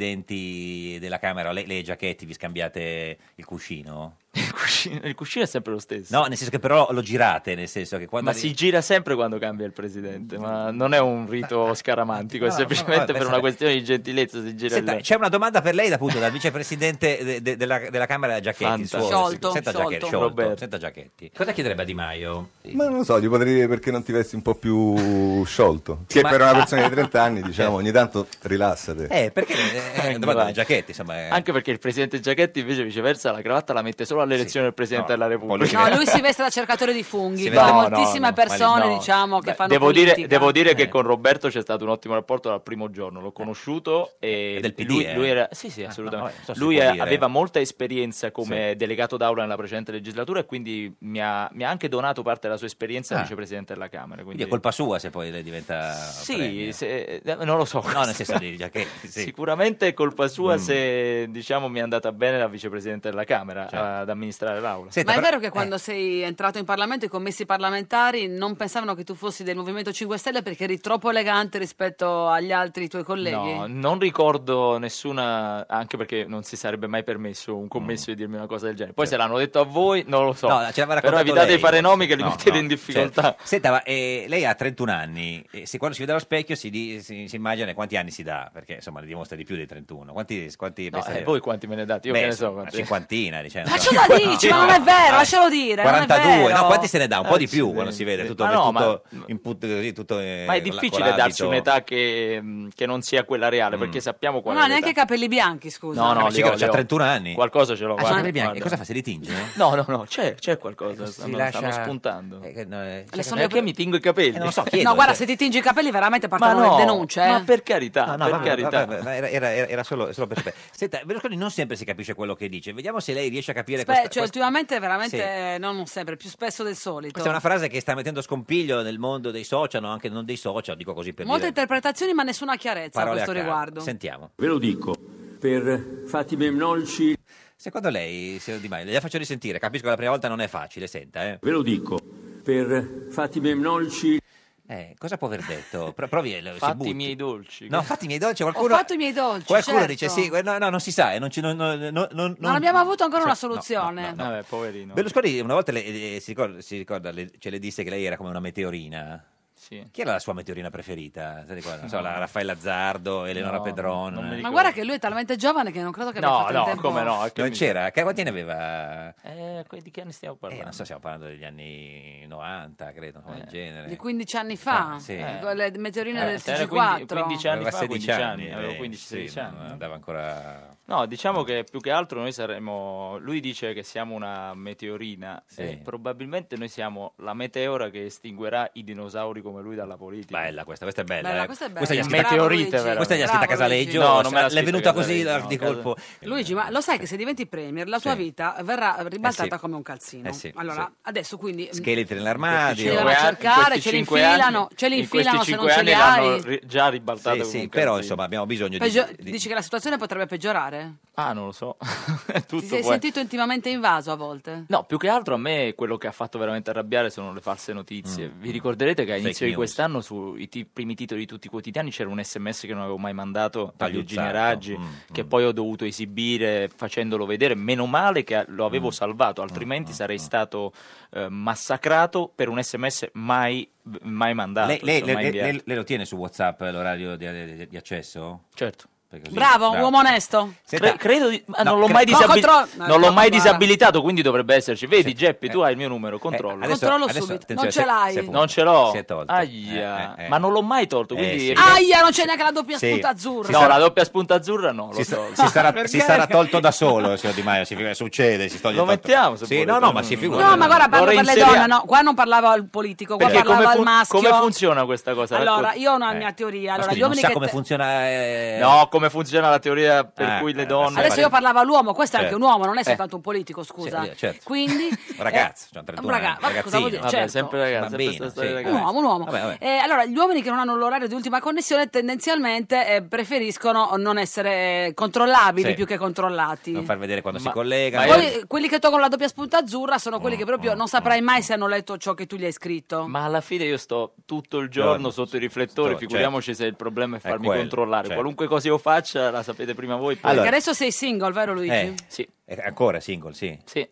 S3: vicepresidenti della Camera, lei, lei e Giachetti, vi scambiate il cuscino?
S8: Il cuscino è sempre lo stesso.
S3: No, nel senso che però lo girate, nel senso che quando...
S8: ma si gira sempre quando cambia il presidente, ma non è un rito scaramantico,
S3: no,
S8: è
S3: no,
S8: semplicemente
S3: no,
S8: per
S3: pensate-
S8: una questione di gentilezza si gira
S3: Senta,
S8: il
S3: c'è una domanda per lei appunto dal vicepresidente de- de- della, della Camera Giachetti. il
S8: Fantastico.
S3: suo-
S8: Sciolto,
S3: senta
S8: sciolto.
S3: Giachetti, sciolto.
S8: Roberto.
S3: Senta Giachetti. Cosa chiederebbe a Di Maio?
S18: Eh, Ma non lo so, gli potrei dire perché non ti vesti un po' più sciolto. Che
S3: Ma-
S18: per una persona di 30 anni, diciamo, ogni tanto rilassate.
S3: Eh, perché eh, eh, domanda di Giachetti, insomma. eh.
S8: Anche perché il presidente Giachetti invece viceversa la cravatta la mette solo all'elezione del presidente della Repubblica.
S2: No, lui si veste da cercatore di funghi,
S8: Si
S2: come
S8: vede- No, no,
S2: moltissime
S8: no,
S2: persone,
S8: no.
S2: diciamo, che fanno
S8: Devo
S2: politica.
S8: dire, devo dire
S3: Eh.
S8: che con Roberto c'è stato un ottimo rapporto dal primo giorno, l'ho conosciuto e
S3: PD,
S8: lui,
S3: eh?
S8: lui era sì, sì, assolutamente.
S3: vabbè, non so se
S8: lui
S3: può
S8: eh,
S3: dire.
S8: aveva molta esperienza come delegato d'aula nella precedente legislatura e quindi mi ha, mi ha anche donato parte della sua esperienza
S3: Ah.
S8: da vicepresidente della Camera, quindi,
S3: Quindi è colpa sua se poi lei diventa
S8: Sì,
S3: premier.
S8: se- eh, non lo so.
S3: No, nel senso di Giachetti, sì.
S8: Sicuramente è colpa sua
S3: Mm.
S8: se diciamo mi è andata bene la vicepresidente della Camera
S3: Certo.
S8: ad amministrare l'aula.
S2: Ma è vero
S8: eh.
S2: che quando sei entrato in Parlamento i commessi parlamentari non pensavano che tu fossi del Movimento 5 Stelle perché eri troppo elegante rispetto agli altri tuoi colleghi?
S8: No, non ricordo nessuna, anche perché non si sarebbe mai permesso un commesso di dirmi una cosa del genere. Poi se l'hanno detto a voi, non lo so.
S3: Mm. Certo. No, ce l'aveva
S8: Però
S3: raccontato
S8: evitate
S3: lei.
S8: di fare nomi che li
S3: No,
S8: mettete
S3: no,
S8: in difficoltà.
S3: certo. Senta, ma eh, lei ha 31 anni, e se quando si vede allo specchio si, di- si- si immagina quanti anni si dà, perché insomma ne dimostra di più dei 31. Quanti, quanti
S8: No, eh, voi quanti me ne date? Io
S3: Beh,
S8: che ne so.
S3: Una
S8: quanti.
S3: cinquantina, diciamo.
S2: Ma ce la dici, cioè, ma non è vero, lascialo dire. non è
S3: 42,
S2: vero.
S3: no, quanti se ne dà? Un po' di più
S8: Accidenti.
S3: quando si vede tutto,
S8: Ma no,
S3: tutto in put- così, tutto, eh,
S8: Ma è
S3: con la-
S8: difficile
S3: con
S8: darsi
S3: l'abito.
S8: un'età che, mh, che non sia quella reale,
S3: Mm.
S8: perché sappiamo
S2: Non
S8: qual
S2: ha
S8: è l'età.
S2: neanche i capelli bianchi, scusa. Eh,
S8: No, no,
S3: Ma
S8: li
S3: signora,
S8: ho,
S3: c'ha
S8: li ho.
S3: 31 anni.
S8: Qualcosa ce l'ho,
S3: Ah,
S8: guarda.
S3: c'ha le bianche.
S8: Guarda.
S3: Cosa fa? Se li tinge?
S8: No, no, no, c'è, c'è qualcosa. Stanno,
S3: lascia- Eh,
S8: stanno spuntando.
S2: Le sono
S8: perché
S2: le-
S8: mi tingo i capelli? eh, non so, cioè.
S2: no, guarda, se ti tingi i capelli veramente
S8: Ma
S2: partono
S8: no,
S2: le denunce. eh.
S8: ma per carità,
S3: No, no,
S8: per
S3: vabbè,
S8: carità.
S3: vabbè, vabbè, era, era- era solo, solo per sapere. Senta, Berlusconi non sempre si capisce quello che dice. Vediamo se lei riesce a capire
S2: Spe-
S3: questa,
S2: cioè,
S3: questa-
S2: ultimamente veramente, no, non sempre, più spesso del solito.
S3: questa è una frase che sta mettendo scompiglio nel mondo dei social, no, anche non dei social, dico così per dire
S2: Molte interpretazioni, ma nessuna chiarezza a
S3: parole
S2: questo
S3: caso.
S2: riguardo.
S3: Sentiamo.
S19: Ve lo dico, per Fatime Mnolci
S3: Secondo lei, signor Di Maio, la faccio risentire, capisco che la prima volta non è facile, senta, eh.
S17: Ve lo dico, per fatti memnolci...
S3: Eh, cosa può aver detto? Pro- provi, eh, si
S8: Fatti
S3: butti.
S8: i miei dolci.
S3: No, fatti i miei dolci,
S2: Ho
S3: qualcuno...
S2: fatto i miei dolci.
S3: Qualcuno
S2: certo.
S3: dice sì, eh, no, no, non si sa, eh, non, ci- non- non- non- non-
S2: Non abbiamo avuto ancora
S3: Cioè,
S2: una
S3: no,
S2: soluzione.
S3: no, no.
S8: Vabbè, poverino.
S3: Berlusconi una volta le- eh, si ricorda, si ricorda, le- ce le disse che lei era come una meteorina.
S8: Sì.
S3: Chi era la sua meteorina preferita? Se ricorda, non so,
S8: No.
S3: la Raffaella Azzardo, Eleonora
S8: No,
S3: Pedron.
S8: non mi
S2: Ma guarda che lui è talmente giovane che non credo che abbia
S3: No,
S2: fatto in
S3: no,
S2: tempo.
S3: come no? Non c'era? Che- Quanti ne aveva?
S8: Eh, que- di che anni stiamo
S3: Eh,
S8: parlando? Eh.
S3: non so, stiamo parlando degli anni 90, credo, una cosa del genere.
S2: Di 15 anni fa,
S3: Ah, sì.
S2: eh, le meteorine
S3: Eh,
S2: del
S3: era
S2: TG4.
S8: 15 anni
S3: Aveva
S8: fa,
S3: 16
S8: 15
S3: anni,
S8: anni, avevo
S3: eh,
S8: 15,
S3: sì,
S8: 16
S3: non Andava
S2: Mm.
S3: ancora...
S8: No, diciamo che più che altro noi saremmo. Lui dice che siamo una meteorina.
S3: Sì.
S8: E probabilmente noi siamo la meteora che estinguerà i dinosauri come lui dalla politica.
S3: Bella questa, questa è bella.
S2: Bella,
S3: eh.
S2: questa è bella.
S3: gli ha
S2: Bravo,
S3: scritto-
S8: Meteorite,
S2: Luigi.
S8: veramente.
S3: Questa gli ha scritta
S2: Bravo, Luigi.
S3: Casaleggio.
S8: No, non me l'ha
S3: l'è
S8: scritta
S3: venuta così
S8: Casaleggio,
S3: di
S8: no, Casa-
S3: colpo.
S2: Luigi, ma lo sai che se diventi premier la tua vita verrà ribaltata come un calzino.
S3: Eh sì,
S2: allora,
S3: sì.
S2: adesso quindi mm,
S3: Scheletri
S2: Ci
S3: nell'armadio.
S2: devono cercare, ce li infilano, ce li infilano se non ce li hai.
S8: già ribaltato
S3: Sì,
S8: come
S3: sì,
S8: un
S3: però
S8: calzino.
S3: insomma abbiamo bisogno di...
S2: Peggio- dici che la situazione potrebbe peggiorare?
S8: Ah, non lo so.
S2: Ti sei
S8: può-
S2: sentito intimamente invaso a volte?
S8: No, più che altro a me quello che ha fatto veramente arrabbiare sono le false notizie. Vi ricorderete che
S3: Mm, Fake
S8: all'inizio di
S3: news.
S8: quest'anno sui ti- primi titoli di tutti i quotidiani c'era un sms che non avevo mai mandato a
S3: Tagliuzzato,
S8: Virginia
S3: Mm,
S8: Raggi, che poi ho dovuto esibire facendolo vedere. Meno male che lo
S3: Mm.
S8: avevo salvato, altrimenti sarei stato eh, massacrato per un sms mai, mai mandato.
S3: Lei, lei-
S8: insomma,
S3: lei-
S8: inviato.
S3: lei- lei lo tiene su Whatsapp eh, l'orario di, di- di accesso?
S8: Certo.
S2: Bravo, un uomo onesto.
S8: Cre- credo di- ma
S3: No,
S8: non l'ho
S3: cre-
S8: mai,
S2: No,
S8: disabil-
S2: controllo-
S8: non
S2: no,
S8: l'ho
S2: guarda.
S8: mai disabilitato, quindi dovrebbe esserci. Vedi, Geppi, tu hai il mio numero, controllo.
S3: eh. adesso- Controllo adesso, subito. attenzione, Non ce si è- l'hai. si è tolto.
S8: Non ce l'ho.
S3: Si è tolto.
S8: Aia.
S3: Eh, eh, eh.
S8: Ma non l'ho mai tolto, quindi
S3: sì.
S2: Aia, non c'è neanche la doppia
S3: Sì.
S2: spunta azzurra.
S8: No, la doppia spunta azzurra no, l'ho
S3: Si, sa-
S8: tolto.
S3: si
S2: Ah,
S3: sarà, si
S8: Perché?
S3: sarà tolto da solo, signor Di Maio, si, succede, si toglie
S8: Lo
S3: tolto.
S8: mettiamo, se
S3: Sì,
S8: volete.
S3: no, no, ma si figura.
S2: No, ma guarda, parlo
S8: Lo
S2: per le
S8: reinseriamo.
S2: donne, no, qua non parlavo al politico, qua
S8: Perché come,
S2: parlavo al
S8: fun-
S2: maschio.
S8: come funziona questa cosa? Ecco.
S2: Allora,
S8: Racconti.
S2: io ho una mia teoria. Allora,
S3: Eh. scusi,
S2: gli
S3: non
S2: uomini
S3: sa
S2: che
S3: come
S2: te-
S3: funziona... eh,
S8: No, come funziona la teoria per
S3: Ah,
S8: cui le
S3: eh,
S8: donne...
S2: Adesso io parlavo all'uomo, questo è
S8: Certo.
S2: anche un uomo, non è
S8: Eh.
S2: soltanto un politico, scusa.
S3: Sì, certo.
S2: Quindi
S3: Un ragazzo, cioè, un 31
S2: un Eh, raga-
S3: anni,
S2: vabbè, cosa
S3: ragazzino.
S2: vuol dire?
S3: Vabbè,
S2: Certo.
S8: sempre ragazzi, sempre
S3: Bambino,
S8: sta storia
S3: sì.
S2: eh,
S8: di
S2: un
S8: ragazzi.
S2: uomo, un uomo.
S3: Vabbè, vabbè.
S2: Eh, allora, gli uomini che non hanno l'orario di ultima connessione tendenzialmente eh, preferiscono non essere controllabili
S3: Sì.
S2: più che controllati.
S3: Non far vedere quando si collega.
S2: Poi eh, quelli che toccano la doppia spunta azzurra sono
S3: Mm,
S2: quelli che proprio non saprai mai se hanno letto ciò che tu gli hai scritto.
S8: Ma alla fine io sto tutto il giorno
S3: Giorno,
S8: sotto i riflettori,
S3: sto- certo.
S8: figuriamoci se il problema è farmi
S3: quello,
S8: controllare.
S3: certo.
S8: Qualunque cosa io faccia la sapete prima voi. poi-
S3: Allora-
S2: Perché adesso sei single, vero Luigi?
S3: Eh,
S8: sì.
S3: Eh, ancora single, sì.
S8: Sì.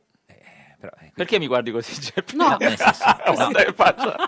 S8: Perché mi guardi così, Geppi?
S2: No.
S3: Nel senso- Eh, no,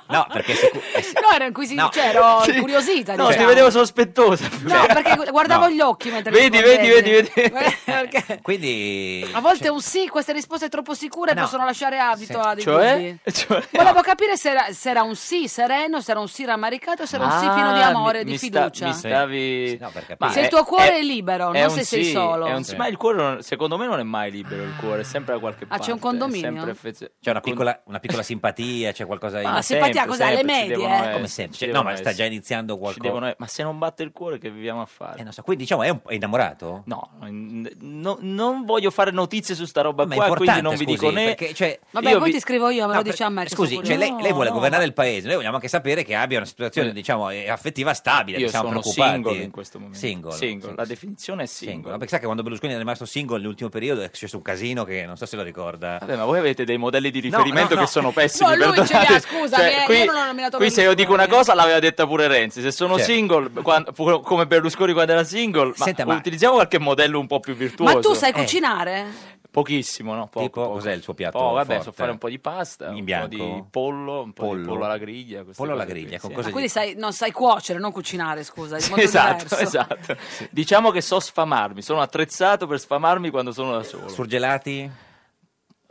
S3: no, perché cioè, sicu- eh, sì.
S2: No, ero inquisi-
S3: No.
S2: cioè, ero
S8: Sì.
S2: incuriosita.
S8: No, ti
S2: diciamo.
S8: vedevo sospettosa.
S2: No, perché guardavo gli occhi mentre
S8: Vedi, vedi,
S2: rispondevi.
S8: vedi, Cioè. vedi.
S2: Perché
S3: Eh, quindi
S2: A volte un sì, queste risposte troppo sicure
S3: No.
S2: possono lasciare abito a dei dubbi.
S8: Cioè? Cioè?
S2: Volevo capire se era, se era un sì sereno, se era un sì rammaricato, se era Cioè, un sì
S8: Ah,
S2: pieno di amore,
S8: mi-
S2: di
S8: mi sta-
S2: fiducia.
S8: mi stavi... Ma
S2: Se il
S8: è-
S2: tuo cuore è,
S8: è-
S2: libero,
S8: è
S2: non
S8: un
S2: se sei
S8: sì,
S2: solo.
S8: è un sì, Ma il cuore, non- secondo me, non è mai libero. Il cuore è sempre da qualche
S2: Ah,
S8: parte.
S2: c'è un
S8: è
S2: condominio?
S8: sempre affezio-
S3: c'è una piccola, una piccola simpatia, c'è qualcosa in...
S2: Ma la simpatia cos'è? Alle
S8: sempre ci
S2: medie? eh?
S8: devono essere,
S3: Come sempre,
S8: ci
S3: no,
S8: devono
S3: ma sta
S8: essere.
S3: già iniziando
S8: Ci
S3: qualcosa.
S8: devono essere. Ma se non batte il cuore, che viviamo a fare?
S3: Eh, non so, quindi diciamo, è, un- è innamorato?
S8: No, n- no- non voglio fare notizie su sta roba
S3: Ma è
S8: qua, quindi
S3: importante,
S8: non vi
S3: scusi,
S8: dico né.
S3: perché, cioè,
S2: Vabbè,
S8: io
S2: poi
S8: vi-
S2: ti scrivo io, me
S3: No,
S2: lo dici a me. che
S3: Scusi,
S2: sono
S3: cioè, lei,
S2: curiosa.
S3: lei vuole
S2: No,
S3: governare
S2: no.
S3: il paese, noi vogliamo anche sapere che abbia una situazione, diciamo, eh, affettiva stabile,
S8: Io
S3: ne siamo
S8: sono
S3: diciamo, preoccupati.
S8: single in questo momento.
S3: Single.
S8: Single, la definizione è single.
S3: Single. Ma Perché sa che quando Berlusconi è rimasto single nell'ultimo periodo è successo un casino che non so se lo ricorda.
S8: Vabbè, ma voi avete dei modelli di riferimento
S3: no, no.
S8: che sono pessimi.
S2: No, lui ce li ha,
S8: perdonate. Cioè,
S2: scusa, mi è- io non ho nominato
S8: qui se io dico una cosa l'aveva detta pure Renzi. Se sono
S3: Certo.
S8: single, quan- fu- come Berlusconi quando era single, ma
S3: Senta, ma-
S8: utilizziamo qualche modello un po' più virtuoso.
S2: Ma tu sai
S8: Eh,
S2: cucinare?
S8: Pochissimo, no? Poco,
S3: Tipo,
S8: poco.
S3: cos'è il suo piatto
S8: Oh, vabbè,
S3: forte?
S8: so fare un po' di pasta,
S3: In
S8: un
S3: bianco?
S8: po' di pollo, un po' di
S3: Pollo?
S8: pollo alla griglia. queste
S3: Pollo alla
S8: cose qui,
S3: griglia, con
S8: sì.
S3: cosa
S2: Ma quindi sai, non sai cuocere, non cucinare, scusa. è
S8: Sì,
S2: molto
S8: esatto,
S2: diverso.
S8: esatto. Diciamo che so sfamarmi, sono attrezzato per sfamarmi quando sono da solo.
S3: Surgelati?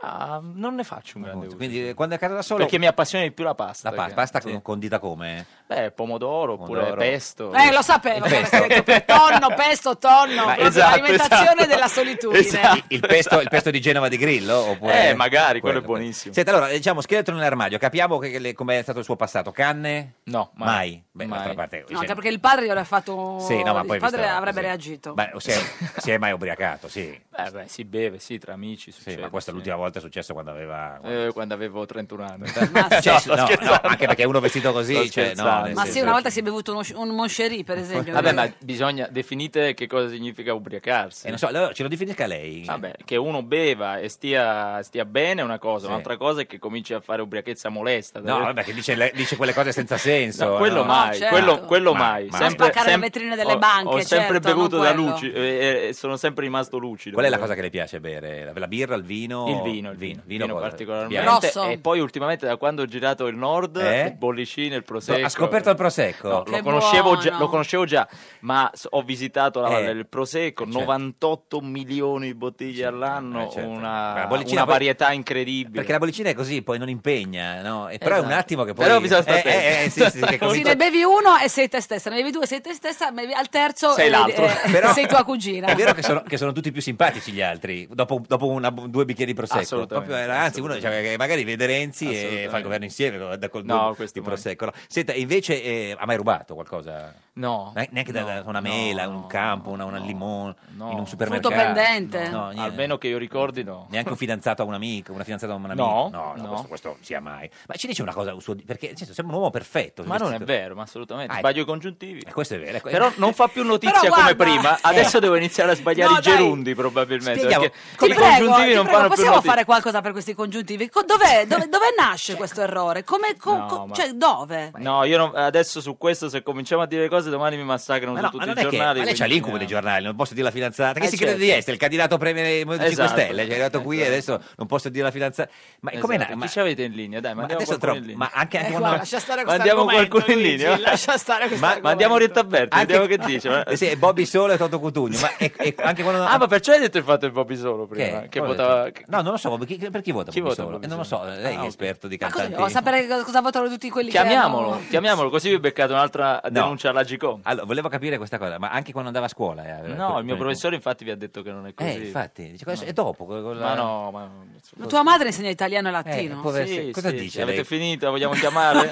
S8: Ah, non ne faccio un grande uso.
S3: Quindi eh, quando è a casa da solo...
S8: Perché mi appassiona di più la pasta.
S3: La pasta,
S8: che-
S3: pasta
S8: sì.
S3: con- condita come?
S8: Beh, pomodoro oppure
S3: Pomodoro.
S8: pesto.
S2: Eh, lo sapevo.
S3: Il pesto.
S2: avresti detto Tonno, pesto, tonno.
S8: Ma
S2: proprio
S8: esatto,
S2: l'alimentazione
S8: esatto.
S2: della solitudine.
S8: Esatto.
S2: eh.
S3: Il pesto, il pesto di Genova di Grillo? Oppure
S8: Eh, magari, quello è buonissimo.
S3: Senta, allora, diciamo, scheletro nell'armadio, capiamo che, le- com'è stato il suo passato. Canne?
S8: No, mai.
S3: Mai? Beh,
S8: Mai.
S3: d'altra parte...
S2: No,
S3: cioè,
S2: anche perché il padre gli avrebbe fatto.
S3: Sì, no, ma poi
S2: il padre
S3: visto-
S2: avrebbe
S3: sì.
S2: reagito.
S3: Beh, si è, si è mai ubriacato, sì.
S8: Eh, beh, si beve, sì, tra amici.
S3: Sì, ma questa è l'ultima volta volta è successo quando aveva...
S8: Eh, quando avevo 31 anni.
S3: Cioè, no, no, anche perché uno vestito così, cioè, no, nel
S2: Ma
S8: sì,
S2: sì, una volta si è bevuto uno, un Moncherie, per esempio.
S8: Vabbè, ma bisogna definite che cosa significa ubriacarsi.
S3: Eh, non so, allora ce lo definisca lei.
S8: Vabbè, che uno beva e stia, stia bene è una cosa,
S3: Sì.
S8: un'altra cosa è che cominci a fare ubriachezza molesta.
S3: No, vabbè, che dice, le- dice quelle cose senza senso.
S8: No, quello
S3: no?
S8: mai, quello, quello mai.
S3: mai.
S8: Sempre,
S2: Ah, certo. spaccare le
S8: sempre-
S2: vetrine delle
S8: ho-
S2: banche,
S8: Ho sempre
S2: certo,
S8: bevuto
S2: non
S8: da
S2: quello.
S8: lucido e, e sono sempre rimasto lucido.
S3: Qual è la cosa che le piace bere? La, la birra, il vino?
S8: Il vino, il
S3: vino.
S8: vino
S3: cosa?
S8: particolarmente
S3: Bianco.
S8: e poi ultimamente da quando ho girato il nord
S3: Eh?
S8: il bollicino il prosecco
S3: Ha scoperto il prosecco?
S8: No, lo,
S3: Che
S8: conoscevo
S3: buono.
S8: già, lo conoscevo già ma s- ho visitato la valle
S3: Eh,
S8: del prosecco 98 milioni di bottiglie all'anno
S3: eh, certo.
S8: una,
S3: La bollicina
S8: una
S3: poi-
S8: varietà incredibile
S3: Perché la bollicina è così, poi non impegna, no? E però è un
S8: Esatto.
S3: attimo che poi...
S8: Però bisogna stare
S3: Eh, eh, eh,
S8: attenti.
S3: sì, sì, che
S2: Se
S3: così-
S2: ne bevi uno e sei te stessa, ne bevi due e sei te stessa, ne bevi- al terzo
S3: Sei
S2: eh,
S3: l'altro.
S2: eh,
S3: Però-
S2: sei tua cugina.
S3: È vero che sono, che sono tutti più simpatici gli altri dopo, dopo una- due bicchieri di prosecco.
S8: Assolutamente,
S3: Proprio, eh, anzi, uno dice che magari vede Renzi e fa il governo insieme con, da- col
S8: No,
S3: no,
S8: questo
S3: di prosecco. No. Senta, invece eh, ha mai rubato qualcosa?
S8: No.
S3: Ne- Neanche da- da, una mela, un campo, una, una limone, in un
S2: Frutto
S3: supermercato.
S2: pendente.
S3: No, niente.
S8: almeno che io ricordi no
S3: Neanche un fidanzato a un amico, una fidanzata a un amico.
S8: No,
S3: no,
S8: no.
S3: Questo, questo sia mai. Ma ci dice una cosa, un suo- perché nel senso, sembra un uomo perfetto.
S8: ma non è
S3: vestito-
S8: vero ma assolutamente
S3: Ah, è-
S8: sbaglio i congiuntivi
S3: Eh, Questo è vero. ecco.
S8: però non fa più notizia
S3: Però
S8: come
S3: guarda-
S8: prima adesso
S3: Eh.
S8: devo iniziare a sbagliare
S3: No,
S8: i
S3: dai. eh,
S8: gerundi probabilmente
S3: Spieghiamo.
S8: perché
S2: Ti
S8: i
S2: prego,
S8: congiuntivi
S2: ti
S8: non
S2: prego,
S8: fanno più
S2: possiamo
S8: notizia
S2: fare qualcosa per questi congiuntivi? Co- Dov'è, dove, dove
S3: Cioè.
S2: nasce questo errore? Come, co-
S8: No,
S2: co-
S8: ma-
S2: cioè, dove?
S8: No, io non- adesso su questo se cominciamo a dire cose domani mi massacrano
S3: Ma
S8: su
S3: no, ma
S8: tutti i
S3: non è che-
S8: giornali.
S3: ma lei c'ha
S8: quindi-
S3: l'incubo dei giornali, non posso dire la fidanzata. Che
S8: Eh,
S3: si crede di
S8: certo.
S3: essere il candidato premier del Movimento 5
S8: Esatto.
S3: Stelle? Cioè, è arrivato qui e adesso non posso dire la fidanzata. Ma come
S8: Esatto. Chi ci avete in linea? Dai,
S3: ma
S8: mandiamo
S3: adesso
S8: qualcuno
S3: tro-
S8: in linea.
S3: ma anche- anche Eh, quando- guarda, lascia stare questo
S8: Mandiamo
S3: argomento,
S8: qualcuno in
S3: Luigi,
S8: linea.
S3: lascia stare questo
S8: ma,
S3: argomento.
S8: Mandiamo Rettaberti,
S3: Anche-
S8: Certo, vediamo che dice. ma-
S3: Eh sì, Bobby Solo e Toto Cutugno. Ma e- e anche quando...
S8: Ah, ma perciò hai detto il fatto del Bobby Solo prima.
S3: Che?
S8: Che
S3: Cosa
S8: votava...
S3: No, non lo so, chi- per chi vota
S8: Chi
S3: Bobby
S8: vota
S3: Solo?
S8: Bobby
S3: Eh, non lo so,
S8: Solo?
S3: lei
S8: Ah,
S3: è
S8: ok.
S3: esperto di
S2: Ma cosa
S3: cantanti.
S2: devo sapere cosa cosa votano tutti quelli
S8: Chiamiamolo,
S2: che...
S8: chiamiamolo, così vi beccate un'altra denuncia alla Gicom.
S3: Allora, volevo capire questa cosa, ma anche quando andava a scuola. eh, aveva
S8: No,
S3: quel-
S8: il mio
S3: quel-
S8: professore infatti vi ha detto che non è così.
S3: Eh, infatti, dice, cosa-
S8: No.
S3: e dopo? con- con la-
S8: Ma no, ma...
S2: erano? Tua madre insegna italiano e
S8: Eh,
S2: latino.
S3: può aver- cosa dice
S8: Avete
S3: lei?
S8: finito, la vogliamo chiamare?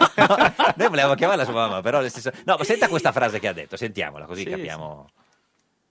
S3: Noi volevamo chiamarla sua mamma, però nel senso... No, ma senta questa frase che ha detto, sentiamola, così
S19: Sì,
S3: capiamo...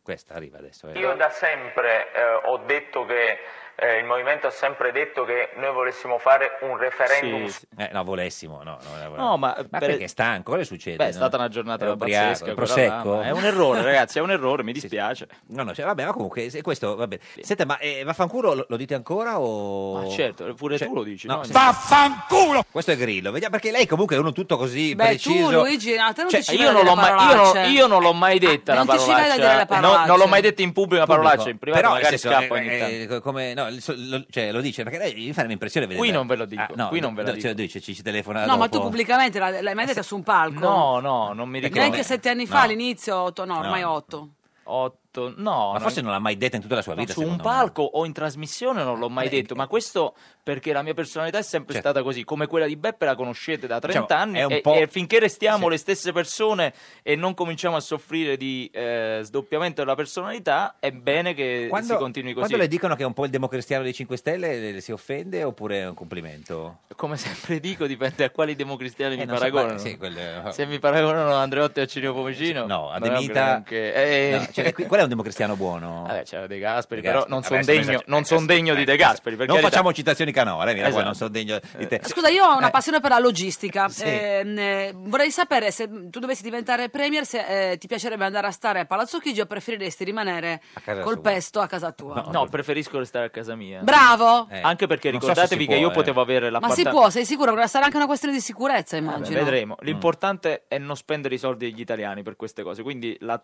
S3: Questa arriva adesso. eh.
S19: Io da sempre eh, ho detto che eh, il movimento ha sempre detto che noi volessimo fare un referendum su-
S3: Eh, no, volessimo, no. no, volevamo.
S8: No, ma per-
S3: perché è stanco, cosa succede?
S8: Beh, è
S3: No?
S8: stata una giornata
S3: Era
S8: da
S3: ubriaco,
S8: pazzesca.
S3: il
S8: quella
S3: prosecco.
S8: là, ma È un errore, ragazzi, è un errore, mi dispiace.
S3: No, no, cioè, vabbè, ma comunque, se- questo va bene. Senta, ma eh, vaffanculo lo, lo dite ancora o...
S8: Ma certo, pure
S3: Cioè,
S8: tu lo dici,
S3: no,
S8: no?
S3: sì.
S20: Vaffanculo!
S3: Questo è Grillo, vediamo, perché lei comunque è uno tutto così
S2: Beh,
S3: preciso.
S2: tu Luigi, no, te non
S3: Cioè,
S2: ti ci vedi
S8: Io non,
S2: delle
S8: l'ho mai, io, non,
S2: parolacce.
S8: io non l'ho mai detta
S2: non
S8: la
S2: ti ci vede a
S8: parolaccia. eh.
S2: dire le
S8: No, non l'ho mai
S2: parolacce.
S8: detta in pubblico la
S3: Pubblico.
S8: parolaccia, in privato
S3: Però,
S8: magari
S3: nel senso,
S8: scappa
S3: eh,
S8: ogni tanto.
S3: eh, co- come, no, il so- lo- cioè, lo dice, perché lei mi fa impressione vedere.
S8: Qui non ve lo dico, qui non ve lo
S3: no,
S8: dico.
S3: Ce lo dice, ci, ci telefona
S2: No, ma
S3: dopo.
S2: tu pubblicamente l'hai l'hai mai detta su un palco?
S8: No, no, non mi ricordo.
S2: Neanche sette anni fa, all'inizio, otto, no,
S3: No.
S2: ormai otto.
S8: Otto, no.
S3: Ma forse non l'ha mai detta in tutta la sua
S8: No,
S3: vita,
S8: su un
S3: secondo me. Eh,
S8: palco o in trasmissione non l'ho mai detto, ma questo perché la mia personalità è sempre
S3: Certo.
S8: stata così, come quella di Beppe la conoscete da 30
S3: Diciamo,
S8: anni
S3: è un
S8: e,
S3: po'-
S8: e finché restiamo le stesse persone e non cominciamo a soffrire di eh, sdoppiamento della personalità, è bene che eh, si continui così.
S3: quando le dicono che è un po' il democristiano dei 5 Stelle, le- le si offende oppure è un complimento?
S8: Come sempre dico, dipende a quali democristiani mi
S3: Eh, non so,
S8: paragonano.
S3: ma- sì, quello-
S8: Se mi paragonano a Andreotti e a Cirio Pomicino,
S3: No,
S8: non è un
S3: Ademita...
S8: granché. Eh,
S3: No, cioè, qui- qual è un democristiano buono?
S8: Vabbè, c'era De Gasperi,
S3: De
S8: però
S3: Gasperi.
S8: non
S3: Vabbè,
S8: sono
S3: se non
S8: degno,
S3: esageriamo,
S8: non son degno di De Gasperi. per
S3: eh. non
S8: carità.
S3: facciamo citazioni canore, mira qua,
S8: Esatto.
S3: non sono degno di te.
S2: Scusa, io ho
S8: eh.
S2: una passione per la logistica.
S3: Sì.
S2: Ehm, eh, vorrei sapere se tu dovessi diventare premier, se eh, ti piacerebbe andare a stare a Palazzo Chigi o preferiresti rimanere
S8: casa
S2: col
S8: sua.
S2: pesto a casa tua.
S8: No, preferisco restare a casa mia.
S2: Bravo!
S8: Eh, Anche perché
S3: non so se si
S8: ricordatevi
S3: può,
S8: che io
S3: eh.
S8: potevo avere la Eh,
S2: Ma si può, sei sicuro? Perché sarà anche una questione di sicurezza, immagino.
S8: Vedremo.
S3: Mm.
S8: L'importante è non spendere i soldi degli italiani per queste cose. Quindi la-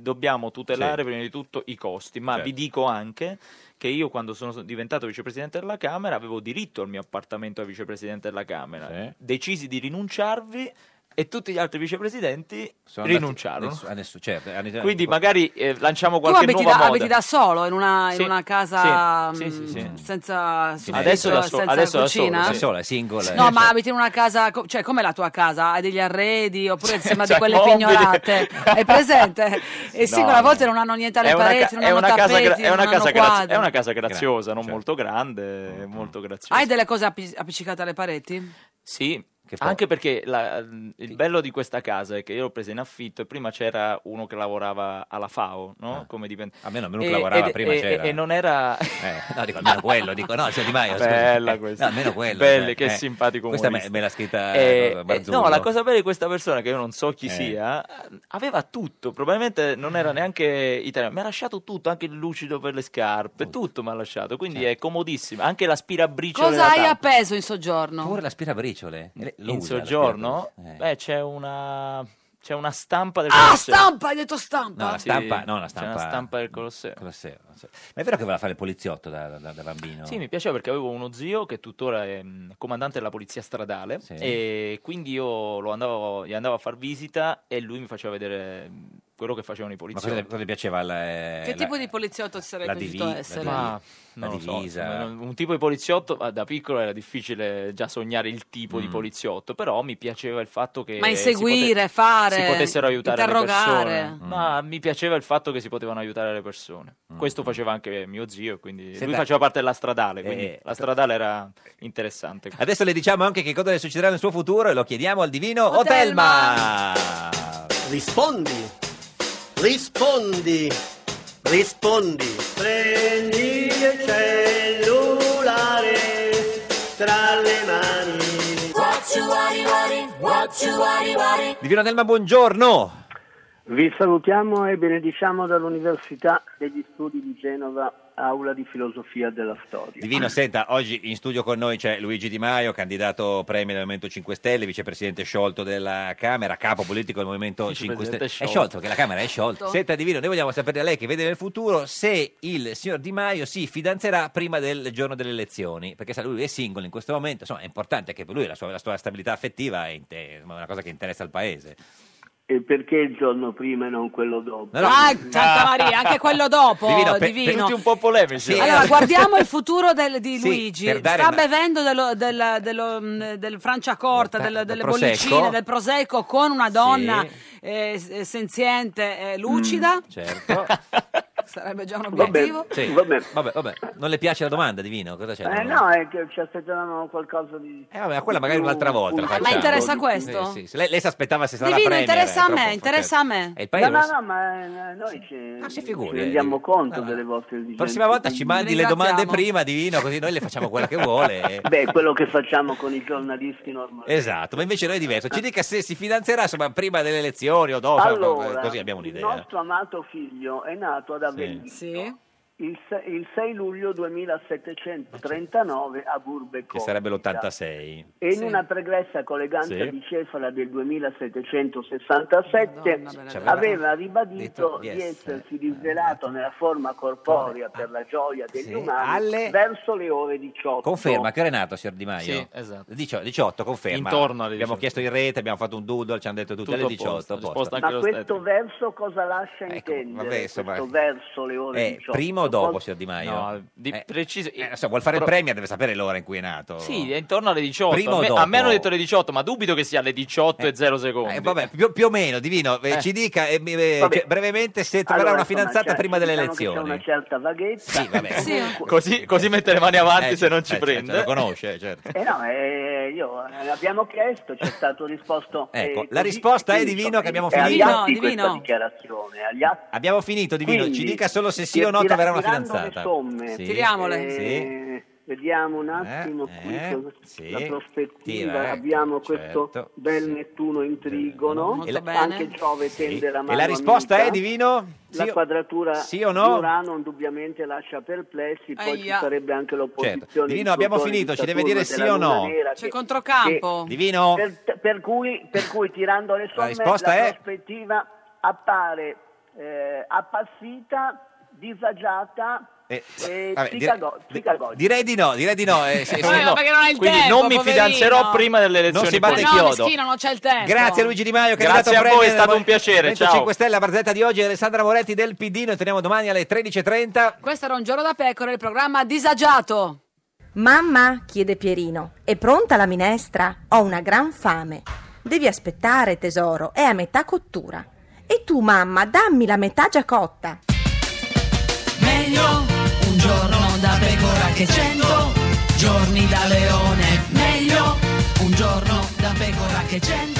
S8: dobbiamo tutelare
S3: Sì.
S8: prima di tutto i costi. Ma
S3: Certo.
S8: vi dico anche che io, quando sono diventato vicepresidente della Camera, avevo diritto al mio appartamento da vicepresidente della Camera. Decisi di rinunciarvi. E tutti gli altri vicepresidenti
S3: Sono andati-
S8: rinunciarono.
S3: nessu- a nessu- certo, a nessu-
S8: Quindi magari eh, lanciamo
S2: Tu
S8: qualche
S2: abiti
S8: nuova
S2: da,
S8: moda.
S2: abiti da solo in una, in
S8: Sì,
S2: una casa
S8: sì, sì,
S2: mh,
S8: sì,
S2: senza soffitto,
S8: Adesso da so-
S2: senza
S8: adesso da solo,
S2: cucina?
S3: Da sola, è singola.
S2: No,
S3: eh,
S2: ma
S3: cioè,
S2: abiti in una casa, co- cioè com'è la tua casa? Hai degli arredi oppure insieme a di
S8: Cioè,
S2: quelle
S8: mobili.
S2: pignorate? È presente? E sì,
S8: No,
S2: quella
S8: no.
S2: volta non hanno niente alle
S8: È una ca-
S2: pareti, non
S8: è
S2: hanno
S8: una casa
S2: tappeti,
S8: gra- è
S2: non
S8: una
S2: hanno
S8: casa graziosa-
S2: quadri.
S8: è una casa
S3: Certo.
S8: graziosa, non molto grande, molto graziosa.
S2: Hai delle cose appi- appiccicate alle pareti?
S8: Sì,
S1: Che poi-
S8: Anche perché la- il bello di questa casa è che io l'ho presa in affitto e prima c'era uno che lavorava alla FAO, no? Come dipendente.
S3: Almeno uno
S8: E-
S3: Ah. che lavorava
S8: ed-
S3: prima
S8: e-
S3: c'era.
S8: E, e non era...
S3: Eh, no, dico almeno quello, dico no, c'è Di Maio. scusa.
S8: Bella
S3: Eh,
S8: questa.
S3: no, almeno quello.
S8: Belli,
S3: eh,
S8: che
S3: eh.
S8: simpatico
S3: Questa me,
S8: umorista.
S3: me l'ha scritta
S8: Eh,
S3: eh,
S8: eh,
S3: Barzullo.
S8: no, la cosa bella di questa persona, che io non so chi
S3: Eh.
S8: sia, aveva tutto, probabilmente non era neanche italiano, mi ha lasciato tutto, anche il lucido per le scarpe, tutto mi ha lasciato, quindi
S3: Certo.
S8: è comodissima, anche l'aspirabriciole.
S2: Cosa
S8: da
S2: hai
S8: tanto.
S2: appeso in soggiorno?
S3: Pure l'aspirabriciole. Eh, lo
S8: In
S3: usa, l'aspirabriciole.
S8: soggiorno?
S3: Eh.
S8: Beh, c'è una, c'è una stampa del
S2: Ah,
S8: Colosseo.
S2: stampa! Hai detto stampa!
S3: No, la
S8: Sì,
S3: stampa, no, la
S8: c'è
S3: stampa.
S8: una stampa del Colosseo.
S3: non so. Ma è vero che voleva fare il poliziotto da, da- da bambino?
S8: Sì, mi piaceva perché avevo uno zio che tuttora è mm, comandante della polizia stradale e quindi io lo andavo, gli andavo a far visita e lui mi faceva vedere mm, quello che facevano i
S3: Ma cosa,
S8: poliziotti.
S3: le- cosa le piaceva? eh, La,
S8: eh,
S2: Che tipo di poliziotto ti sarebbe
S3: la
S2: piaciuto
S3: divi- la
S2: essere?
S3: divi-
S8: Ma
S3: la
S8: non lo so,
S3: divisa.
S8: insomma, non- un tipo di poliziotto ah, da piccolo era difficile già sognare il tipo di
S3: Mm.
S8: poliziotto, però mi piaceva il fatto che
S2: Ma
S8: si
S2: inseguire,
S8: pote-
S2: fare,
S8: si potessero aiutare
S2: interrogare.
S8: le persone.
S3: Mm.
S8: Ma mi piaceva il fatto che si potevano aiutare le persone. Questo faceva anche mio zio, quindi lui
S3: Senta-
S8: faceva parte della stradale, quindi
S3: Eh,
S8: la stradale era interessante.
S3: Adesso le diciamo anche che cosa le succederà nel suo futuro e lo chiediamo al divino
S8: Otelma.
S3: Otelma.
S21: Rispondi, rispondi, rispondi. Prendi il cellulare tra le mani.
S3: Divino Otelma, buongiorno.
S21: Vi salutiamo e benediciamo dall'Università degli Studi di Genova, aula di filosofia della storia.
S3: Divino, senta, oggi in studio con noi c'è Luigi Di Maio, candidato premio del Movimento 5 Stelle, vicepresidente sciolto della Camera, capo politico del Movimento 5 Stelle.
S8: Vicepresidente
S3: È
S8: sciolto.
S3: sciolto, perché la Camera è sciolta. Senta, Divino, noi vogliamo sapere da lei che vede nel futuro se il signor Di Maio si fidanzerà prima del giorno delle elezioni, perché sa, lui è singolo in questo momento, insomma è importante anche per lui, la sua, la sua stabilità affettiva è, inte- è una cosa che interessa al Paese.
S21: E perché il giorno prima e non quello dopo?
S3: No, no.
S2: Ah, Santa Maria, anche quello dopo,
S3: Divino,
S2: divino.
S3: per- per tutti un po' polemici. Sì.
S2: Allora, guardiamo il futuro del- di
S3: Sì,
S2: Luigi.
S3: per dare
S2: Sta
S3: una-
S2: bevendo dello- del, dello, mh, del Franciacorta, del- delle
S3: Prosecco.
S2: bollicine, del prosecco con una donna eh, s- senziente
S3: Mm.
S2: e lucida.
S3: Certo.
S2: Sarebbe già un obiettivo.
S3: Sì. Vabbè, vabbè. Non le piace la domanda, Divino? Cosa c'è?
S21: Eh no, è che ci aspettavamo qualcosa di...
S3: Eh, vabbè, ma quella magari
S21: Uh,
S3: un'altra volta. la
S2: Ah, ma
S3: facciamo.
S2: interessa questo?
S3: Sì, sì, sì. Lei, lei si aspettava se sarà la
S2: Divino,
S3: Premier, eh,
S2: interessa
S3: è
S2: a
S3: troppo
S2: me, interessa a me.
S3: E certo. il paese
S21: no,
S3: lo
S21: no,
S3: sa.
S21: no, ma eh, noi ci,
S2: Ah,
S21: ci
S3: figuri,
S21: rendiamo
S3: eh,
S21: conto delle vostre esigenze.
S3: Prossima volta ci mandi le
S21: Ringraziamo.
S3: domande prima, Divino, così noi le facciamo quella che vuole.
S21: Beh, quello che facciamo con i giornalisti normali.
S3: Esatto, ma invece noi è diverso. Ci dica se si fidanzerà insomma, prima delle elezioni o dopo,
S21: Allora,
S3: Oh, così abbiamo
S21: il
S3: un'idea.
S21: nostro amato figlio è nato ad Avellino il, se- il 6 luglio 2739 a Burbe
S3: Che sarebbe l'86.
S21: e in una pregressa colleganza
S3: Sì.
S21: di Cefala del 2767
S3: bella
S21: aveva ribadito
S3: Cioè, detto eh, di
S21: di
S3: essere-
S21: essersi rivelato nella forma corporea per la gioia degli
S3: ah, Sì,
S21: umani
S3: alle-
S21: verso le ore 18.
S3: Conferma, che ora è nato, signor Di Maio?
S21: Sì,
S3: esatto. 18, 18, conferma.
S8: Intorno alle
S3: Abbiamo chiesto in rete, abbiamo fatto un doodle, ci hanno detto tutte
S8: Tutto
S3: alle
S8: a
S3: 18.
S8: posto,
S3: a posto.
S8: risposta
S21: Ma questo verso cosa lascia intendere?
S3: Ecco, vabbè, insomma,
S21: questo verso le ore
S3: Eh,
S21: 18.
S3: prima o dopo,
S21: Cosa-
S3: signor Di Maio?
S8: No, di
S3: Eh,
S8: preciso...
S3: eh, non so, vuol fare il
S8: Pro-
S3: premier, deve sapere l'ora in cui è nato.
S8: Sì, è intorno alle 18.
S3: Prima o
S8: a, me,
S3: dopo?
S8: a me hanno detto alle 18, ma dubito che sia alle 18 e 0 secondi.
S3: Eh, vabbè, più, più o meno, Divino, eh,
S8: Eh.
S3: ci dica eh, eh,
S8: Vabbè.
S3: cioè, brevemente se troverà
S8: Allora,
S3: una
S8: insomma,
S3: fidanzata
S8: cioè,
S3: prima delle
S21: diciamo che
S3: elezioni.
S21: C'è una certa vaghezza.
S8: Così, così mette le mani avanti
S3: Eh,
S8: se non ci
S3: eh,
S8: prende.
S3: certo, lo conosce, certo.
S21: Eh no, eh, io eh, l'abbiamo chiesto, ci è stato risposto. eh,
S3: Ecco,
S21: così,
S3: la risposta è
S21: quindi,
S3: divino che abbiamo
S21: è agli
S3: finito.
S21: atti questa dichiarazione, agli atti.
S3: Abbiamo finito, Divino,
S21: Quindi,
S3: ci dica solo se sì o no
S21: tira-
S3: troverà una
S21: tirando le
S3: fidanzata.
S21: somme,
S3: Sì.
S21: eh,
S3: Sì.
S21: Vediamo un attimo qui
S3: eh,
S21: cosa-
S3: sì.
S21: la prospettiva.
S3: Tira,
S21: abbiamo
S3: certo,
S21: questo bel Nettuno in trigono.
S3: E la- bene.
S21: Anche Giove tende la mano.
S3: E la risposta
S21: amica.
S3: è, Divino?
S21: La
S3: Sì o-
S21: quadratura
S3: sì o no?
S21: di Urano indubbiamente lascia perplessi, poi
S2: Aia.
S21: ci sarebbe anche l'opposizione.
S3: Certo.
S21: di
S3: Divino, abbiamo
S21: Plutone,
S3: finito,
S21: di
S3: ci deve dire
S21: Saturno,
S3: sì o
S21: della
S3: no?
S21: Luna nera,
S2: C'è
S21: che-
S2: controcampo.
S21: che-
S3: Divino?
S21: Per, per cui, per cui, tirando le somme la,
S3: risposta è-
S21: prospettiva appare eh, appassita, disagiata
S3: Eh,
S21: e
S3: vabbè, dire-
S21: cicago- cicagogica.
S3: Direi di no, direi di no. eh, se-
S2: Eh,
S3: se-
S2: ma perché non hai il
S8: Quindi
S2: tempo,
S8: non mi
S2: poverino.
S8: fidanzerò prima delle elezioni.
S3: Non si batte
S2: Ma
S3: il
S2: no,
S3: chiodo.
S2: meschino, non c'è il tempo.
S3: Grazie a Luigi Di Maio,
S8: Grazie
S3: candidato
S8: a voi,
S3: premier
S8: è stato
S3: del
S8: un piacere,
S3: Movimento
S8: ciao.
S3: 5 Stelle, la barzetta di oggi, Alessandra Moretti del PD. Noi torniamo domani alle 13.30.
S2: Questo era un giorno da pecora, il programma disagiato.
S22: Mamma, chiede Pierino, è pronta la minestra? Ho una gran fame. Devi aspettare, tesoro, è a metà cottura. E tu, mamma, dammi la metà già cotta.
S23: Meglio un giorno da pecora che cento giorni da leone. Meglio un giorno da pecora.
S2: che c'è